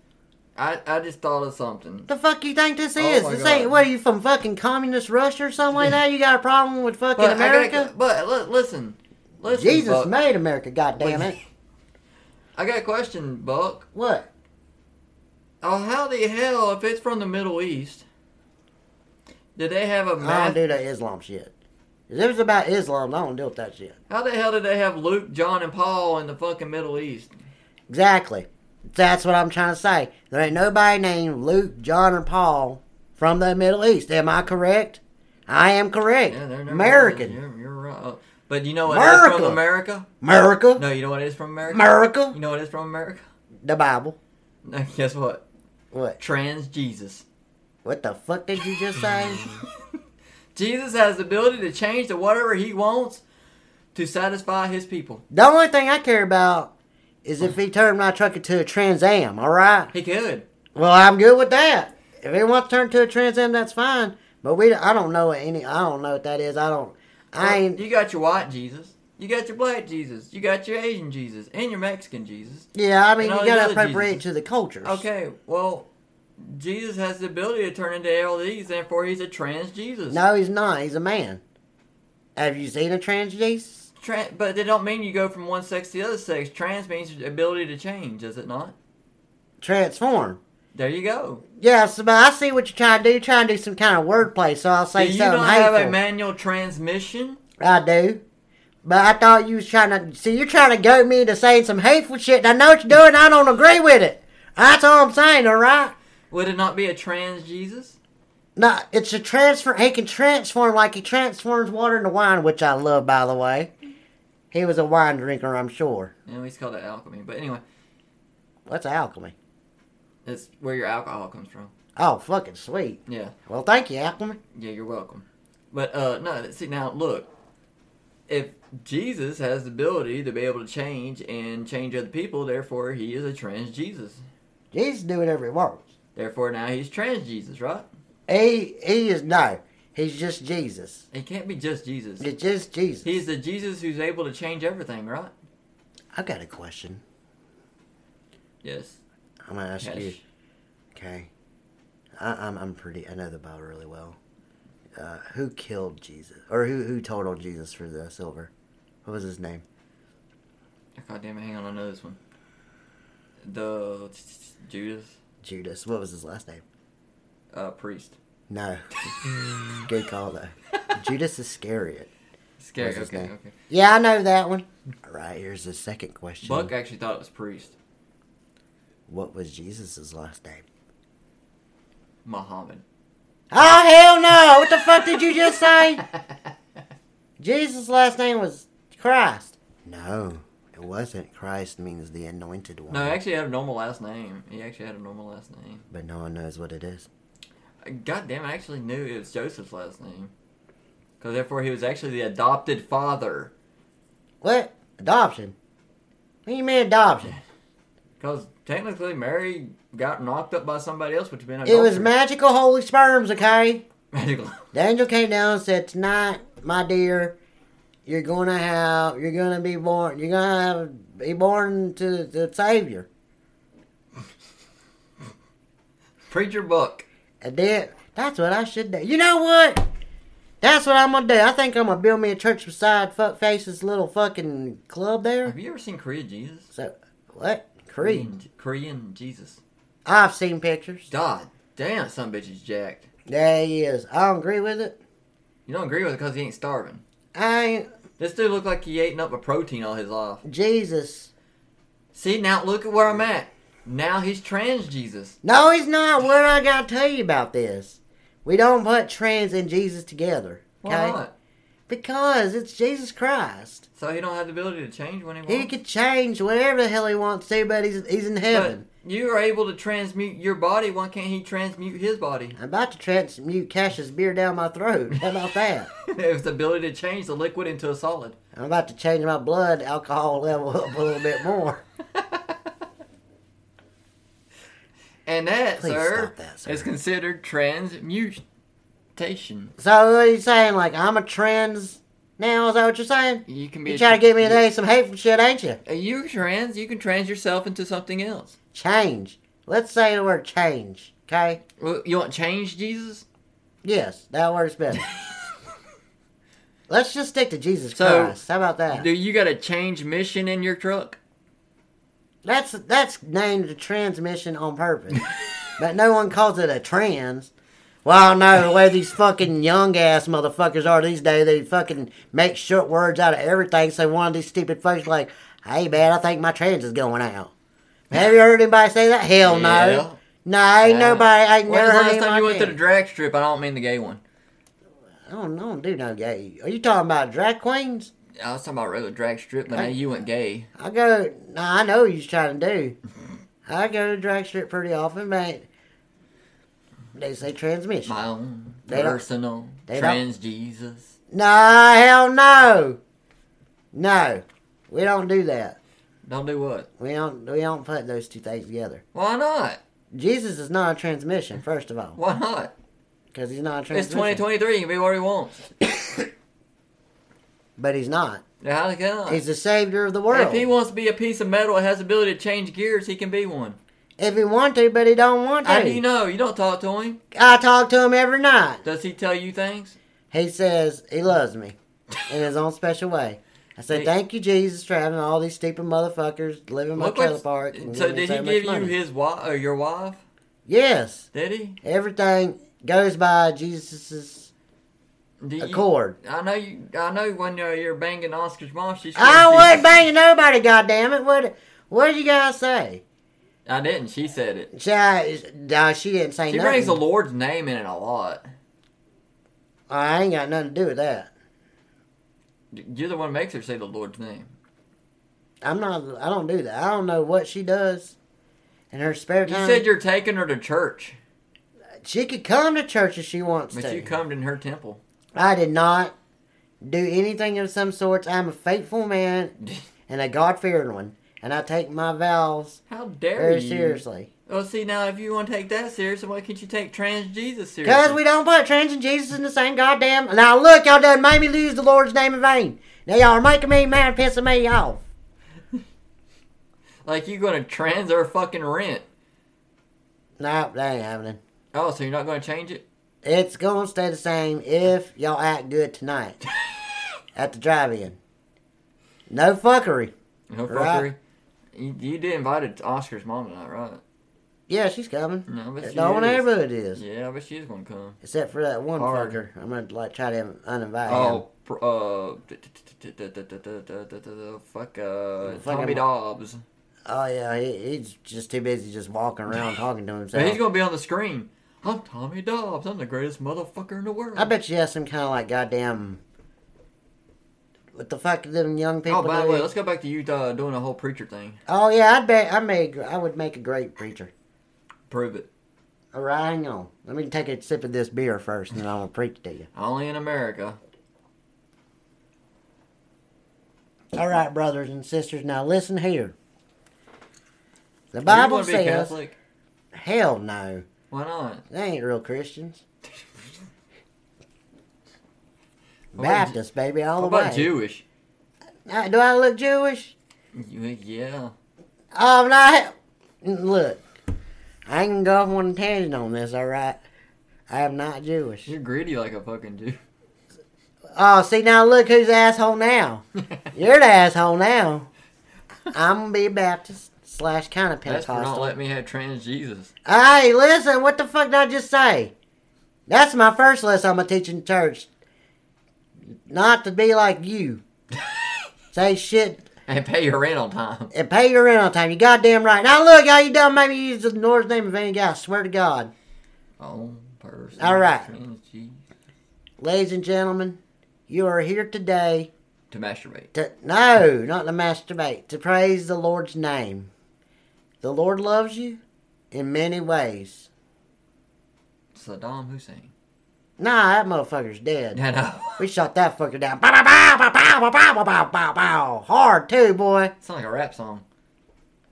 Speaker 1: I, I just thought of something.
Speaker 2: The fuck you think this
Speaker 1: Oh
Speaker 2: is?
Speaker 1: my
Speaker 2: this
Speaker 1: God.
Speaker 2: ain't what are you from fucking communist Russia or something like that? You got a problem with fucking
Speaker 1: I gotta-
Speaker 2: America?
Speaker 1: but li- listen, Listen,
Speaker 2: Jesus
Speaker 1: Buck,
Speaker 2: made America, goddamn
Speaker 1: Wait.
Speaker 2: it.
Speaker 1: I got a question, Buck.
Speaker 2: What?
Speaker 1: Oh, how the hell, if it's from the Middle East, did they have a
Speaker 2: I
Speaker 1: math?
Speaker 2: don't do that Islam shit. 'Cause If it's about Islam, I don't deal with that shit.
Speaker 1: How the hell did they have Luke, John, and Paul in the fucking Middle East?
Speaker 2: Exactly. That's what I'm trying to say. There ain't nobody named Luke, John, or Paul from the Middle East. Am I correct? I am correct.
Speaker 1: Yeah, they're never-
Speaker 2: American.
Speaker 1: You're, you're right. Oh, But you know what is from
Speaker 2: America.
Speaker 1: America?
Speaker 2: America.
Speaker 1: No, you know what is from America?
Speaker 2: America.
Speaker 1: You know what is from America?
Speaker 2: The Bible.
Speaker 1: No, guess what?
Speaker 2: What?
Speaker 1: Trans Jesus.
Speaker 2: What the fuck did you just say?
Speaker 1: Jesus has the ability to change to whatever he wants to satisfy his people.
Speaker 2: the only thing I care about is if he turned my truck into a Trans Am, alright?
Speaker 1: He could.
Speaker 2: Well, I'm good with that. If he wants to turn to a Trans Am, that's fine. But we, I don't know any. I don't know what that is. I don't. I ain't.
Speaker 1: You got your white Jesus. You got your black Jesus. You got your Asian Jesus. And your Mexican Jesus.
Speaker 2: Yeah, I mean,
Speaker 1: And all
Speaker 2: you
Speaker 1: these
Speaker 2: gotta
Speaker 1: other
Speaker 2: appropriate
Speaker 1: Jesuses.
Speaker 2: to the cultures.
Speaker 1: Okay, well, Jesus has the ability to turn into all these, therefore he's a trans Jesus.
Speaker 2: No, he's not. He's a man. Have you seen a trans Jesus?
Speaker 1: Tran but they don't mean you go from one sex to the other sex. Trans means the ability to change, does it not?
Speaker 2: Transform.
Speaker 1: There you go.
Speaker 2: Yes, but I see what you're trying to do. You're trying to do some kind of wordplay, so I'll
Speaker 1: Do
Speaker 2: say
Speaker 1: you
Speaker 2: something
Speaker 1: not have a
Speaker 2: hateful.
Speaker 1: manual transmission?
Speaker 2: I do. But I thought you was trying to. See, you're trying to goat me into saying some hateful shit. And I know what you're doing. I don't agree with it. That's all I'm saying. All right.
Speaker 1: Would it not be a trans Jesus?
Speaker 2: No, it's a transfer. He can transform like he transforms water into wine, which I love, by the way. He was a wine drinker, I'm sure.
Speaker 1: No, he's called it alchemy. But anyway,
Speaker 2: What's alchemy?
Speaker 1: that's where your alcohol comes from.
Speaker 2: Oh, fucking sweet.
Speaker 1: Yeah,
Speaker 2: Well, thank you, alchemy.
Speaker 1: yeah, you're welcome. But uh no, see now look, if Jesus has the ability to be able to change and change other people, therefore he is a trans Jesus.
Speaker 2: Jesus do whatever he wants.
Speaker 1: Therefore now he's trans Jesus, right?
Speaker 2: He he is no. He's just Jesus.
Speaker 1: He can't be just Jesus.
Speaker 2: It's just Jesus.
Speaker 1: He's the Jesus who's able to change everything, right?
Speaker 2: I got a question.
Speaker 1: Yes.
Speaker 2: I'm gonna ask
Speaker 1: Yes.
Speaker 2: you. Okay. I, I'm I'm pretty. I know the Bible really well. Uh, who killed Jesus, or who who told on Jesus for the silver? What was his name?
Speaker 1: God damn Oh, it, hang on, I know this one. The Judas
Speaker 2: Judas. What was his last name?
Speaker 1: uh, priest.
Speaker 2: No. Good call though. Judas Iscariot.
Speaker 1: Scary.
Speaker 2: What's his
Speaker 1: Okay,
Speaker 2: name?
Speaker 1: okay.
Speaker 2: Yeah, I know that one. All right. Here's the second question.
Speaker 1: Buck actually thought it was priest.
Speaker 2: What was Jesus' last name?
Speaker 1: Muhammad.
Speaker 2: Oh hell no! What the fuck did you just say? Jesus' last name was Christ. No, it wasn't. Christ means the anointed one.
Speaker 1: No, he actually had a normal last name. He actually had a normal last name.
Speaker 2: But no one knows what it is.
Speaker 1: God damn, I actually knew it was Joseph's last name. Because therefore he was actually the adopted father.
Speaker 2: What? Adoption? What do you mean adoption?
Speaker 1: Because technically Mary got knocked up by somebody else, which had been
Speaker 2: It was
Speaker 1: adultery.
Speaker 2: magical holy sperms, okay?
Speaker 1: magical.
Speaker 2: The angel came down and said, Tonight, my dear, you're gonna have you're gonna be born you're gonna have, be born to the Savior.
Speaker 1: Preacher Buck.
Speaker 2: And then that's what I should do. You know what? That's what I'm gonna do. I think I'm gonna build me a church beside Fuckface's little fucking club there.
Speaker 1: Have you ever seen Korea Jesus?
Speaker 2: So what?
Speaker 1: Mm-hmm.
Speaker 2: Creed.
Speaker 1: Korean Jesus.
Speaker 2: I've seen pictures.
Speaker 1: God damn, some bitch is jacked.
Speaker 2: There he is. I don't agree with it.
Speaker 1: You don't agree with it because he ain't starving.
Speaker 2: I ain't
Speaker 1: This dude looked like he eating up a protein all his life.
Speaker 2: Jesus.
Speaker 1: See, now look at where I'm at. Now he's trans Jesus.
Speaker 2: No, he's not. What I gotta tell you about this? We don't put trans and Jesus together.
Speaker 1: Why
Speaker 2: okay?
Speaker 1: not?
Speaker 2: Because it's Jesus Christ.
Speaker 1: So he don't have the ability to change when he wants.
Speaker 2: He could change whatever the hell he wants to, but he's he's in heaven.
Speaker 1: But you are able to transmute your body. Why can't he transmute his body?
Speaker 2: I'm about to transmute Cash's beer down my throat. How about that?
Speaker 1: it's the ability to change the liquid into a solid.
Speaker 2: I'm about to change my blood alcohol level up a little bit more.
Speaker 1: And that,
Speaker 2: Please
Speaker 1: sir,
Speaker 2: stop that, sir.
Speaker 1: is considered transmutation.
Speaker 2: So what are you saying? Like I'm a trans now? Is that what you're saying?
Speaker 1: You can be
Speaker 2: You
Speaker 1: a
Speaker 2: trying to
Speaker 1: tr-
Speaker 2: get me today some hateful shit, ain't you?
Speaker 1: Uh, You trans, you can trans yourself into something else.
Speaker 2: Change. Let's say the word change. Okay.
Speaker 1: Well, You want change, Jesus?
Speaker 2: Yes, that works better. Let's just stick to Jesus
Speaker 1: So,
Speaker 2: Christ. How about that?
Speaker 1: Do you got a change mission in your truck?
Speaker 2: That's that's named a transmission on purpose. but no one calls it a trans. Well, no, the way these fucking young ass motherfuckers are these days, they fucking make short words out of everything. So one of these stupid folks like, "Hey man, I think my trans is going out." Have you heard anybody say that? Hell no.
Speaker 1: Yeah.
Speaker 2: No, ain't
Speaker 1: Yeah.
Speaker 2: nobody. I ain't
Speaker 1: When's the
Speaker 2: never heard
Speaker 1: last time
Speaker 2: anybody.
Speaker 1: you went to
Speaker 2: like
Speaker 1: the
Speaker 2: that.
Speaker 1: drag strip? I don't mean the gay one.
Speaker 2: I, don't, I don't do no gay. Are you talking about drag queens?
Speaker 1: I was talking about regular drag strip, but now you went gay.
Speaker 2: I go. Nah, I know what you're trying to do. I go to drag strip pretty often, but they say transmission.
Speaker 1: My own
Speaker 2: They don't-
Speaker 1: personal
Speaker 2: they don't-
Speaker 1: trans Jesus.
Speaker 2: No, hell no, no. We don't do that.
Speaker 1: Don't do what?
Speaker 2: We don't. We don't put those two things together.
Speaker 1: Why not?
Speaker 2: Jesus is not a transmission, first of all,
Speaker 1: Why not?
Speaker 2: because he's not a
Speaker 1: It's
Speaker 2: transmission.
Speaker 1: 2023. He can be what he wants.
Speaker 2: But he's not.
Speaker 1: Now, How can I?
Speaker 2: He's the savior of the world.
Speaker 1: If he wants to be a piece of metal and has the ability to change gears, he can be one.
Speaker 2: If he want to, but he don't want to.
Speaker 1: How do you know? You don't talk to him.
Speaker 2: I talk to him every night.
Speaker 1: Does he tell you things?
Speaker 2: He says he loves me in his own special way. I said,
Speaker 1: He-
Speaker 2: "Thank you, Jesus, for having all these stupid motherfuckers living in my
Speaker 1: Look
Speaker 2: trailer
Speaker 1: what's-
Speaker 2: park." And
Speaker 1: So
Speaker 2: giving me
Speaker 1: did he
Speaker 2: much
Speaker 1: give you
Speaker 2: money."
Speaker 1: his wife or your wife?
Speaker 2: Yes,
Speaker 1: Did he?
Speaker 2: everything goes by Jesus's
Speaker 1: Do you-
Speaker 2: accord.
Speaker 1: I know you. I know when you're, you're banging Oscar's mom. She. said
Speaker 2: I
Speaker 1: Jesus.
Speaker 2: wasn't banging nobody, goddamn it! What? What did you guys say?
Speaker 1: I didn't. She said it.
Speaker 2: She, I, nah, she didn't say
Speaker 1: She
Speaker 2: nothing.
Speaker 1: brings the Lord's name in it a lot.
Speaker 2: I ain't got nothing to do with that.
Speaker 1: You're the one who makes her say the Lord's name.
Speaker 2: I'm not. I don't do that. I don't know what she does in her spare
Speaker 1: You
Speaker 2: time.
Speaker 1: said you're taking her to church,
Speaker 2: she could come to church if she wants
Speaker 1: but
Speaker 2: to.
Speaker 1: you come in her temple.
Speaker 2: I did not do anything of some sorts. I'm a faithful man and a God fearing one, and I take my vows
Speaker 1: How dare
Speaker 2: very
Speaker 1: you?
Speaker 2: seriously.
Speaker 1: Well, see now, if you want to take that seriously, why can't you take trans Jesus seriously?
Speaker 2: Because we don't put trans and Jesus in the same goddamn. Now look, y'all done made me lose the Lord's name in vain. Now y'all are making me mad, pissing me off.
Speaker 1: like you're gonna trans her fucking rent.
Speaker 2: No, that ain't happening.
Speaker 1: Oh, so you're not gonna change it?
Speaker 2: It's gonna stay the same if y'all act good tonight at the drive-in. No fuckery.
Speaker 1: No fuckery.
Speaker 2: Right.
Speaker 1: You, you did invited Oscar's mom tonight, right?
Speaker 2: Yeah, she's coming.
Speaker 1: No, but she
Speaker 2: the whole
Speaker 1: is.
Speaker 2: neighborhood is,
Speaker 1: Yeah, I bet she's gonna come.
Speaker 2: except for that one
Speaker 1: Hard.
Speaker 2: fucker. I'm gonna like try to uninvite him.
Speaker 1: Oh, pr- uh, d- d- d- d- d- d- d- d- d- d- fuck, uh,
Speaker 2: Fucking-
Speaker 1: Tommy Dobbs.
Speaker 2: Oh yeah, he, he's just too busy just walking around talking to
Speaker 1: But he's
Speaker 2: himself.
Speaker 1: gonna be on the screen. I'm Tommy Dobbs. I'm the greatest motherfucker in the world. Oh,
Speaker 2: I bet you has some kind of like goddamn. What the fuck do them young people?
Speaker 1: Oh, by the
Speaker 2: do?
Speaker 1: way, let's go back to you uh, doing the whole preacher thing.
Speaker 2: Oh yeah, I'd bet I made I would make a great preacher.
Speaker 1: Prove it.
Speaker 2: All right, hang on. Let me take a sip of this beer first, and then I'm gonna preach to you.
Speaker 1: Only in America.
Speaker 2: All right, brothers and sisters, now listen here. The
Speaker 1: Are you
Speaker 2: Bible
Speaker 1: gonna be
Speaker 2: says,
Speaker 1: Catholic?
Speaker 2: "Hell no,
Speaker 1: Why not?
Speaker 2: they ain't real Christians."
Speaker 1: What about Ju-
Speaker 2: Baptist, baby, all
Speaker 1: What
Speaker 2: the way.
Speaker 1: about Jewish?
Speaker 2: Uh, Do I look Jewish?
Speaker 1: You- Yeah.
Speaker 2: I'm not. Look, I can go off on a tangent on this, alright? I am not Jewish.
Speaker 1: You're greedy like a fucking Jew.
Speaker 2: Oh, see, now look who's the asshole now. You're the asshole now. I'm going to be a Baptist slash kind of
Speaker 1: That's for not
Speaker 2: Pentecostal.
Speaker 1: letting me have trans Jesus.
Speaker 2: Hey, listen, what the fuck did I just say? That's my first lesson I'm going to teach in church. Not to be like you. Say shit
Speaker 1: And pay your rent on time.
Speaker 2: and pay your rent on time. You goddamn right. Now look, how you done Maybe use the Lord's name of any guy. I swear to God.
Speaker 1: On person.
Speaker 2: All right.
Speaker 1: Trans Jesus.
Speaker 2: Ladies and gentlemen, you are here today
Speaker 1: To masturbate.
Speaker 2: to no, not to masturbate, to praise the Lord's name. The Lord loves you in many ways.
Speaker 1: Saddam Hussein.
Speaker 2: Nah, that motherfucker's dead.
Speaker 1: I know.
Speaker 2: We shot that fucker down. Bow, bow, bow, bow, bow, bow, bow, bow, bow, bow. Hard too, boy.
Speaker 1: It's not like a rap song.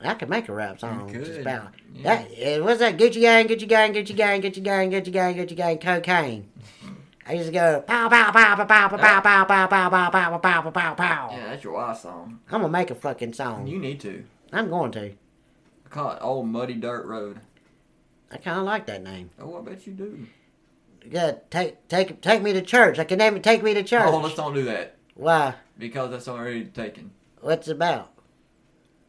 Speaker 2: I could make a rap song.
Speaker 1: You
Speaker 2: Just
Speaker 1: could,
Speaker 2: about.
Speaker 1: yeah.
Speaker 2: That eh, what's that? Gucci gang, Gucci gang, Gucci gang, Gucci gang, Gucci gang, Gucci gang, cocaine. I used to go pow pow pow pow pow pow pow pow pow pow pow pow pow pow
Speaker 1: Yeah,
Speaker 2: pow.
Speaker 1: that's your wife's song.
Speaker 2: I'm gonna make a fucking song.
Speaker 1: You need to.
Speaker 2: I'm going to.
Speaker 1: I call it Old Muddy Dirt Road.
Speaker 2: I kind of like that name.
Speaker 1: Oh, I bet you do.
Speaker 2: yeah, take take take me to church. I can name it. Take me to church.
Speaker 1: Oh, let's don't do that
Speaker 2: Why?
Speaker 1: because that's already taken.
Speaker 2: What's it about?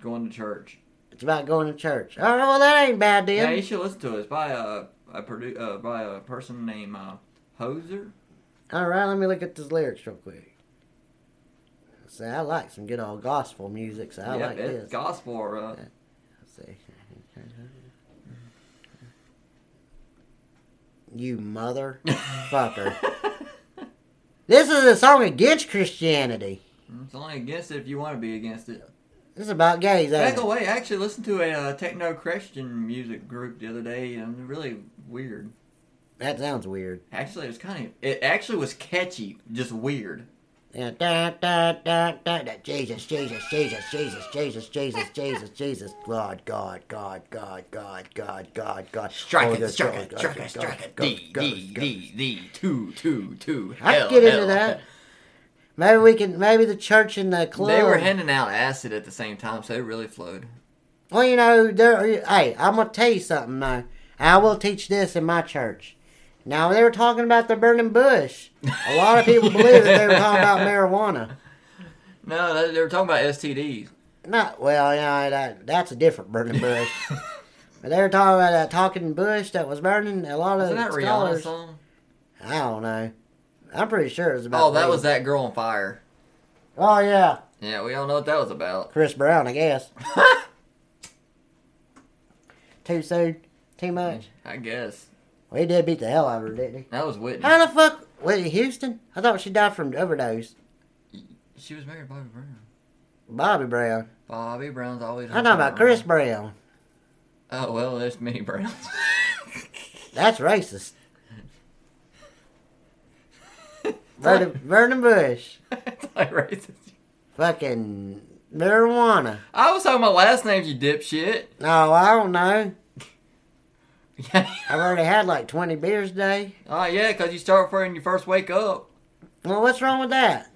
Speaker 1: Going to church.
Speaker 2: It's about going to church. Oh, well, that ain't bad
Speaker 1: Yeah,
Speaker 2: then.
Speaker 1: you should listen to it. It's by a, a produ- uh, by a person named uh, Hoser.
Speaker 2: All right, let me look at these lyrics real quick. See, I like some good old gospel music, so I
Speaker 1: yeah,
Speaker 2: like
Speaker 1: it's
Speaker 2: this.
Speaker 1: gospel. Uh,
Speaker 2: Let's see. You mother. Fucker. This is a song against Christianity.
Speaker 1: it's only against it if you want to be against it.
Speaker 2: This is about gays.
Speaker 1: By
Speaker 2: ain't
Speaker 1: the
Speaker 2: it?
Speaker 1: way, I actually listened to a uh, techno Christian music group the other day, and really weird.
Speaker 2: That sounds weird.
Speaker 1: Actually, it was kind of. It actually was catchy, just weird.
Speaker 2: Yeah, da, da, da, da, da. Jesus, Jesus, Jesus, Jesus, Jesus, Jesus, Jesus, Jesus, God, God, God, God, God, God, God, God.
Speaker 1: Strike
Speaker 2: Holy
Speaker 1: it,
Speaker 2: Ghost,
Speaker 1: strike
Speaker 2: God,
Speaker 1: it,
Speaker 2: God,
Speaker 1: strike
Speaker 2: God,
Speaker 1: it, strike
Speaker 2: God,
Speaker 1: it.
Speaker 2: God,
Speaker 1: D,
Speaker 2: God,
Speaker 1: D,
Speaker 2: God.
Speaker 1: D, D, two, two, two.
Speaker 2: I
Speaker 1: Hell,
Speaker 2: can get
Speaker 1: hell.
Speaker 2: into that. Maybe we can. Maybe the church and the club.
Speaker 1: They were handing out acid at the same time, so it really flowed.
Speaker 2: Well, you know, there. Hey, I'm gonna tell you something though. I will teach this in my church. Now they were talking about the burning bush. A lot of people believe that they were talking about marijuana.
Speaker 1: No, they- they were talking about STDs.
Speaker 2: Not well, you know, that, that's a different burning bush. but they were talking about that talking bush that was burning. A lot of
Speaker 1: Isn't that Rihanna's
Speaker 2: scholars.
Speaker 1: song?
Speaker 2: I don't know. I'm pretty sure it was about.
Speaker 1: Oh, that
Speaker 2: me.
Speaker 1: was that girl on fire.
Speaker 2: Oh yeah,
Speaker 1: Yeah, we all know what that was about.
Speaker 2: Chris Brown, I guess. Too soon. Too much.
Speaker 1: I guess
Speaker 2: Well, he did beat the hell out of her, didn't he?
Speaker 1: that was Whitney.
Speaker 2: How the fuck? Whitney Houston? I thought she died from overdose.
Speaker 1: She was married to Bobby Brown.
Speaker 2: Bobby Brown.
Speaker 1: Bobby Brown's always.
Speaker 2: I'm talking about Chris Brown.
Speaker 1: Oh well, there's many Browns.
Speaker 2: That's racist. Vernon, Vernon Bush.
Speaker 1: it's like racist.
Speaker 2: Fucking marijuana.
Speaker 1: I was talking about last names, you dipshit.
Speaker 2: No, I don't know.
Speaker 1: Yeah.
Speaker 2: I've already had like 20 beers today.
Speaker 1: Oh yeah, because you start for when you first wake up.
Speaker 2: Well, what's wrong with that?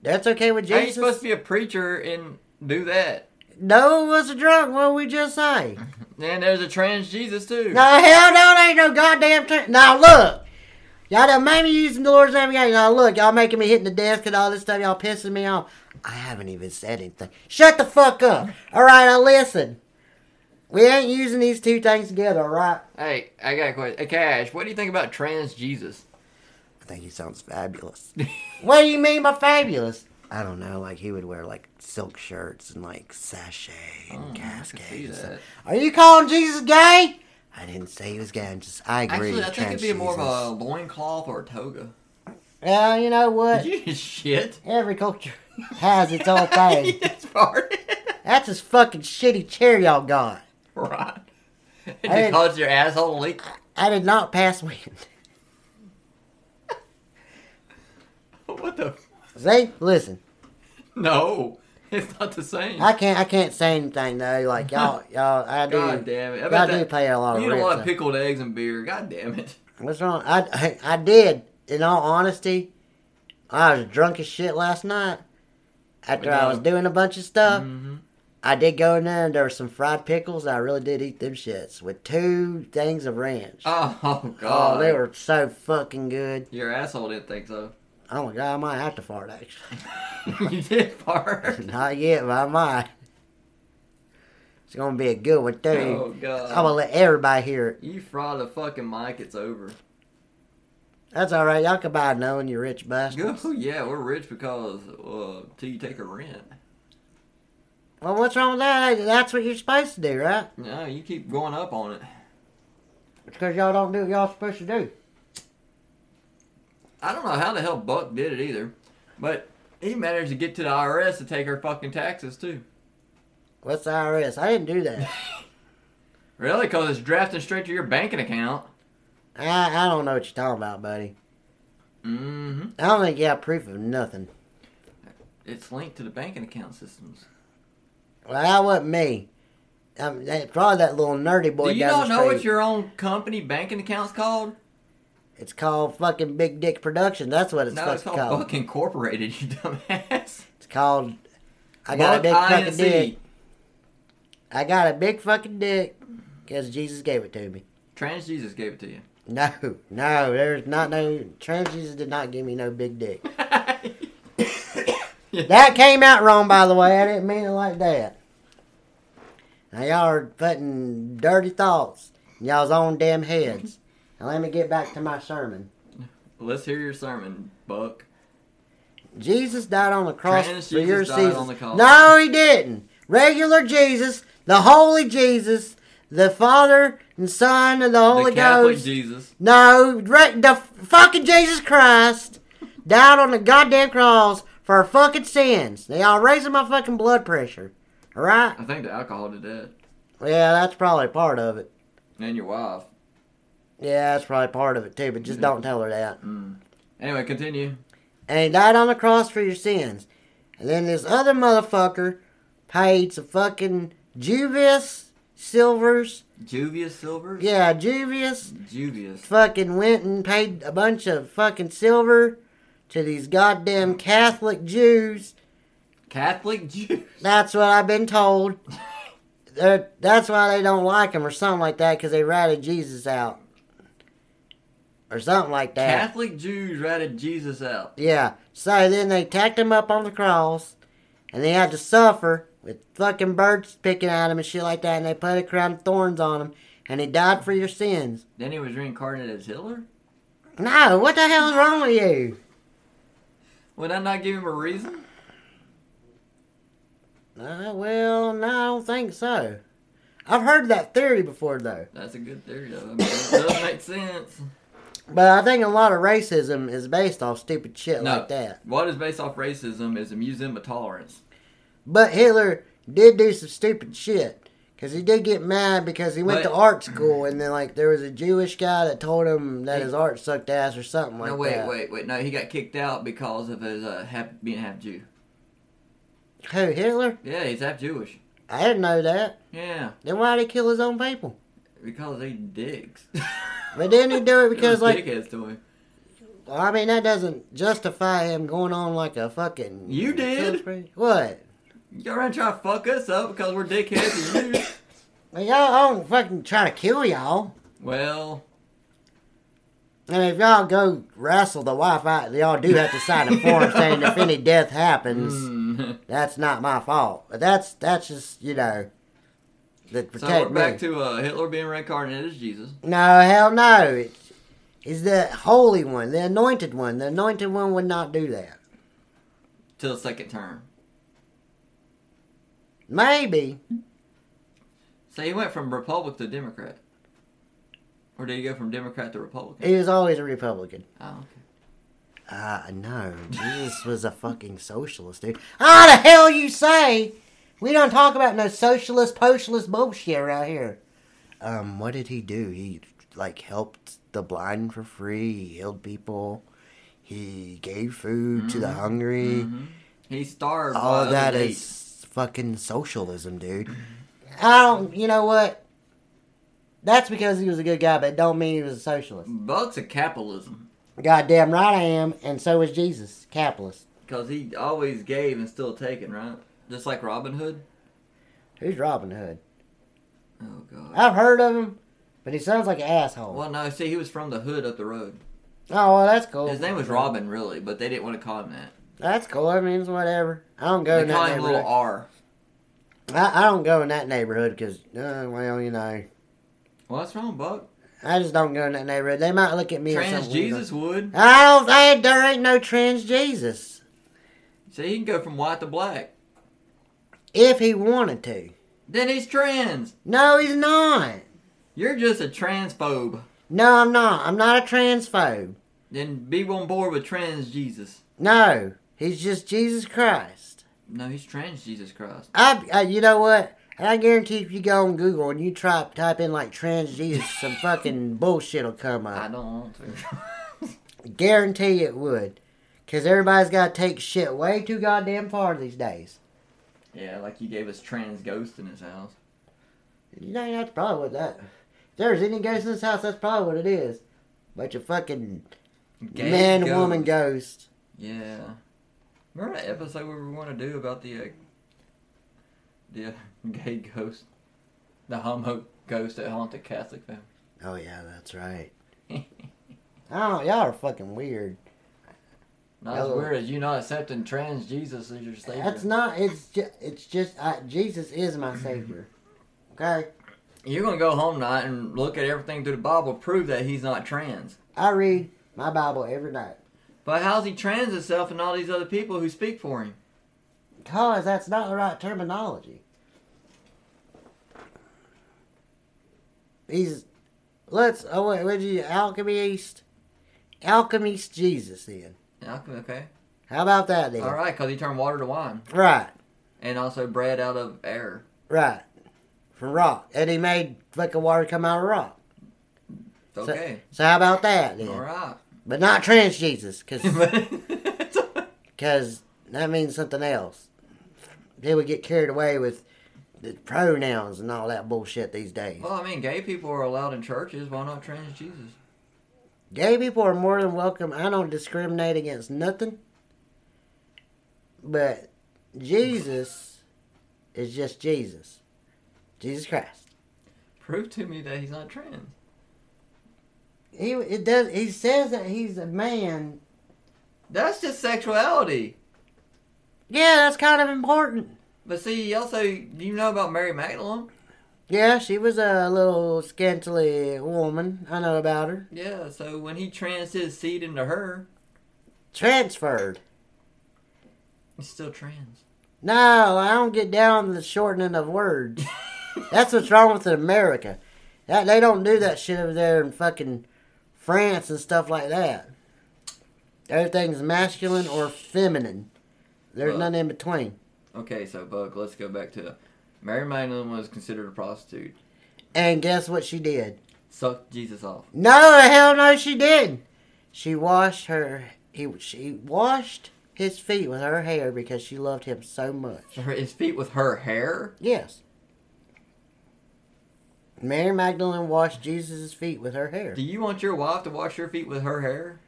Speaker 2: That's okay with
Speaker 1: How you
Speaker 2: Jesus.
Speaker 1: supposed to be a preacher and do that?
Speaker 2: no, it was a drunk. What did we just say?
Speaker 1: And there's a trans Jesus too.
Speaker 2: No, hell no, it ain't no goddamn turn. Now, look. Y'all done made me using the Lord's name again. Now, look, y'all making me hitting the desk and all this stuff. Y'all pissing me off. I haven't even said anything. Shut the fuck up. All right, now listen. We ain't using these two things together, all right?
Speaker 1: Hey, I got a question. Hey, Cash, what do you think about trans Jesus?
Speaker 2: I think he sounds fabulous. what do you mean by fabulous? I don't know. Like, he would wear, like, silk shirts and, like, sachet and
Speaker 1: Oh, see
Speaker 2: cascades.
Speaker 1: that.
Speaker 2: Are you calling Jesus gay? I didn't say he was gay. I'm just, I agree.
Speaker 1: Actually, I think
Speaker 2: trans
Speaker 1: it'd be more of
Speaker 2: Jesus.
Speaker 1: a loincloth or a toga.
Speaker 2: Well, you know what?
Speaker 1: Did you shit?
Speaker 2: Every culture has its own thing.
Speaker 1: It's hard.
Speaker 2: That's this fucking shitty chair y'all got.
Speaker 1: right. It
Speaker 2: didn't-
Speaker 1: just caused your asshole to leak.
Speaker 2: I did not pass wind.
Speaker 1: What the? f-
Speaker 2: See, listen,
Speaker 1: No, it's not the same.
Speaker 2: I can't, I can't say anything though. Like y'all, y'all, I do.
Speaker 1: God damn it! I
Speaker 2: y'all
Speaker 1: bet
Speaker 2: do
Speaker 1: that-
Speaker 2: pay a lot of
Speaker 1: You eat a lot
Speaker 2: rent.
Speaker 1: of
Speaker 2: though.
Speaker 1: pickled eggs and beer. God damn it!
Speaker 2: What's wrong? I, I, I did. In all honesty, I was drunk as shit last night. After I was doing a bunch of stuff,
Speaker 1: Mm-hmm.
Speaker 2: I did go in there and there were some fried pickles. I really did eat them shits with two things of ranch.
Speaker 1: Oh, oh,
Speaker 2: oh,
Speaker 1: God!
Speaker 2: they were so fucking good.
Speaker 1: Your asshole didn't think so.
Speaker 2: Oh my god, I might have to fart actually.
Speaker 1: you did fart.
Speaker 2: Not yet, but I might. It's gonna be a good one too.
Speaker 1: Oh
Speaker 2: I'm gonna
Speaker 1: God!
Speaker 2: let everybody hear it.
Speaker 1: You fry the fucking mic. It's over.
Speaker 2: That's all right. Y'all can buy knowing you rich bastard.
Speaker 1: Oh yeah, we're rich because uh, till you take a rent.
Speaker 2: Well, what's wrong with that? Hey, That's what you're supposed to do, right?
Speaker 1: No, you keep going up on it.
Speaker 2: Because y'all don't do what y'all supposed to do.
Speaker 1: I don't know how the hell Buck did it either, but he managed to get to the IRS to take her fucking taxes too.
Speaker 2: What's the IRS? I didn't do that.
Speaker 1: Really? Because it's drafting straight to your banking account.
Speaker 2: I, I don't know what you're talking about, buddy.
Speaker 1: Mm-hmm.
Speaker 2: I don't think you have proof of nothing.
Speaker 1: It's linked to the banking account systems.
Speaker 2: Well, that wasn't me. Um, that, probably that little nerdy boy
Speaker 1: Do you
Speaker 2: down
Speaker 1: not
Speaker 2: the
Speaker 1: know what
Speaker 2: street.
Speaker 1: your own company banking account's called?
Speaker 2: It's called fucking Big Dick Production. That's what it's
Speaker 1: no,
Speaker 2: fucking
Speaker 1: it's called Buck Incorporated, you dumbass.
Speaker 2: It's called. I got a big fucking
Speaker 1: INC.
Speaker 2: dick. I got a big fucking dick because Jesus gave it to me.
Speaker 1: Trans Jesus gave it to you.
Speaker 2: No, no, there's not no trans Jesus did not give me no big dick. That came out wrong, by the way. I didn't mean it like that. Now y'all are putting dirty thoughts in y'all's own damn heads. Now let me get back to my sermon.
Speaker 1: Let's hear your sermon, Buck.
Speaker 2: Jesus died on the cross
Speaker 1: Trans
Speaker 2: for your
Speaker 1: Jesus died
Speaker 2: sins.
Speaker 1: on the cross.
Speaker 2: No, he didn't. Regular Jesus, the Holy Jesus, the Father and Son and the Holy
Speaker 1: the Catholic
Speaker 2: Ghost.
Speaker 1: Jesus.
Speaker 2: No, re- the fucking Jesus Christ died on the goddamn cross for our fucking sins. They all raising my fucking blood pressure. All right?
Speaker 1: I think the alcohol did that.
Speaker 2: Yeah, that's probably part of it.
Speaker 1: And your wife.
Speaker 2: Yeah, that's probably part of it too. But just
Speaker 1: Yeah.
Speaker 2: don't tell her that.
Speaker 1: Mm. Anyway, continue.
Speaker 2: and he died on the cross for your sins. And then this other motherfucker paid some fucking Juvius Silvers.
Speaker 1: Juvius Silvers?
Speaker 2: Yeah, Juvius
Speaker 1: Juvius.
Speaker 2: fucking went and paid a bunch of fucking silver to these goddamn Catholic Jews.
Speaker 1: Catholic Jew.
Speaker 2: That's what I've been told. They're, that's why they don't like him or something like that because they ratted Jesus out. Or something like that.
Speaker 1: Catholic Jews ratted Jesus out.
Speaker 2: Yeah. So then they tacked him up on the cross, and they had to suffer with fucking birds picking at him and shit like that, and they put a crown of thorns on him, and he died for your sins.
Speaker 1: Then he was reincarnated as Hitler?
Speaker 2: No, what the hell's wrong with you?
Speaker 1: Would I not give him a reason?
Speaker 2: Uh, well, no, I don't think so. I've heard that theory before, though.
Speaker 1: That's a good theory, though. I mean, it does make sense.
Speaker 2: But I think a lot of racism is based off stupid shit
Speaker 1: No.
Speaker 2: like that.
Speaker 1: What is based off racism is a museum of tolerance.
Speaker 2: But Hitler did do some stupid shit. Because he did get mad because he went
Speaker 1: But-
Speaker 2: to art school and then, like, there was a Jewish guy that told him that
Speaker 1: Hey.
Speaker 2: his art sucked ass or something like
Speaker 1: no, wait,
Speaker 2: that.
Speaker 1: wait, wait. No, he got kicked out because of his uh, half, being half Jew.
Speaker 2: Who, Hitler?
Speaker 1: Yeah, he's half Jewish.
Speaker 2: I didn't know that.
Speaker 1: Yeah,
Speaker 2: Then why did he kill his own people?
Speaker 1: because they dicks.
Speaker 2: But didn't he do it because,
Speaker 1: They were
Speaker 2: like,
Speaker 1: dickheads to him.
Speaker 2: well, I mean, that doesn't justify him going on like a fucking.
Speaker 1: You
Speaker 2: kill
Speaker 1: did.
Speaker 2: spree. What?
Speaker 1: Y'all around trying to fuck us up because we're dickheads and you.
Speaker 2: Well, y'all, I don't fucking try to kill y'all.
Speaker 1: Well,
Speaker 2: I mean, if y'all go wrestle the wife out, y'all do have to sign a form saying if any death happens.
Speaker 1: mm.
Speaker 2: That's not my fault. But that's that's just you know that
Speaker 1: so
Speaker 2: protect
Speaker 1: we're
Speaker 2: me.
Speaker 1: back to uh, Hitler being reincarnated as Jesus.
Speaker 2: no, hell no. It's, it's the holy one, the anointed one. The anointed one would not do that.
Speaker 1: Till the second term.
Speaker 2: Maybe
Speaker 1: So he went from Republic to Democrat. Or did he go from Democrat to Republican?
Speaker 2: he was always a Republican.
Speaker 1: Oh, okay.
Speaker 2: Uh, no, Jesus was a fucking socialist, dude. Ah, the hell you say? We don't talk about no socialist, socialist bullshit around here. Um, what did he do? He like helped the blind for free. He healed people. He gave food to the hungry.
Speaker 1: Mhm. He starved.
Speaker 2: All
Speaker 1: by
Speaker 2: of that
Speaker 1: other
Speaker 2: is
Speaker 1: dates.
Speaker 2: fucking socialism, dude. I don't. You know what? That's because he was a good guy, but it don't mean he was a socialist.
Speaker 1: Buck's a capitalism
Speaker 2: Goddamn right I am, and so was Jesus, capitalist.
Speaker 1: because he always gave and still taken, right? Just like Robin Hood.
Speaker 2: Who's Robin Hood?
Speaker 1: Oh God.
Speaker 2: I've heard of him, but he sounds like an asshole.
Speaker 1: Well, no. See, he was from the hood up the road.
Speaker 2: Oh, well, that's cool.
Speaker 1: His name was Robin, really, but they didn't want to call him that.
Speaker 2: That's cool. I mean, it's whatever. I don't go in
Speaker 1: They call
Speaker 2: that
Speaker 1: him Little
Speaker 2: neighborhood.
Speaker 1: R.
Speaker 2: I, I don't go in that neighborhood because, uh, well, you know,
Speaker 1: What's wrong, Buck?
Speaker 2: I just don't go in that neighborhood. They might look at me or
Speaker 1: Trans
Speaker 2: something.
Speaker 1: Jesus would.
Speaker 2: I don't. I, there ain't no trans Jesus
Speaker 1: See, he can go from white to black.
Speaker 2: if he wanted to.
Speaker 1: Then he's trans.
Speaker 2: No, he's not.
Speaker 1: You're just a transphobe.
Speaker 2: No, I'm not. I'm not a transphobe.
Speaker 1: Then be on board with trans Jesus.
Speaker 2: No, he's just Jesus Christ.
Speaker 1: No, he's trans Jesus Christ.
Speaker 2: I, I you know what? I guarantee if you go on Google and you try type in like trans Jesus, some fucking bullshit will come
Speaker 1: I
Speaker 2: up.
Speaker 1: don't want to.
Speaker 2: Guarantee it would, cause everybody's got to take shit way too goddamn far these days.
Speaker 1: yeah, like you gave us trans ghost in his house.
Speaker 2: You know that's probably what that. If there's any ghost in this house, that's probably what it is. Bunch of fucking
Speaker 1: Gay
Speaker 2: man,
Speaker 1: ghost.
Speaker 2: woman, ghost.
Speaker 1: Yeah. Remember that episode we were going to do about the uh, the uh, gay ghost, the homo ghost that haunted Catholic family?
Speaker 2: Oh yeah, that's right. Oh, y'all are fucking weird.
Speaker 1: Not as
Speaker 2: No.
Speaker 1: weird as you not accepting trans Jesus as your savior.
Speaker 2: That's not. It's just. It's just. I, Jesus is my savior. Okay.
Speaker 1: You're gonna go home tonight and look at everything through the Bible, prove that he's not trans.
Speaker 2: I read my Bible every night.
Speaker 1: But how's he trans himself and all these other people who speak for him?
Speaker 2: Cause that's not the right terminology. He's. Let's. Oh wait. What'd you alchemist? Alchemist Jesus. Then.
Speaker 1: Yeah, Okay.
Speaker 2: How about that then?
Speaker 1: All right, because he turned water to wine
Speaker 2: Right.
Speaker 1: and also bread out of air.
Speaker 2: Right. From rock. And he made fucking water come out of rock.
Speaker 1: It's okay.
Speaker 2: So how about that then?
Speaker 1: All right.
Speaker 2: But not trans Jesus,
Speaker 1: But-
Speaker 2: because that means something else. People get carried away with the pronouns and all that bullshit these days.
Speaker 1: well, I mean, gay people are allowed in churches. Why not trans Jesus?
Speaker 2: Gay people are more than welcome. I don't discriminate against nothing. But Jesus is just Jesus. Jesus Christ.
Speaker 1: Prove to me that he's not trans.
Speaker 2: He it does he says that he's a man.
Speaker 1: That's just sexuality.
Speaker 2: Yeah, that's kind of important.
Speaker 1: But see, also, you know about Mary Magdalene?
Speaker 2: Yeah, she was a little scantily woman. I know about her.
Speaker 1: Yeah, so when he trans his seed into her,
Speaker 2: Transferred.
Speaker 1: he's still trans.
Speaker 2: No, I don't get down to the shortening of words. That's what's wrong with America. That they don't do that shit over there in fucking France and stuff like that. Everything's masculine or feminine. There's
Speaker 1: Well-
Speaker 2: none in between.
Speaker 1: Okay, so Buck, let's go back to Mary Magdalene was considered a prostitute.
Speaker 2: And guess what she did?
Speaker 1: Sucked Jesus off.
Speaker 2: No, hell no, she didn't. She washed her. He she washed his feet with her hair because she loved him so much.
Speaker 1: Her, his feet with her hair?
Speaker 2: Yes. Mary Magdalene washed Jesus' feet with her hair.
Speaker 1: Do you want your wife to wash your feet with her hair?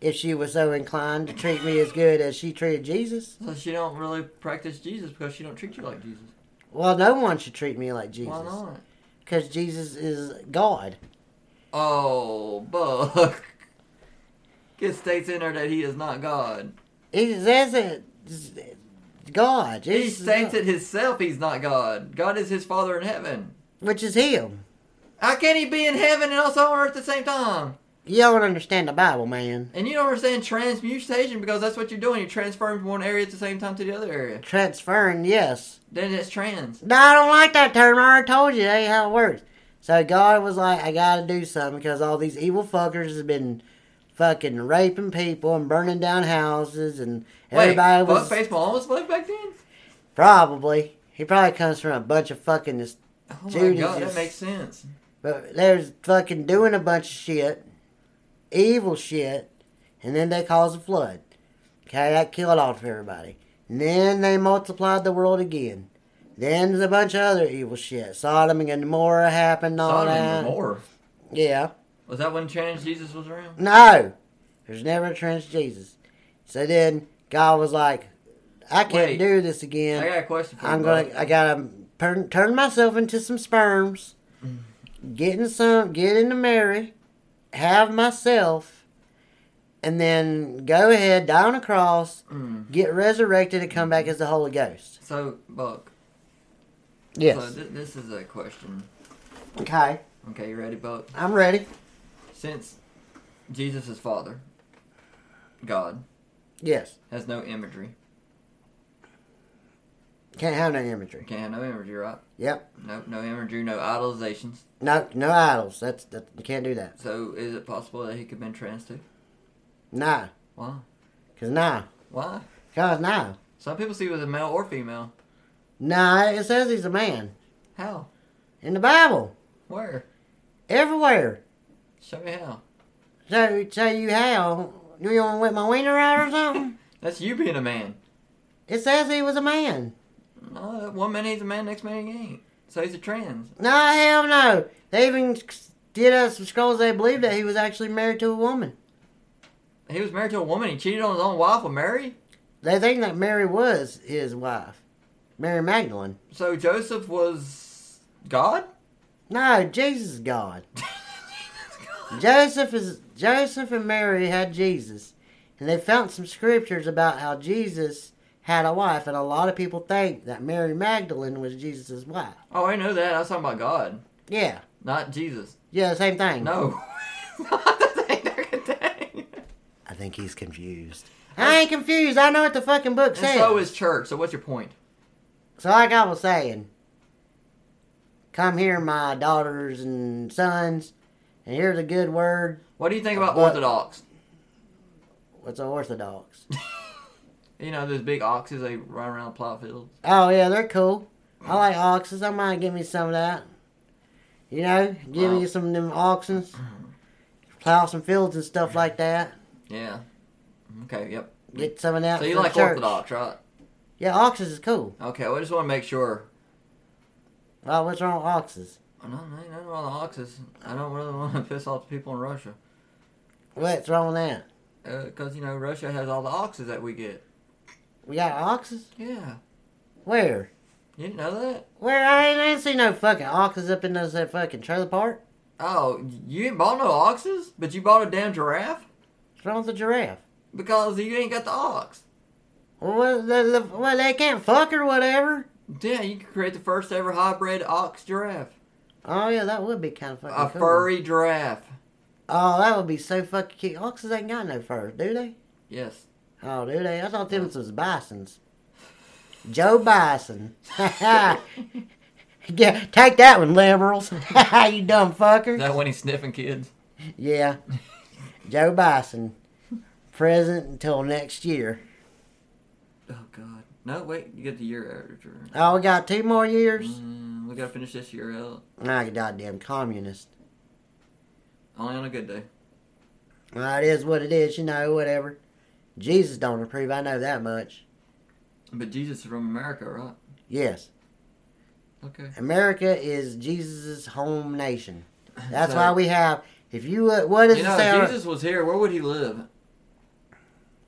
Speaker 2: If she was so inclined to treat me as good as she treated Jesus,
Speaker 1: So she don't really practice Jesus because she don't treat you like Jesus.
Speaker 2: well, no one should treat me like
Speaker 1: Why
Speaker 2: Jesus.
Speaker 1: not?
Speaker 2: Because Jesus is God.
Speaker 1: Oh, Buck. It states in there that he is not God.
Speaker 2: He says it. God.
Speaker 1: He
Speaker 2: Jesus is
Speaker 1: states
Speaker 2: God,
Speaker 1: it himself he's not God. God is his Father in heaven.
Speaker 2: Which is Him.
Speaker 1: How can he be in heaven and also on earth at the same time?
Speaker 2: You don't understand the Bible, man.
Speaker 1: And you don't understand transmutation because that's what you're doing. You're transferring from one area at the same time to the other area.
Speaker 2: Transferring, yes.
Speaker 1: Then it's trans.
Speaker 2: No, I don't like that term. I already told you that ain't how it works. So God was like, I gotta do something because all these evil fuckers have been fucking raping people and burning down houses and everybody
Speaker 1: Wait,
Speaker 2: was
Speaker 1: Fuckface Muhammad was back then?
Speaker 2: probably he probably comes from a bunch of fucking this,
Speaker 1: Oh my
Speaker 2: Judas
Speaker 1: god, that
Speaker 2: is-
Speaker 1: makes sense.
Speaker 2: but there's fucking doing a bunch of shit, evil shit, and then they caused a flood. Okay, that killed off everybody. And then they multiplied the world again. Then there's a bunch of other evil shit. Sodom and Gomorrah happened. All
Speaker 1: Sodom
Speaker 2: that.
Speaker 1: and Gomorrah.
Speaker 2: Yeah.
Speaker 1: Was that when trans Jesus was around?
Speaker 2: No. There's never a trans Jesus. So then God was like, I can't
Speaker 1: Wait.
Speaker 2: do this
Speaker 1: I
Speaker 2: again.
Speaker 1: got a question for you.
Speaker 2: I'm gonna
Speaker 1: bud.
Speaker 2: I gotta turn turn myself into some sperms. Getting some get into Mary, have myself, and then go ahead, die on a cross,
Speaker 1: Mm.
Speaker 2: get resurrected and come back as the Holy Ghost.
Speaker 1: So, Buck.
Speaker 2: Yes.
Speaker 1: So th- this is a question.
Speaker 2: okay.
Speaker 1: Okay, you ready, Buck?
Speaker 2: I'm ready.
Speaker 1: Since Jesus is Father, God
Speaker 2: Yes.
Speaker 1: has no imagery.
Speaker 2: Can't have no imagery.
Speaker 1: Can't have no imagery, right?
Speaker 2: Yep.
Speaker 1: Nope, no imagery, no idolizations.
Speaker 2: No no idols. That's that you can't do that.
Speaker 1: So, is it possible that he could have been trans too?
Speaker 2: Nah.
Speaker 1: Why?
Speaker 2: Cause nah.
Speaker 1: Why?
Speaker 2: Cause nah.
Speaker 1: Some people see it as a male or female.
Speaker 2: Nah, it says he's a man.
Speaker 1: How?
Speaker 2: In the Bible.
Speaker 1: Where?
Speaker 2: Everywhere.
Speaker 1: Show me how.
Speaker 2: So so you how you wanna whip my wiener out or something?
Speaker 1: That's you being a man.
Speaker 2: it says he was a man.
Speaker 1: No, that one minute he's a man, next minute he ain't. So he's a trans.
Speaker 2: Nah, hell no. They even did us some scrolls they believed that he was actually married to a woman.
Speaker 1: He was married to a woman. He cheated on his own wife with Mary.
Speaker 2: They think that Mary was his wife. Mary Magdalene.
Speaker 1: So Joseph was God.
Speaker 2: No, Jesus is God. Joseph is Joseph and Mary had Jesus, and they found some scriptures about how Jesus had a wife, and a lot of people think that Mary Magdalene was Jesus' wife.
Speaker 1: Oh, I know that. I was talking about God,
Speaker 2: Yeah,
Speaker 1: not Jesus.
Speaker 2: yeah, same thing.
Speaker 1: No. Not the same fucking thing.
Speaker 2: I think he's confused. I ain't confused. I know what the fucking book
Speaker 1: And
Speaker 2: says.
Speaker 1: so is church. So what's your point?
Speaker 2: So like I was saying, come here, my daughters and sons, and here's a good word.
Speaker 1: What do you think about
Speaker 2: But-
Speaker 1: Orthodox?
Speaker 2: What's orthodox?
Speaker 1: You know those big oxes they run around plow fields.
Speaker 2: oh yeah, they're cool. I like oxes. I might give me some of that. You know, give me
Speaker 1: Wow.
Speaker 2: some of them oxens, plow some fields and stuff like that.
Speaker 1: Yeah. Okay. Yep.
Speaker 2: Get some of that.
Speaker 1: So you
Speaker 2: for the
Speaker 1: like
Speaker 2: church.
Speaker 1: Orthodox, right?
Speaker 2: Yeah, oxes is cool.
Speaker 1: Okay. Well, I just want to make sure.
Speaker 2: Well, what's wrong with oxes?
Speaker 1: I don't know nothing wrong with oxes. I don't really want to piss off the people in Russia
Speaker 2: What's wrong with that?
Speaker 1: because you know Russia has all the oxes that we get.
Speaker 2: We got oxes?
Speaker 1: Yeah.
Speaker 2: Where?
Speaker 1: You didn't know that?
Speaker 2: Where? I ain't, I ain't seen no fucking oxes up in those that fucking trailer park.
Speaker 1: Oh, you ain't bought no oxes, but you bought a damn giraffe
Speaker 2: What's wrong with the giraffe?
Speaker 1: because you ain't got the ox.
Speaker 2: Well, they, they- well, they can't fuck or whatever.
Speaker 1: Yeah, you could create the first ever hybrid ox giraffe.
Speaker 2: Oh yeah, that would be kind of fucking
Speaker 1: A
Speaker 2: cool.
Speaker 1: furry giraffe.
Speaker 2: Oh, that would be so fucking cute. Oxes ain't got no fur, do they?
Speaker 1: Yes.
Speaker 2: Oh, do they? I thought them was bisons. Joe Bison. yeah, take that one, liberals. you dumb
Speaker 1: Is
Speaker 2: fucker.
Speaker 1: that when he's sniffing kids?
Speaker 2: Yeah. Joe Bison. Present until next year.
Speaker 1: Oh God. No, wait. You get the year editor.
Speaker 2: Oh, we got two more years.
Speaker 1: Mm, we gotta finish this year out.
Speaker 2: Ah, you goddamn communist.
Speaker 1: Only on a good day.
Speaker 2: Well, it is what it is, you know, whatever. Jesus don't approve, I know that much.
Speaker 1: But Jesus is from America, right?
Speaker 2: Yes.
Speaker 1: Okay.
Speaker 2: America is Jesus' home nation. That's
Speaker 1: So-
Speaker 2: why we have. If you look, what does
Speaker 1: You
Speaker 2: it
Speaker 1: know,
Speaker 2: say? on-
Speaker 1: if Jesus was here, where would he live?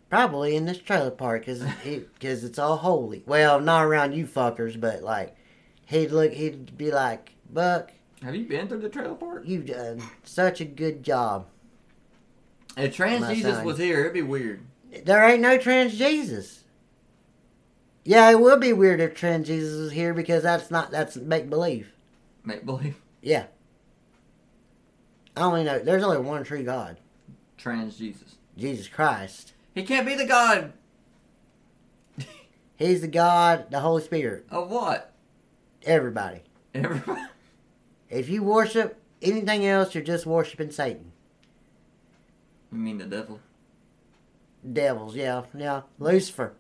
Speaker 2: Probably in this trailer park, cause it, cause it's all holy. Well, not around you fuckers, but like, he'd look, he'd be like, "Buck,
Speaker 1: Have you been through the trailer park?
Speaker 2: you've done such a good job."
Speaker 1: If trans
Speaker 2: My
Speaker 1: Jesus
Speaker 2: son.
Speaker 1: was here, it'd be weird.
Speaker 2: There ain't no trans Jesus. Yeah, it would be weird if trans Jesus was here because that's not that's make believe.
Speaker 1: Make believe
Speaker 2: Yeah. I only know there's only one true God,
Speaker 1: trans Jesus.
Speaker 2: Jesus Christ.
Speaker 1: He can't be the God
Speaker 2: He's the God, the Holy Spirit,
Speaker 1: of what?
Speaker 2: everybody.
Speaker 1: Everybody.
Speaker 2: If you worship anything else, you're just worshiping Satan.
Speaker 1: You mean the devil?
Speaker 2: Devils, yeah, yeah. Lucifer.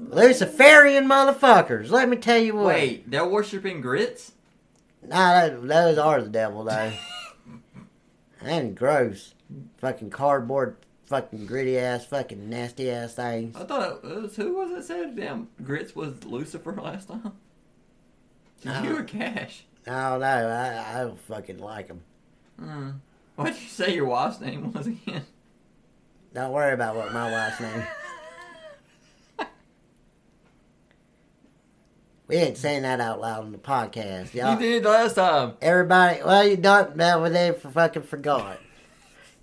Speaker 2: Luciferian motherfuckers, let me tell you what.
Speaker 1: Wait, they're worshiping grits?
Speaker 2: Nah, tho- those are the devil, though. and gross. Fucking cardboard, fucking gritty ass, fucking nasty ass things.
Speaker 1: I thought it was who was it said damn grits was Lucifer last time.
Speaker 2: No.
Speaker 1: You were Cash.
Speaker 2: No, no, I, I don't fucking like them. Hmm.
Speaker 1: Mm. What'd you say your wife's name was again?
Speaker 2: Don't worry about what my wife's name. We ain't saying that out loud on the podcast, y'all.
Speaker 1: You did last time.
Speaker 2: Everybody, well, you don't, man, they for fucking forgot.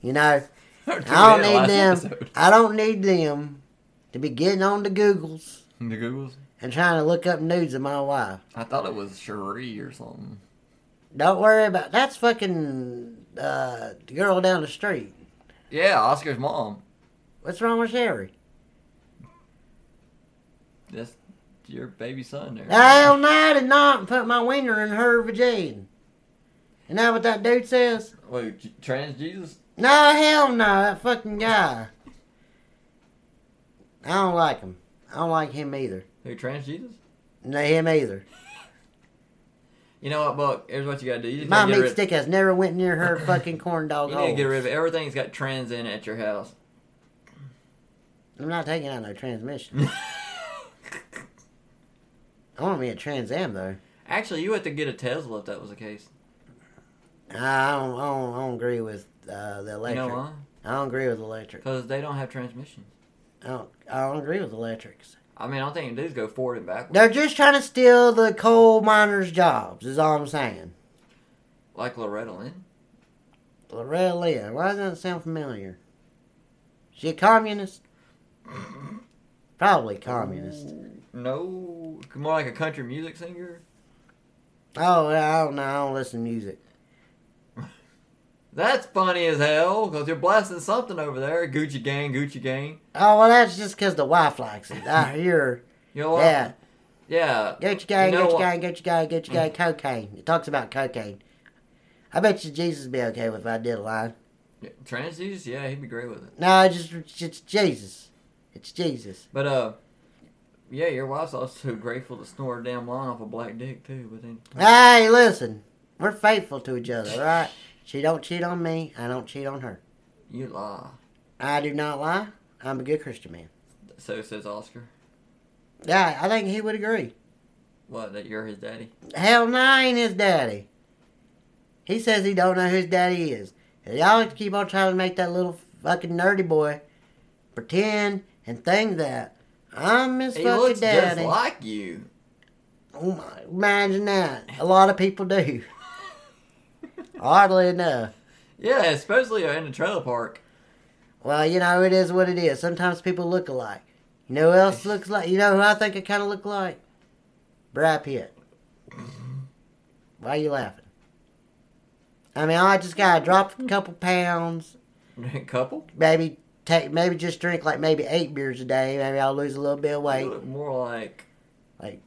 Speaker 2: You know,
Speaker 1: I don't
Speaker 2: I don't need them. I don't need them to be getting on the Googles
Speaker 1: The Googles.
Speaker 2: and trying to look up nudes of my wife.
Speaker 1: I thought it was Cherie or something.
Speaker 2: Don't worry about that's fucking uh, the girl down the street.
Speaker 1: Yeah, Oscar's mom.
Speaker 2: What's wrong with Sherry?
Speaker 1: That's your baby son there.
Speaker 2: Hell no, I did not put my wiener in her vagina. And that what that dude says?
Speaker 1: Wait, J- trans Jesus?
Speaker 2: No, hell no, that fucking guy. I don't like him. I don't like him either.
Speaker 1: Who trans Jesus?
Speaker 2: No, him either.
Speaker 1: You know what, Buck? Here's what you gotta do. You just
Speaker 2: My
Speaker 1: gotta get
Speaker 2: meat
Speaker 1: rid,
Speaker 2: stick has never went near her fucking corn dog
Speaker 1: you need to
Speaker 2: hole.
Speaker 1: get rid of everything that's got trans in it at your house.
Speaker 2: I'm not taking out no transmission. I want me a Trans Am though.
Speaker 1: Actually, you have to get a Tesla if that was the case.
Speaker 2: I don't, I don't, I don't agree with uh, the electric.
Speaker 1: You know why?
Speaker 2: I don't agree with electric.
Speaker 1: Because they don't have transmissions.
Speaker 2: I don't, I don't agree with electrics.
Speaker 1: I mean, all they can do is go forward and backwards.
Speaker 2: They're just trying to steal the coal miners' jobs. Is all I'm saying.
Speaker 1: Like Loretta Lynn?
Speaker 2: Loretta Lynn. Why does that sound familiar? She a communist? Probably communist.
Speaker 1: No. More like a country music singer?
Speaker 2: Oh, I don't know. I don't listen to music.
Speaker 1: That's funny as hell, because you're blasting something over there. Gucci Gang, Gucci Gang.
Speaker 2: Oh, well, that's just because the wife likes it. I hear.
Speaker 1: You know what?
Speaker 2: yeah.
Speaker 1: Yeah.
Speaker 2: Gucci gang,
Speaker 1: You know
Speaker 2: Gucci
Speaker 1: what?
Speaker 2: gang, Gucci gang, Gucci gang, cocaine. It talks about cocaine. I bet you Jesus would be okay with if I did a line.
Speaker 1: Yeah, Trans Jesus? Yeah, he'd be great with it.
Speaker 2: No, it's just it's Jesus. It's Jesus.
Speaker 1: But, uh, yeah, your wife's also grateful to snore a damn line off a black dick, too, but then.
Speaker 2: Hey, listen, we're faithful to each other, all right? She don't cheat on me. I don't cheat on her.
Speaker 1: You lie.
Speaker 2: I do not lie. I'm a good Christian man.
Speaker 1: So says Oscar.
Speaker 2: Yeah, I think he would agree.
Speaker 1: What, that you're his daddy?
Speaker 2: Hell, no, I ain't his daddy. He says he don't know who his daddy is. And y'all keep on trying to make that little fucking nerdy boy pretend and think that I'm his
Speaker 1: He
Speaker 2: fucking
Speaker 1: looks
Speaker 2: daddy.
Speaker 1: just like you.
Speaker 2: Oh my- Imagine that. A lot of people do. Oddly enough.
Speaker 1: Yeah, especially in the trailer park.
Speaker 2: Well, you know, it is what it is. Sometimes people look alike. You know who else looks like? You know who I think I kind of look like? Brad Pitt. Why you laughing? I mean, I just gotta drop a couple pounds.
Speaker 1: Couple?
Speaker 2: Maybe take, maybe just drink like maybe eight beers a day. Maybe I'll lose a little bit of
Speaker 1: You
Speaker 2: weight.
Speaker 1: look more like.
Speaker 2: Like-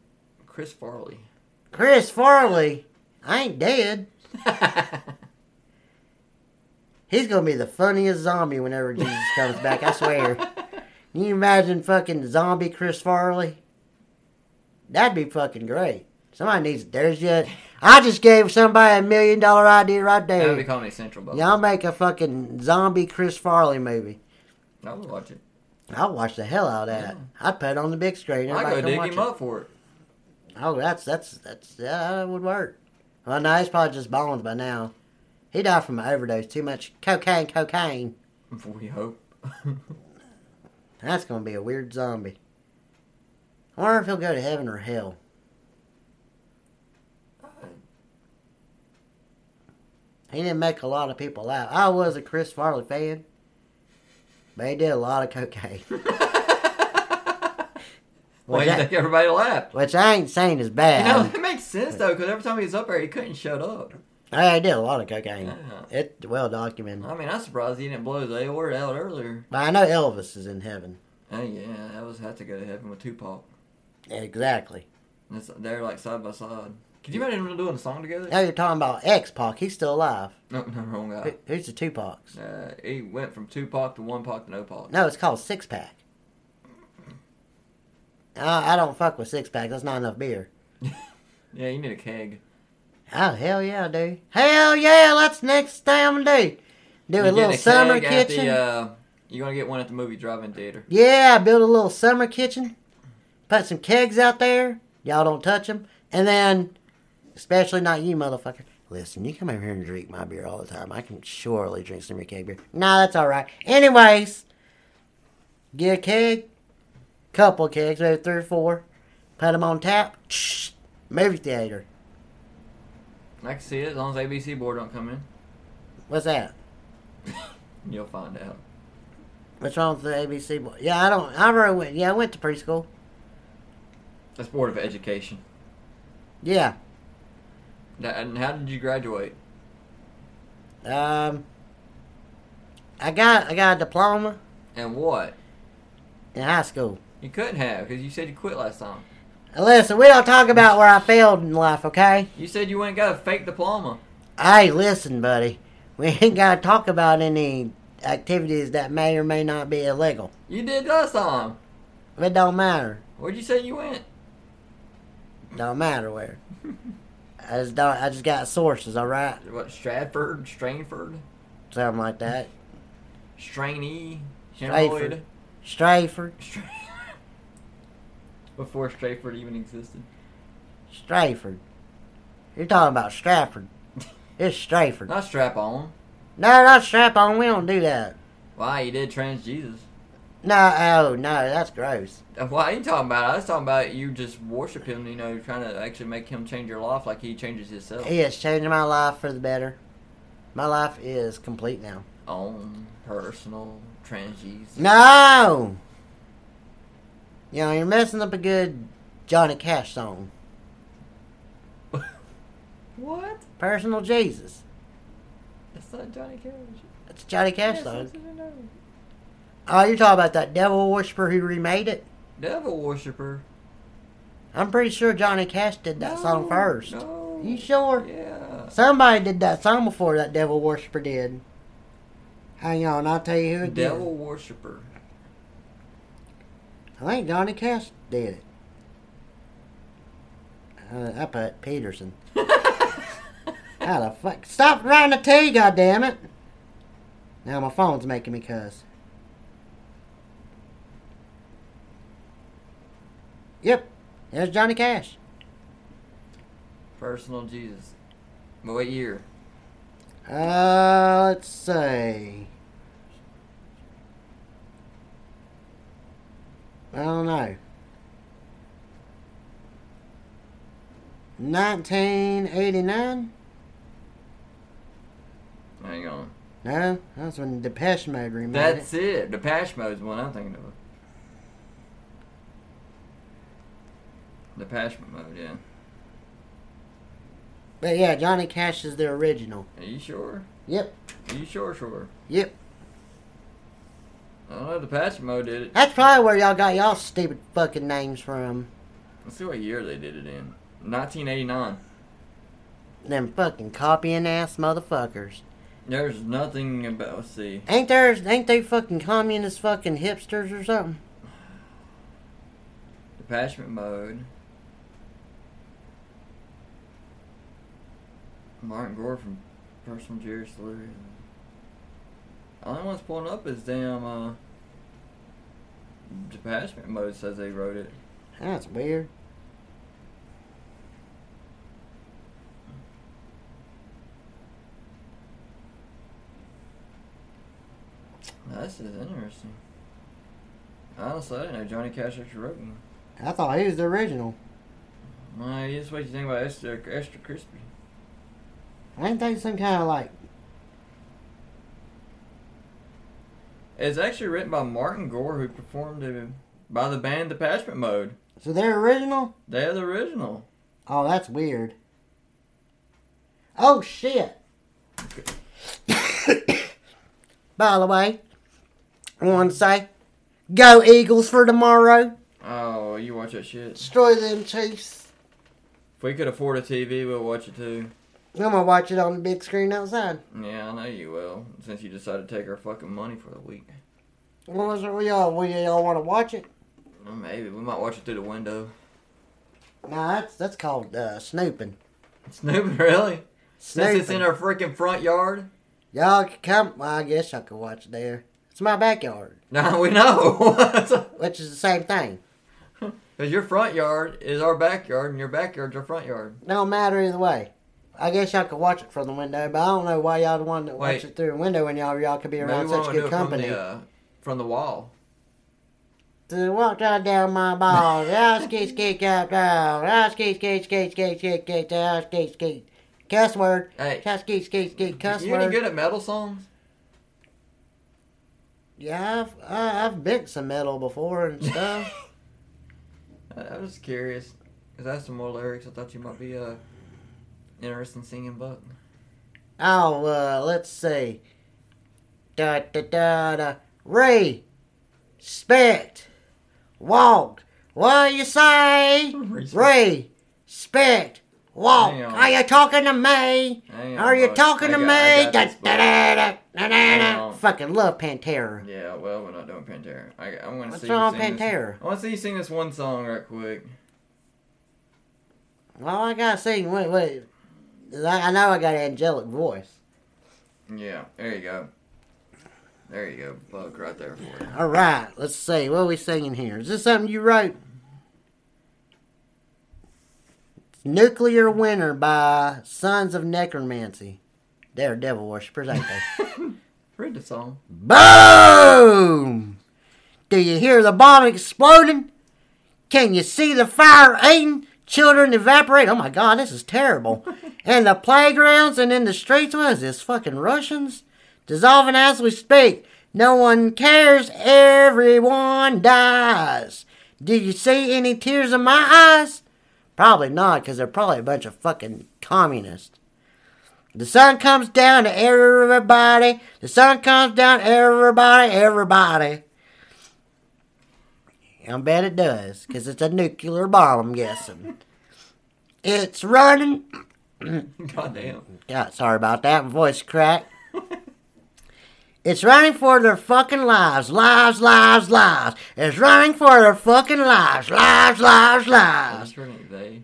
Speaker 1: Chris Farley.
Speaker 2: Chris Farley, I ain't dead. He's gonna be the funniest zombie whenever Jesus comes back. I swear. Can you imagine fucking zombie Chris Farley? That'd be fucking great. Somebody needs it. There's yet. I just gave somebody a million dollar idea right
Speaker 1: That would be
Speaker 2: there.
Speaker 1: Comedy Central, by the
Speaker 2: Y'all make a fucking zombie Chris Farley movie.
Speaker 1: way. I would watch it.
Speaker 2: I'll watch the hell out of that. I'd put it on the big screen.
Speaker 1: I
Speaker 2: Everybody
Speaker 1: go
Speaker 2: can
Speaker 1: dig
Speaker 2: watch
Speaker 1: him
Speaker 2: it.
Speaker 1: up for it.
Speaker 2: Oh, that's that's that's yeah, that would work. Well, no, he's probably just bones by now. He died from an overdose. Too much cocaine, cocaine.
Speaker 1: We hope.
Speaker 2: That's gonna be a weird zombie. I wonder if he'll go to heaven or hell. He didn't make a lot of people laugh. I was a Chris Farley fan, but he did a lot of cocaine,
Speaker 1: Why
Speaker 2: Was
Speaker 1: do you
Speaker 2: that-
Speaker 1: think everybody laughed?
Speaker 2: which I ain't saying is
Speaker 1: You know,
Speaker 2: bad.
Speaker 1: it makes sense though, because every time he was up there, he couldn't shut up.
Speaker 2: I did a lot of cocaine.
Speaker 1: Yeah.
Speaker 2: It well documented.
Speaker 1: I mean, I'm surprised he didn't blow his aorta out earlier.
Speaker 2: But I know Elvis is in heaven.
Speaker 1: Oh yeah, that was had to go to heaven with Tupac.
Speaker 2: Exactly.
Speaker 1: And It's, they're like side by side. Could you imagine them doing a song together?
Speaker 2: Now you're talking about X Pac. He's still alive.
Speaker 1: No, no, wrong guy.
Speaker 2: Who- Who's the two Pacs?
Speaker 1: Uh, he went from Tupac to one Pac to no Pac.
Speaker 2: No, it's called Six Pack. I, I don't fuck with Six Pack. That's not enough beer.
Speaker 1: Yeah, you need a keg.
Speaker 2: Oh hell yeah, dude! Hell yeah, that's the next thing I'm gonna do. Do
Speaker 1: You
Speaker 2: a
Speaker 1: get
Speaker 2: little
Speaker 1: keg
Speaker 2: summer
Speaker 1: at the,
Speaker 2: kitchen.
Speaker 1: uh, you're gonna get one at the movie drive-in theater.
Speaker 2: Yeah, build a little summer kitchen. Put some kegs out there. Y'all don't touch them. And then, especially not you, motherfucker. Listen, you come over here and drink my beer all the time. I can surely drink some of your keg beer. Nah, that's all right. Anyways, get a keg, couple kegs, maybe three or four. Put them on tap. Shh, movie theater.
Speaker 1: I can see it as long as ABC board don't come in.
Speaker 2: What's that?
Speaker 1: You'll find out.
Speaker 2: What's wrong with the ABC? boy? Yeah, I don't. I already went. Yeah, I went to preschool.
Speaker 1: That's board of education.
Speaker 2: Yeah.
Speaker 1: That, and how did you graduate?
Speaker 2: Um. I got I got a diploma.
Speaker 1: And what?
Speaker 2: in high school.
Speaker 1: You couldn't have because you said you quit last time.
Speaker 2: Now, Listen, we don't talk about where I failed in life, okay?
Speaker 1: You said you went and got a fake diploma.
Speaker 2: Hey, listen, buddy. We ain't got to talk about any activities that may or may not be illegal.
Speaker 1: You did last time.
Speaker 2: It don't matter.
Speaker 1: Where'd you say you went?
Speaker 2: Don't matter where. I just don't. I just got sources, all right?
Speaker 1: What Stratford, Strainford,
Speaker 2: Something like that.
Speaker 1: Strainee,
Speaker 2: Stratford.
Speaker 1: Hemorrhoid,
Speaker 2: Strayford,
Speaker 1: Stra- before Stratford even existed.
Speaker 2: Strayford. You're talking about Stratford. It's Strayford.
Speaker 1: Not strap on.
Speaker 2: No, not strap on. We don't do that.
Speaker 1: Why you did trans Jesus?
Speaker 2: No, oh, no, that's gross.
Speaker 1: Well, I ain't talking about. it. I was talking about you just worship him. You know, trying to actually make him change your life like he changes himself.
Speaker 2: He has changed my life for the better. My life is complete now.
Speaker 1: Own personal transies.
Speaker 2: No! You know, you're messing up a good Johnny Cash song.
Speaker 1: What?
Speaker 2: Personal Jesus.
Speaker 1: That's not Johnny Cash.
Speaker 2: That's a Johnny Cash
Speaker 1: Yes,
Speaker 2: song.
Speaker 1: that's his name.
Speaker 2: Oh, you're talking about that devil worshiper who remade it?
Speaker 1: Devil worshiper.
Speaker 2: I'm pretty sure Johnny Cash did that song
Speaker 1: No,
Speaker 2: first.
Speaker 1: no.
Speaker 2: You sure?
Speaker 1: Yeah.
Speaker 2: Somebody did that song before that devil worshiper did. Hang on, I'll tell you who it
Speaker 1: Devil worshiper.
Speaker 2: did. I think Johnny Cash did it. Uh, I put Peterson. How the fuck? Stop writing the T, goddammit! Now my phone's making me cuss. Yep, there's Johnny Cash.
Speaker 1: Personal Jesus. But what year?
Speaker 2: Uh, let's see. I don't know. 1989?
Speaker 1: Hang on.
Speaker 2: No, that's when Depeche Mode remade
Speaker 1: That's
Speaker 2: it.
Speaker 1: it. The Pash Mode's one I'm thinking of. The Pash Mode, yeah.
Speaker 2: But yeah, Johnny Cash is the original.
Speaker 1: Are you sure?
Speaker 2: Yep,
Speaker 1: Are you sure, sure?
Speaker 2: yep.
Speaker 1: I don't know. The Pash Mode did it.
Speaker 2: That's probably where y'all got y'all stupid fucking names from.
Speaker 1: Let's see what year they did it in. 1989.
Speaker 2: Them fucking copying ass motherfuckers.
Speaker 1: There's nothing about. Let's see.
Speaker 2: Ain't there? Ain't they fucking communist fucking hipsters or something?
Speaker 1: Detachment mode. Martin Gore from Personal Jerry Slurry. Only one's pulling up is damn uh Detachment mode says they wrote it.
Speaker 2: That's weird.
Speaker 1: Now, this is interesting. Honestly, I didn't know Johnny Cash actually wrote one.
Speaker 2: I thought he was the original.
Speaker 1: Well, that's what you think about extra, extra crispy.
Speaker 2: Ain't they some kind of like?
Speaker 1: It's actually written by Martin Gore, who performed it by the band Detachment Mode.
Speaker 2: So they're original?
Speaker 1: They're the original.
Speaker 2: Oh, that's weird. Oh shit! By the way, I want to say, go Eagles for tomorrow.
Speaker 1: Oh, you watch that shit.
Speaker 2: Destroy them Chiefs.
Speaker 1: If we could afford a TV, we'll watch it too.
Speaker 2: I'm gonna watch it on the big screen outside.
Speaker 1: Yeah, I know you will. Since you decided to take our fucking money for the week.
Speaker 2: What was it? We all we all want to watch it.
Speaker 1: Well, maybe. We might watch it through the window.
Speaker 2: Nah, that's that's called uh, snooping.
Speaker 1: Snooping, really? Since it's
Speaker 2: Snooping.
Speaker 1: in our freaking front yard?
Speaker 2: Y'all can come. Well, I guess y'all could watch it there. It's my backyard,
Speaker 1: No, we know.
Speaker 2: which is the same thing.
Speaker 1: Because your front yard is our backyard, and your backyard's our front yard.
Speaker 2: Don't matter either way. I guess y'all could watch it from the window, but I don't know why y'all would want to watch
Speaker 1: Wait.
Speaker 2: it through a window when y'all y'all could be around
Speaker 1: why don't
Speaker 2: such
Speaker 1: we do
Speaker 2: good
Speaker 1: it from the,
Speaker 2: company.
Speaker 1: uh, from the wall.
Speaker 2: To walk right down my balls, I skate skate cat down, I skate skate skate skate skate skate down, skate skate. Cuss word.
Speaker 1: Hey.
Speaker 2: I skate skate skate cuss
Speaker 1: you any
Speaker 2: word.
Speaker 1: good at metal songs?
Speaker 2: Yeah, I've I, I've bent some metal before and stuff.
Speaker 1: I, I was just curious. Because I have some more lyrics. I thought you might be uh, interested in singing Buck.
Speaker 2: oh, uh, let's see. Da da da da. Ray, spect, walk. What you say? Ray, spect, walk.
Speaker 1: Hang on.
Speaker 2: Are you talking to me?
Speaker 1: Hang on,
Speaker 2: Are you
Speaker 1: bud.
Speaker 2: talking
Speaker 1: I
Speaker 2: to
Speaker 1: got- I got
Speaker 2: me? Da
Speaker 1: this,
Speaker 2: da
Speaker 1: bud.
Speaker 2: da da da da
Speaker 1: Hang
Speaker 2: da.
Speaker 1: on.
Speaker 2: Fucking love Pantera.
Speaker 1: Yeah, well, we're not doing Pantera. I, I want to
Speaker 2: What's
Speaker 1: see
Speaker 2: wrong
Speaker 1: you
Speaker 2: with
Speaker 1: sing this-
Speaker 2: Pantera?
Speaker 1: I want to see you sing this one song right quick.
Speaker 2: Well, I gotta sing. Wait, wait. I I know I got an angelic voice.
Speaker 1: Yeah, there you go. There you go. Bug right there for you.
Speaker 2: All right, let's see. What are we singing here? Is this something you wrote? It's Nuclear Winter by Sons of Necromancy. They're devil worshippers, ain't they?
Speaker 1: Read the song.
Speaker 2: Boom! Do you hear the bomb exploding? Can you see the fire eating? Children evaporate. Oh my God, this is terrible. and the playgrounds and in the streets. What is this? Fucking Russians? Dissolving as we speak. No one cares. Everyone dies. Did you see any tears in my eyes? Probably not, because they're probably a bunch of fucking communists. The sun comes down to everybody. The sun comes down to everybody, everybody. I bet it does, because it's a nuclear bomb, I'm guessing. It's running.
Speaker 1: Goddamn.
Speaker 2: God, sorry about that. My voice cracked. It's running for their fucking lives. Lives, lives, lives. It's running for their fucking lives. Lives, lives, lives.
Speaker 1: That's really they.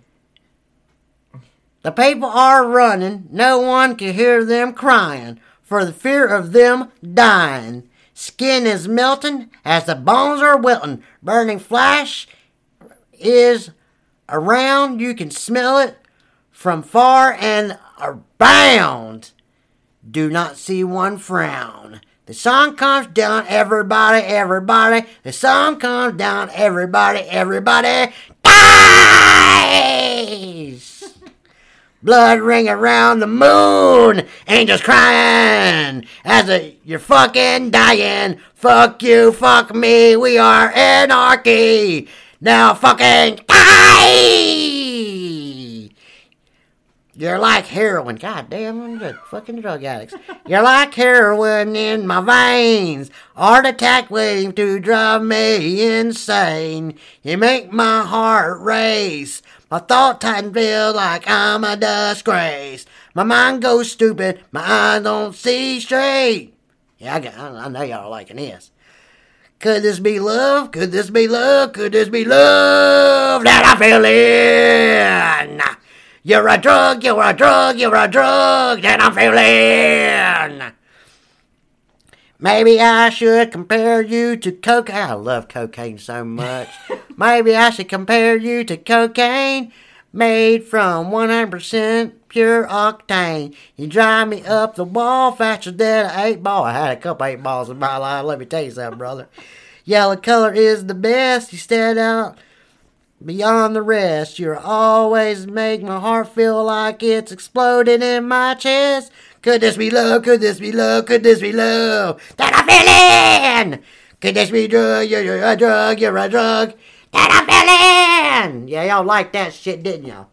Speaker 2: The people are running. No one can hear them crying for the fear of them dying. Skin is melting as the bones are wilting. Burning flash is around. You can smell it from far and around. Do not see one frown. The sun comes down, everybody, everybody. The sun comes down, everybody, everybody. Dies! Blood ring around the moon. Angels crying as a, you're fucking dying. Fuck you, fuck me. We are anarchy. Now fucking die. You're like heroin. God damn, I'm just fucking drug addicts. You're like heroin in my veins. Heart attack waiting to drive me insane. You make my heart race. My thought titan feel like I'm a disgrace. My mind goes stupid. My eyes don't see straight. Yeah, I, got, I I know y'all are liking this. Could this be love? Could this be love? Could this be love that I feel in? You're a drug, you're a drug, you're a drug that I'm feeling. Maybe I should compare you to cocaine. I love cocaine so much. Maybe I should compare you to cocaine made from 100% pure octane. You drive me up the wall faster than an eight ball. I had a couple eight balls in my life. Let me tell you something, brother. Yellow color is the best. You stand out beyond the rest. You always make my heart feel like it's exploding in my chest. Could this be love? Could this be love? Could this be love that I'm feeling? Could this be drug? You're, you're a drug. You're a drug that I'm feeling. Yeah, y'all liked that shit, didn't y'all?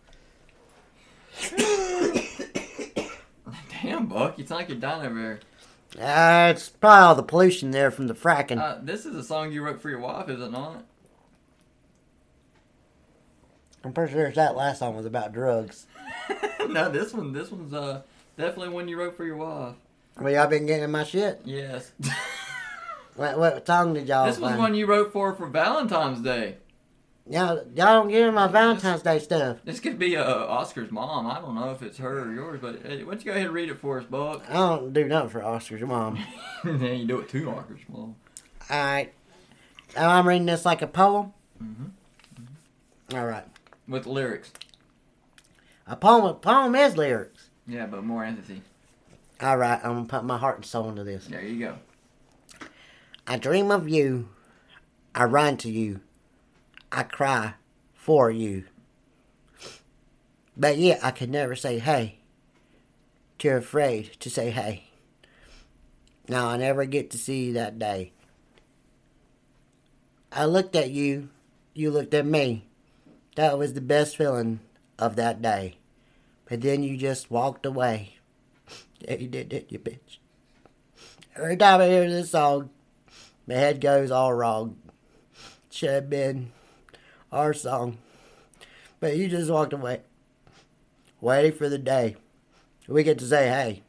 Speaker 1: Damn, Buck, you sound like you're dying over here.
Speaker 2: Uh, it's probably all the pollution there from the fracking.
Speaker 1: Uh, this is a song you wrote for your wife, is it not?
Speaker 2: I'm pretty sure that last song was about drugs.
Speaker 1: no, this one, this one's uh definitely one you wrote for your wife.
Speaker 2: Well, y'all been getting my shit.
Speaker 1: Yes.
Speaker 2: What, what song did y'all?
Speaker 1: this was
Speaker 2: find?
Speaker 1: one you wrote for for Valentine's Day.
Speaker 2: Y'all, y'all don't get in my Valentine's Day stuff.
Speaker 1: This could be uh, Oscar's mom. I don't know if it's her or yours, but hey, why don't you go ahead and read it for us, Buck?
Speaker 2: I don't do nothing for Oscar's mom.
Speaker 1: yeah, you do it to Oscar's mom.
Speaker 2: All right. Now I'm reading this like a poem.
Speaker 1: Mhm.
Speaker 2: All right.
Speaker 1: With lyrics.
Speaker 2: A poem, poem is lyrics.
Speaker 1: Yeah, but more empathy.
Speaker 2: All right. I'm going to put my heart and soul into this.
Speaker 1: There you go.
Speaker 2: I dream of you. I run to you. I cry for you. But yet I can never say hey. Too afraid to say hey. Now I never get to see you that day. I looked at you. You looked at me. That was the best feeling of that day. But then you just walked away. Yeah, you did, didn't you, bitch? Every time I hear this song, my head goes all wrong. Should have been our song. But you just walked away, waiting for the day we get to say, hey.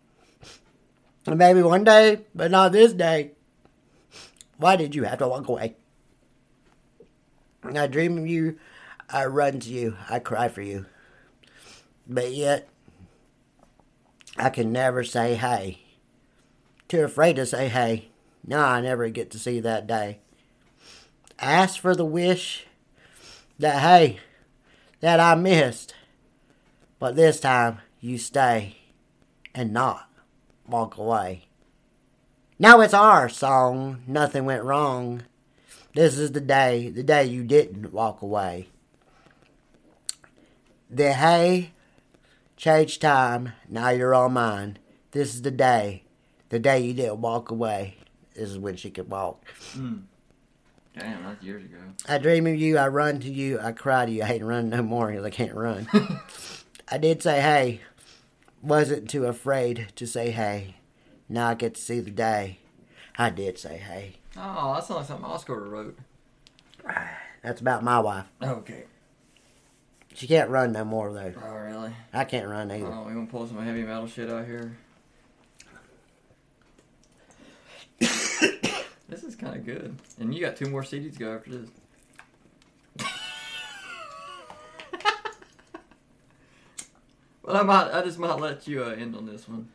Speaker 2: And maybe one day, but not this day. Why did you have to walk away? I dream of you. I run to you. I cry for you. But yet, I can never say hey. Too afraid to say hey. No, I never get to see that day. I asked for the wish that hey, that I missed. But this time, you stay and not walk away. Now it's our song, Nothing Went Wrong. This is the day, the day you didn't walk away. The hay changed time, now you're all mine. This is the day, the day you didn't walk away. This is when she could walk.
Speaker 1: Mm. Damn, that's years ago.
Speaker 2: I dream of you, I run to you, I cry to you, I hate to run no more because I can't run. I did say hey, wasn't too afraid to say hey. Now I get to see the day. I did say hey.
Speaker 1: Oh, that sounds like something Oscar wrote.
Speaker 2: That's about my wife.
Speaker 1: Okay.
Speaker 2: She can't run no more though.
Speaker 1: Oh, really?
Speaker 2: I can't run either.
Speaker 1: Oh, we gonna pull some heavy metal shit out here. this is kind of good, and you got two more CDs to go after this. well, I might, I just might let you uh, end on this one.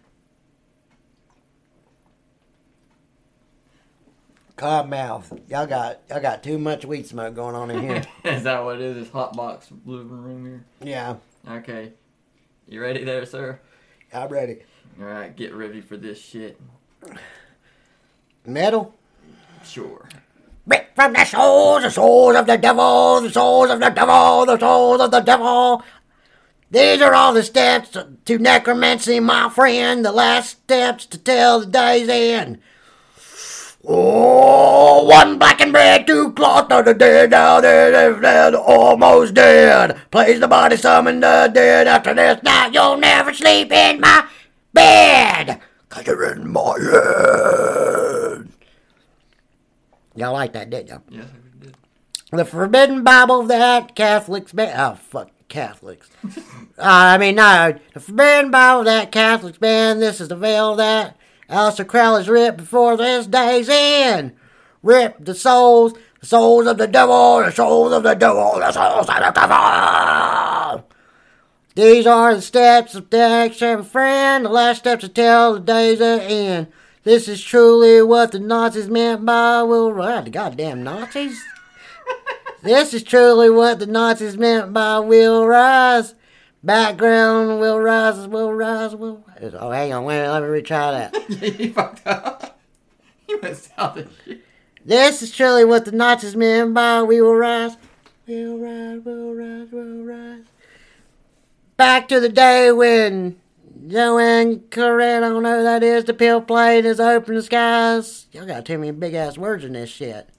Speaker 2: Cobb mouth. Y'all got y'all got too much weed smoke going on in here.
Speaker 1: is that what it is? This hot box living room here.
Speaker 2: yeah,
Speaker 1: Okay, you ready there, sir?
Speaker 2: I'm ready.
Speaker 1: All right, get ready for this shit.
Speaker 2: Metal.
Speaker 1: Sure.
Speaker 2: Ripped from the souls, the souls of the devil, the souls of the devil, the souls of the devil. These are all the steps to necromancy, my friend. The last steps to tell the day's end. Oh, one blackened bread, two cloth of the dead, now dead, dead, dead, almost dead. Place the body, summon the dead. After this night, you'll never sleep in my bed. Cause you're in my head. Y'all like that, didn't y'all?
Speaker 1: Yes, I did.
Speaker 2: The Forbidden Bible that Catholics ban. Oh, fuck, Catholics. uh, I mean, no. The Forbidden Bible that Catholics ban. This is the veil that Aleister Crowley's ripped before this day's end. Rip the souls, the souls of the devil, the souls of the devil, the souls of the devil. These are the steps of the action, friend. The last steps to tell the day's at end. This is truly what the Nazis meant by will ride. The goddamn Nazis. This is truly what the Nazis meant by will rise. Background will rise, will rise, will rise. Oh, hang on, wait, a minute, let me retry that.
Speaker 1: you fucked up. You messed out this shit.
Speaker 2: this is truly what the Nazis meant by we will rise. We'll rise, we'll rise, we'll rise. Back to the day when Joanne Corrado, know that is, the pill plane is open the skies. Y'all got too many big ass words in this shit.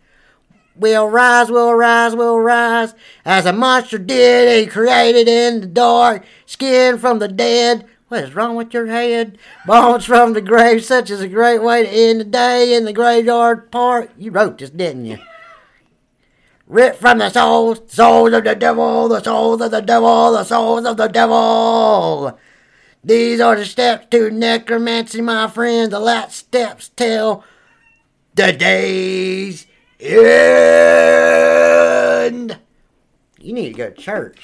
Speaker 2: We'll rise, we'll rise, we'll rise, as a monster did he created in the dark, skin from the dead. What is wrong with your head? Bones from the grave, such is a great way to end the day in the graveyard park. You wrote this, didn't you? Ripped from the souls, souls of the devil, the souls of the devil, the souls of the devil. These are the steps to necromancy, my friend. The last steps tell the days end. You need to go to church.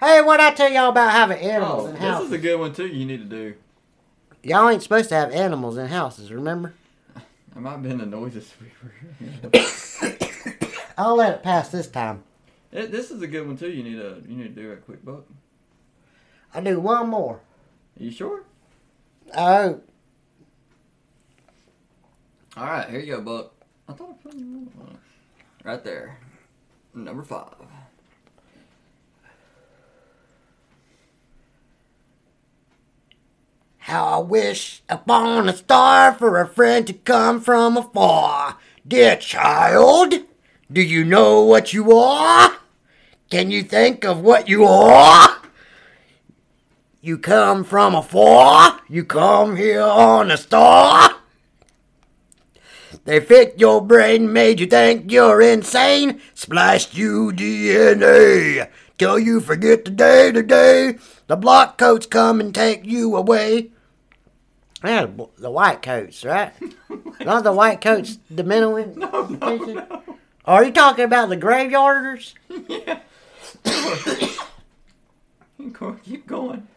Speaker 2: hey, what I tell y'all about having animals
Speaker 1: Oh,
Speaker 2: in
Speaker 1: this
Speaker 2: houses?
Speaker 1: is a good one too. You need to do.
Speaker 2: y'all ain't supposed to have animals in houses, remember?
Speaker 1: I might have been the noises we were.
Speaker 2: I'll let it pass this time.
Speaker 1: Th- this is a good one too. You need a you need to do a quick book.
Speaker 2: I do one more.
Speaker 1: Are you sure?
Speaker 2: Oh,
Speaker 1: All right, here you go, Buck. I thought I put you on. Right there, number five.
Speaker 2: How I wish upon a star for a friend to come from afar. Dear child, do you know what you are? Can you think of what you are? You come from afar, you come here on a star. They fit your brain, made you think you're insane, spliced you DNA. Till you forget the day to day, the block coats come and take you away. Yeah, the the white coats, right? Not the white coats, the mental. in- Are you talking about the graveyarders?
Speaker 1: Keep going. Keep going.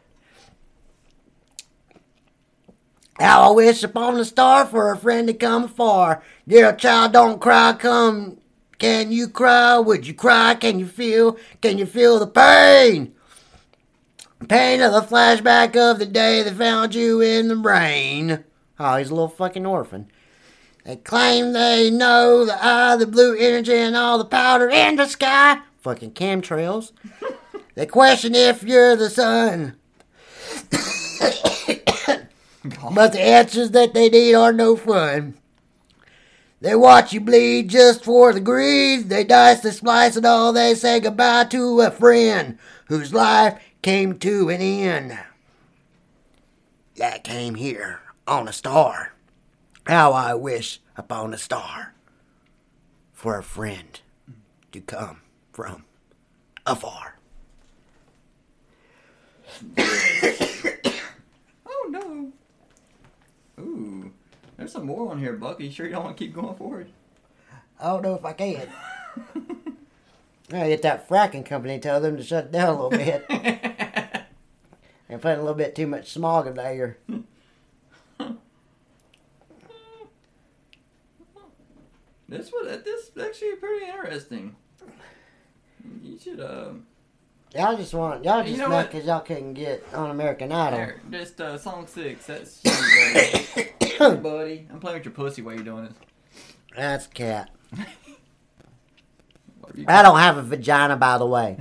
Speaker 2: How I wish upon a star for a friend to come far. Dear child, don't cry, come. Can you cry? Would you cry? Can you feel? Can you feel the pain? Pain of the flashback of the day they found you in the rain. Oh, he's a little fucking orphan. They claim they know the eye, the blue energy, and all the powder in the sky. Fucking chemtrails. they question if you're the sun. but the answers that they need are no fun. They watch you bleed just for the greed. They dice, they splice, and all they say goodbye to a friend whose life came to an end. That came here on a star. How I wish upon a star for a friend to come from afar.
Speaker 1: Oh no. Ooh. There's some more on here, Bucky. You sure you don't want to keep going forward?
Speaker 2: I don't know if I can. I get that fracking company, tell them to shut down a little bit. and put a little bit too much smog in there.
Speaker 1: This was this is actually pretty interesting. You should uh
Speaker 2: Y'all just want y'all
Speaker 1: You
Speaker 2: just
Speaker 1: know
Speaker 2: mad
Speaker 1: what?
Speaker 2: because y'all couldn't get on American Idol.
Speaker 1: there, just uh song six. That's you, buddy. buddy. I'm playing with your pussy while you're doing this.
Speaker 2: That's cat.
Speaker 1: What are you-
Speaker 2: I don't have a vagina, by the way.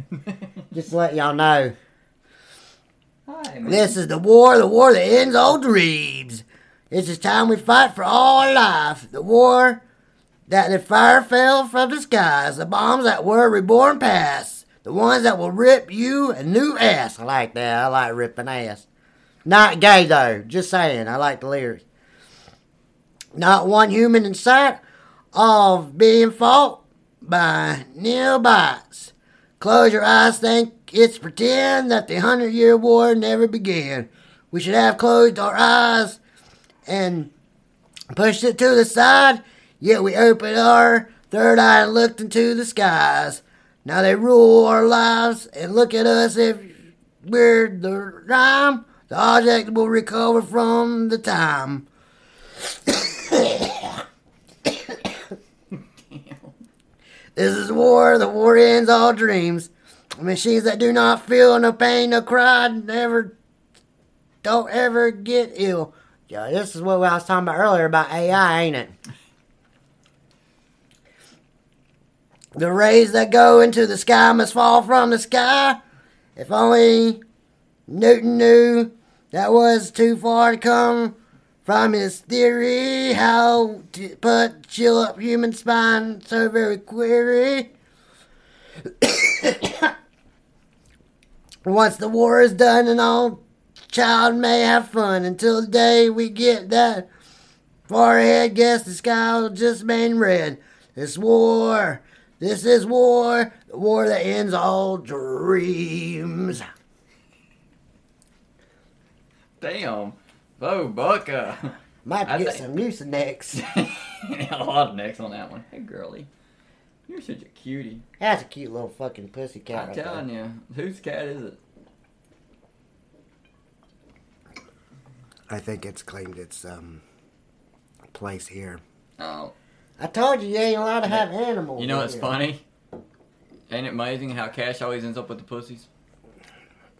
Speaker 2: Just to let y'all know.
Speaker 1: Hi, man.
Speaker 2: This is the war, the war that ends all dreams. This is time we fight for all life. The war that the fire fell from the skies. The bombs that were reborn past. The ones that will rip you a new ass. I like that. I like ripping ass. Not gay though. Just saying. I like the lyrics. Not one human in sight. All being fought by Neil Bites. Close your eyes, think it's pretend that the Hundred Year War never began. We should have closed our eyes and pushed it to the side, yet we opened our third eye and looked into the skies. Now they rule our lives and look at us if we're the rhyme, the object will recover from the time. This is war. The war ends all dreams. Machines that do not feel no pain, no cry, never, don't ever get ill. Yeah, this is what I was talking about earlier about AI, ain't it? The rays that go into the sky must fall from the sky. If only Newton knew that was too far to come from his theory how to put chill up human spine so very query. Once the war is done and all child may have fun until the day we get that far ahead guess the sky will just remain red. This war, this is war, the war that ends all dreams.
Speaker 1: Damn. Bo Bucka.
Speaker 2: Might
Speaker 1: I
Speaker 2: get
Speaker 1: think-
Speaker 2: some music next.
Speaker 1: a lot of necks on that one. Hey girly. You're such a cutie.
Speaker 2: That's a cute little fucking pussy cat.
Speaker 1: I'm
Speaker 2: right there.
Speaker 1: telling you. Whose cat is it?
Speaker 2: I think it's claimed its um place here.
Speaker 1: Oh.
Speaker 2: I told you you ain't allowed to have animals.
Speaker 1: You know what's
Speaker 2: here.
Speaker 1: funny? Ain't it amazing how Cash always ends up with the pussies?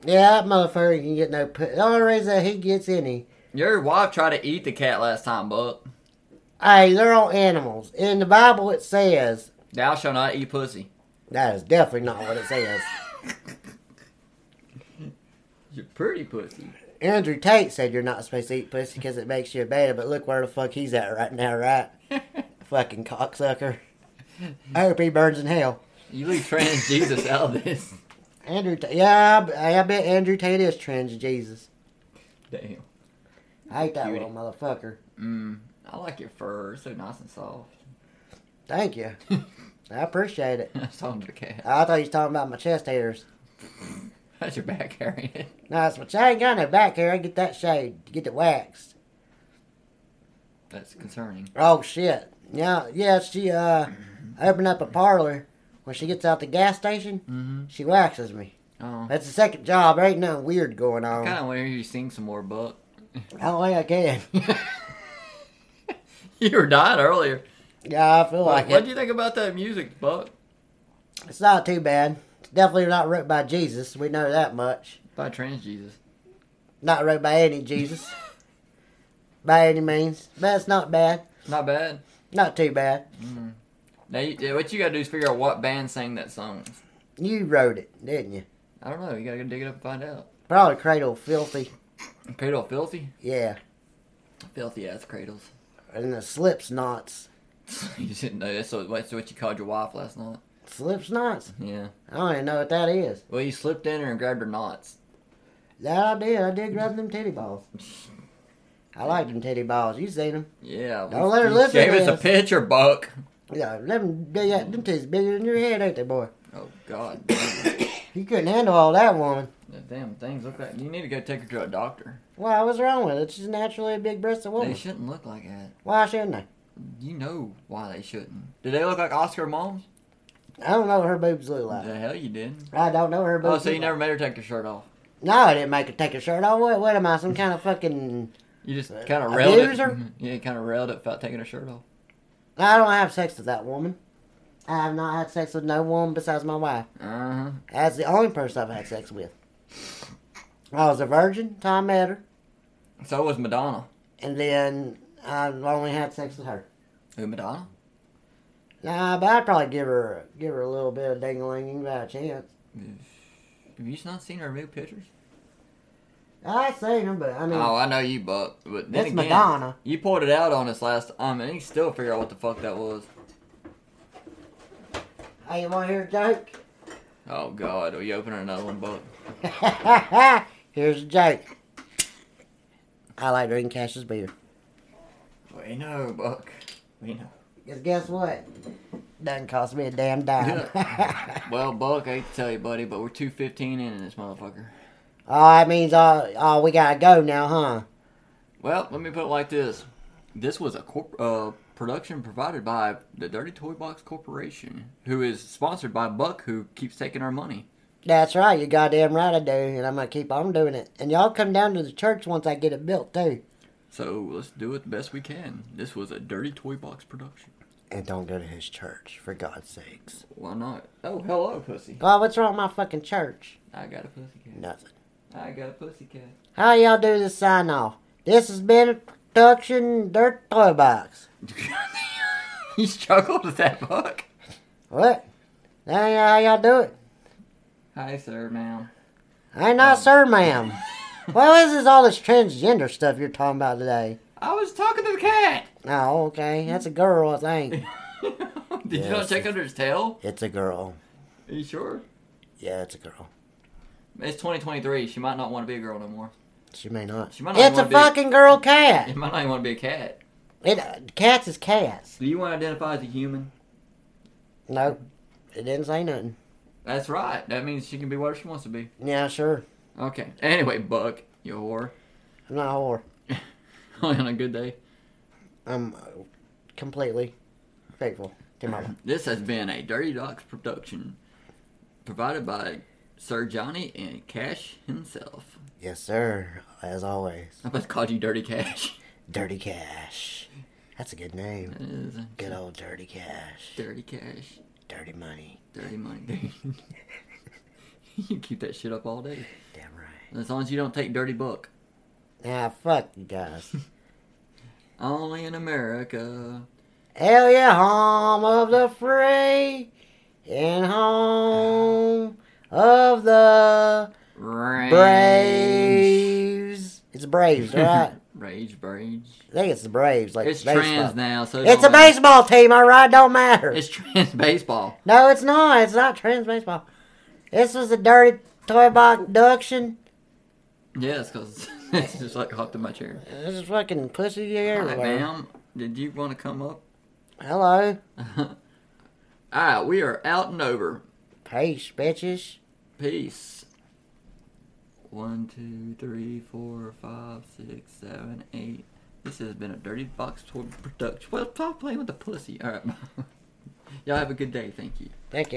Speaker 2: Yeah, that motherfucker can get no put. The only reason that he gets any.
Speaker 1: Your wife tried to eat the cat last time, Buck.
Speaker 2: Hey, they're all animals. In the Bible, it says
Speaker 1: Thou shall not eat pussy.
Speaker 2: that is definitely not what it says.
Speaker 1: You're pretty pussy.
Speaker 2: Andrew Tate said you're not supposed to eat pussy because it makes you a beta, but look where the fuck he's at right now, right? fucking cocksucker. I hope he burns in hell.
Speaker 1: You leave trans Jesus out of this.
Speaker 2: Andrew, Ta- yeah, I b- I bet Andrew Tate is trans Jesus.
Speaker 1: Damn.
Speaker 2: I hate that
Speaker 1: Cutie.
Speaker 2: little motherfucker.
Speaker 1: Mm, I like your fur. It's so nice and soft.
Speaker 2: Thank you. I appreciate it.
Speaker 1: I was talking to the cat.
Speaker 2: I thought you was talking about my chest hairs.
Speaker 1: How's your back hairy?
Speaker 2: No, it's my I ain't got no back hair. I get that shaved, get it waxed.
Speaker 1: That's concerning.
Speaker 2: Oh shit! Yeah, yeah. She uh, opened up a parlor. When she gets out the gas station,
Speaker 1: Mm-hmm.
Speaker 2: she waxes me.
Speaker 1: Oh.
Speaker 2: That's the second job. There ain't nothing weird going on.
Speaker 1: kind of want to hear you sing some more, Buck.
Speaker 2: I don't think I can.
Speaker 1: you were dying earlier.
Speaker 2: Yeah, I feel like
Speaker 1: what do
Speaker 2: it.
Speaker 1: you think about that music, Buck?
Speaker 2: It's not too bad. It's definitely not written by Jesus. We know that much.
Speaker 1: By trans Jesus.
Speaker 2: Not right by any Jesus. by any means. That's not bad.
Speaker 1: Not bad. Mm.
Speaker 2: Not too bad.
Speaker 1: Now, you, what you gotta do is figure out what band sang that song.
Speaker 2: You wrote it, didn't you?
Speaker 1: I don't know. You gotta go dig it up and find out.
Speaker 2: Probably Cradle Filthy.
Speaker 1: Cradle of Filthy?
Speaker 2: Yeah.
Speaker 1: Filthy ass cradles.
Speaker 2: And the Slips Knots.
Speaker 1: you didn't know that's what, that's what you called your wife last night.
Speaker 2: Slips Knots?
Speaker 1: Yeah.
Speaker 2: I don't even know what that is.
Speaker 1: Well, you slipped in her and grabbed her knots.
Speaker 2: That I did. I did grab them titty balls. I like them titty balls. You seen them.
Speaker 1: Yeah.
Speaker 2: Don't let her
Speaker 1: you
Speaker 2: listen
Speaker 1: Gave
Speaker 2: to
Speaker 1: us a
Speaker 2: this.
Speaker 1: picture, Buck.
Speaker 2: Yeah, them, they got them titties bigger than your head, ain't they, boy?
Speaker 1: Oh God.
Speaker 2: You couldn't handle all that, woman.
Speaker 1: The damn things look like. You need to go take her to a doctor.
Speaker 2: Why, what's wrong with it? She's naturally a big-breasted
Speaker 1: They
Speaker 2: woman.
Speaker 1: shouldn't look like that.
Speaker 2: Why shouldn't they?
Speaker 1: You know why they shouldn't. Did they look like Oscar moms?
Speaker 2: I don't know what her boobs look like.
Speaker 1: The hell you didn't.
Speaker 2: I don't know her boobs.
Speaker 1: Oh, so you
Speaker 2: look
Speaker 1: never
Speaker 2: like.
Speaker 1: made her take her shirt off.
Speaker 2: No, I didn't make her take her shirt off. What, what am I, some kind of fucking...
Speaker 1: You just
Speaker 2: Uh,
Speaker 1: kind of railed it. Mm-hmm.
Speaker 2: abuse her?
Speaker 1: Yeah, kind of railed it without taking her shirt off.
Speaker 2: I don't have sex with that woman. I have not had sex with no woman besides my wife.
Speaker 1: Uh huh.
Speaker 2: That's the only person I've had sex with. I was a virgin till I met her,
Speaker 1: So was Madonna.
Speaker 2: and then I've only had sex with her.
Speaker 1: Who Madonna?
Speaker 2: Nah, but I'd probably give her give her a little bit of ding-a-linging by a chance.
Speaker 1: Have you not seen her new pictures?
Speaker 2: I seen them, but I mean,
Speaker 1: Oh, I know you, Buck. But then
Speaker 2: That's
Speaker 1: again,
Speaker 2: Madonna.
Speaker 1: You poured it out on us last time, and you still figure out what the fuck that was.
Speaker 2: hey, you want to hear a joke?
Speaker 1: Oh God, are you opening another one, Buck?
Speaker 2: Here's a joke. I like drinking Cash's beer.
Speaker 1: We know, Buck. We know.
Speaker 2: Because guess what? Doesn't cost me a damn dime.
Speaker 1: well, Buck, I hate to tell you, buddy, but we're two fifteen in in this motherfucker.
Speaker 2: oh, that means all, all we gotta go now, huh?
Speaker 1: Well, let me put it like this: This was a corp- uh, production provided by the Dirty Toy Box Corporation, who is sponsored by Buck, who keeps taking our money.
Speaker 2: That's right, you goddamn right I do, and I'm gonna keep on doing it. And y'all come down to the church once I get it built too.
Speaker 1: So let's do it the best we can. This was a Dirty Toy Box production.
Speaker 2: And don't go to his church, for God's sakes.
Speaker 1: Why not? Oh, hello, pussy.
Speaker 2: Well, what's wrong with my fucking church?
Speaker 1: I got a pussy cat.
Speaker 2: Nothing.
Speaker 1: I got a pussy cat.
Speaker 2: How y'all do this sign off? This has been a production dirt toy box.
Speaker 1: you struggled with that, Buck.
Speaker 2: What? That ain't how y'all do it.
Speaker 1: Hi, sir, ma'am.
Speaker 2: I ain't not sir ma'am. what is this all this transgender stuff you're talking about today?
Speaker 1: I was talking to the cat.
Speaker 2: Oh, okay. That's a girl, I think.
Speaker 1: Did you not
Speaker 2: Yes.
Speaker 1: check under his tail?
Speaker 2: It's a girl.
Speaker 1: Are you sure?
Speaker 2: Yeah, it's a girl.
Speaker 1: It's 2023. She might not want to be a girl no more.
Speaker 2: She may not.
Speaker 1: She might not
Speaker 2: it's a
Speaker 1: wanna be-
Speaker 2: fucking girl cat.
Speaker 1: It might not even want to be a cat.
Speaker 2: It uh, cats is cats.
Speaker 1: Do you want to identify as a human?
Speaker 2: Nope. It didn't say nothing.
Speaker 1: That's right. That means she can be whatever she wants to be.
Speaker 2: Yeah, sure.
Speaker 1: Okay. Anyway, Buck, you whore.
Speaker 2: I'm not a whore.
Speaker 1: On a good day.
Speaker 2: I'm uh, completely grateful to my wife.
Speaker 1: This has been a Dirty Docs production provided by Sir Johnny and Cash himself.
Speaker 2: Yes, sir. As always.
Speaker 1: I must call you Dirty Cash.
Speaker 2: Dirty Cash. That's a good name.
Speaker 1: That is a
Speaker 2: Good old Dirty Cash.
Speaker 1: Dirty Cash.
Speaker 2: Dirty money.
Speaker 1: Dirty money, dude. you keep that shit up all day.
Speaker 2: Damn right.
Speaker 1: As long as you don't take Dirty Buck.
Speaker 2: Ah, fuck you guys.
Speaker 1: Only in America.
Speaker 2: Hell yeah, home of the free and home of the
Speaker 1: Rage.
Speaker 2: Braves. It's Braves, right?
Speaker 1: Rage, rage.
Speaker 2: I think it's the Braves. Like
Speaker 1: It's
Speaker 2: baseball.
Speaker 1: trans now, so it
Speaker 2: It's a
Speaker 1: don't matter.
Speaker 2: baseball team, all right. Don't matter.
Speaker 1: It's trans baseball.
Speaker 2: no, it's not. It's not trans baseball. This was a dirty toy box production.
Speaker 1: Yes, because it's just like hopped in my chair.
Speaker 2: This is fucking pussy
Speaker 1: Hi,
Speaker 2: everywhere.
Speaker 1: ma'am. Did you want to come up?
Speaker 2: Hello,
Speaker 1: all right, we are out and over.
Speaker 2: peace, bitches.
Speaker 1: Peace. One, two, three, four, five, six, seven, eight. This has been a Dirty Box Toy production. Well, stop playing with the pussy. All right. Y'all have a good day. Thank you.
Speaker 2: Thank you.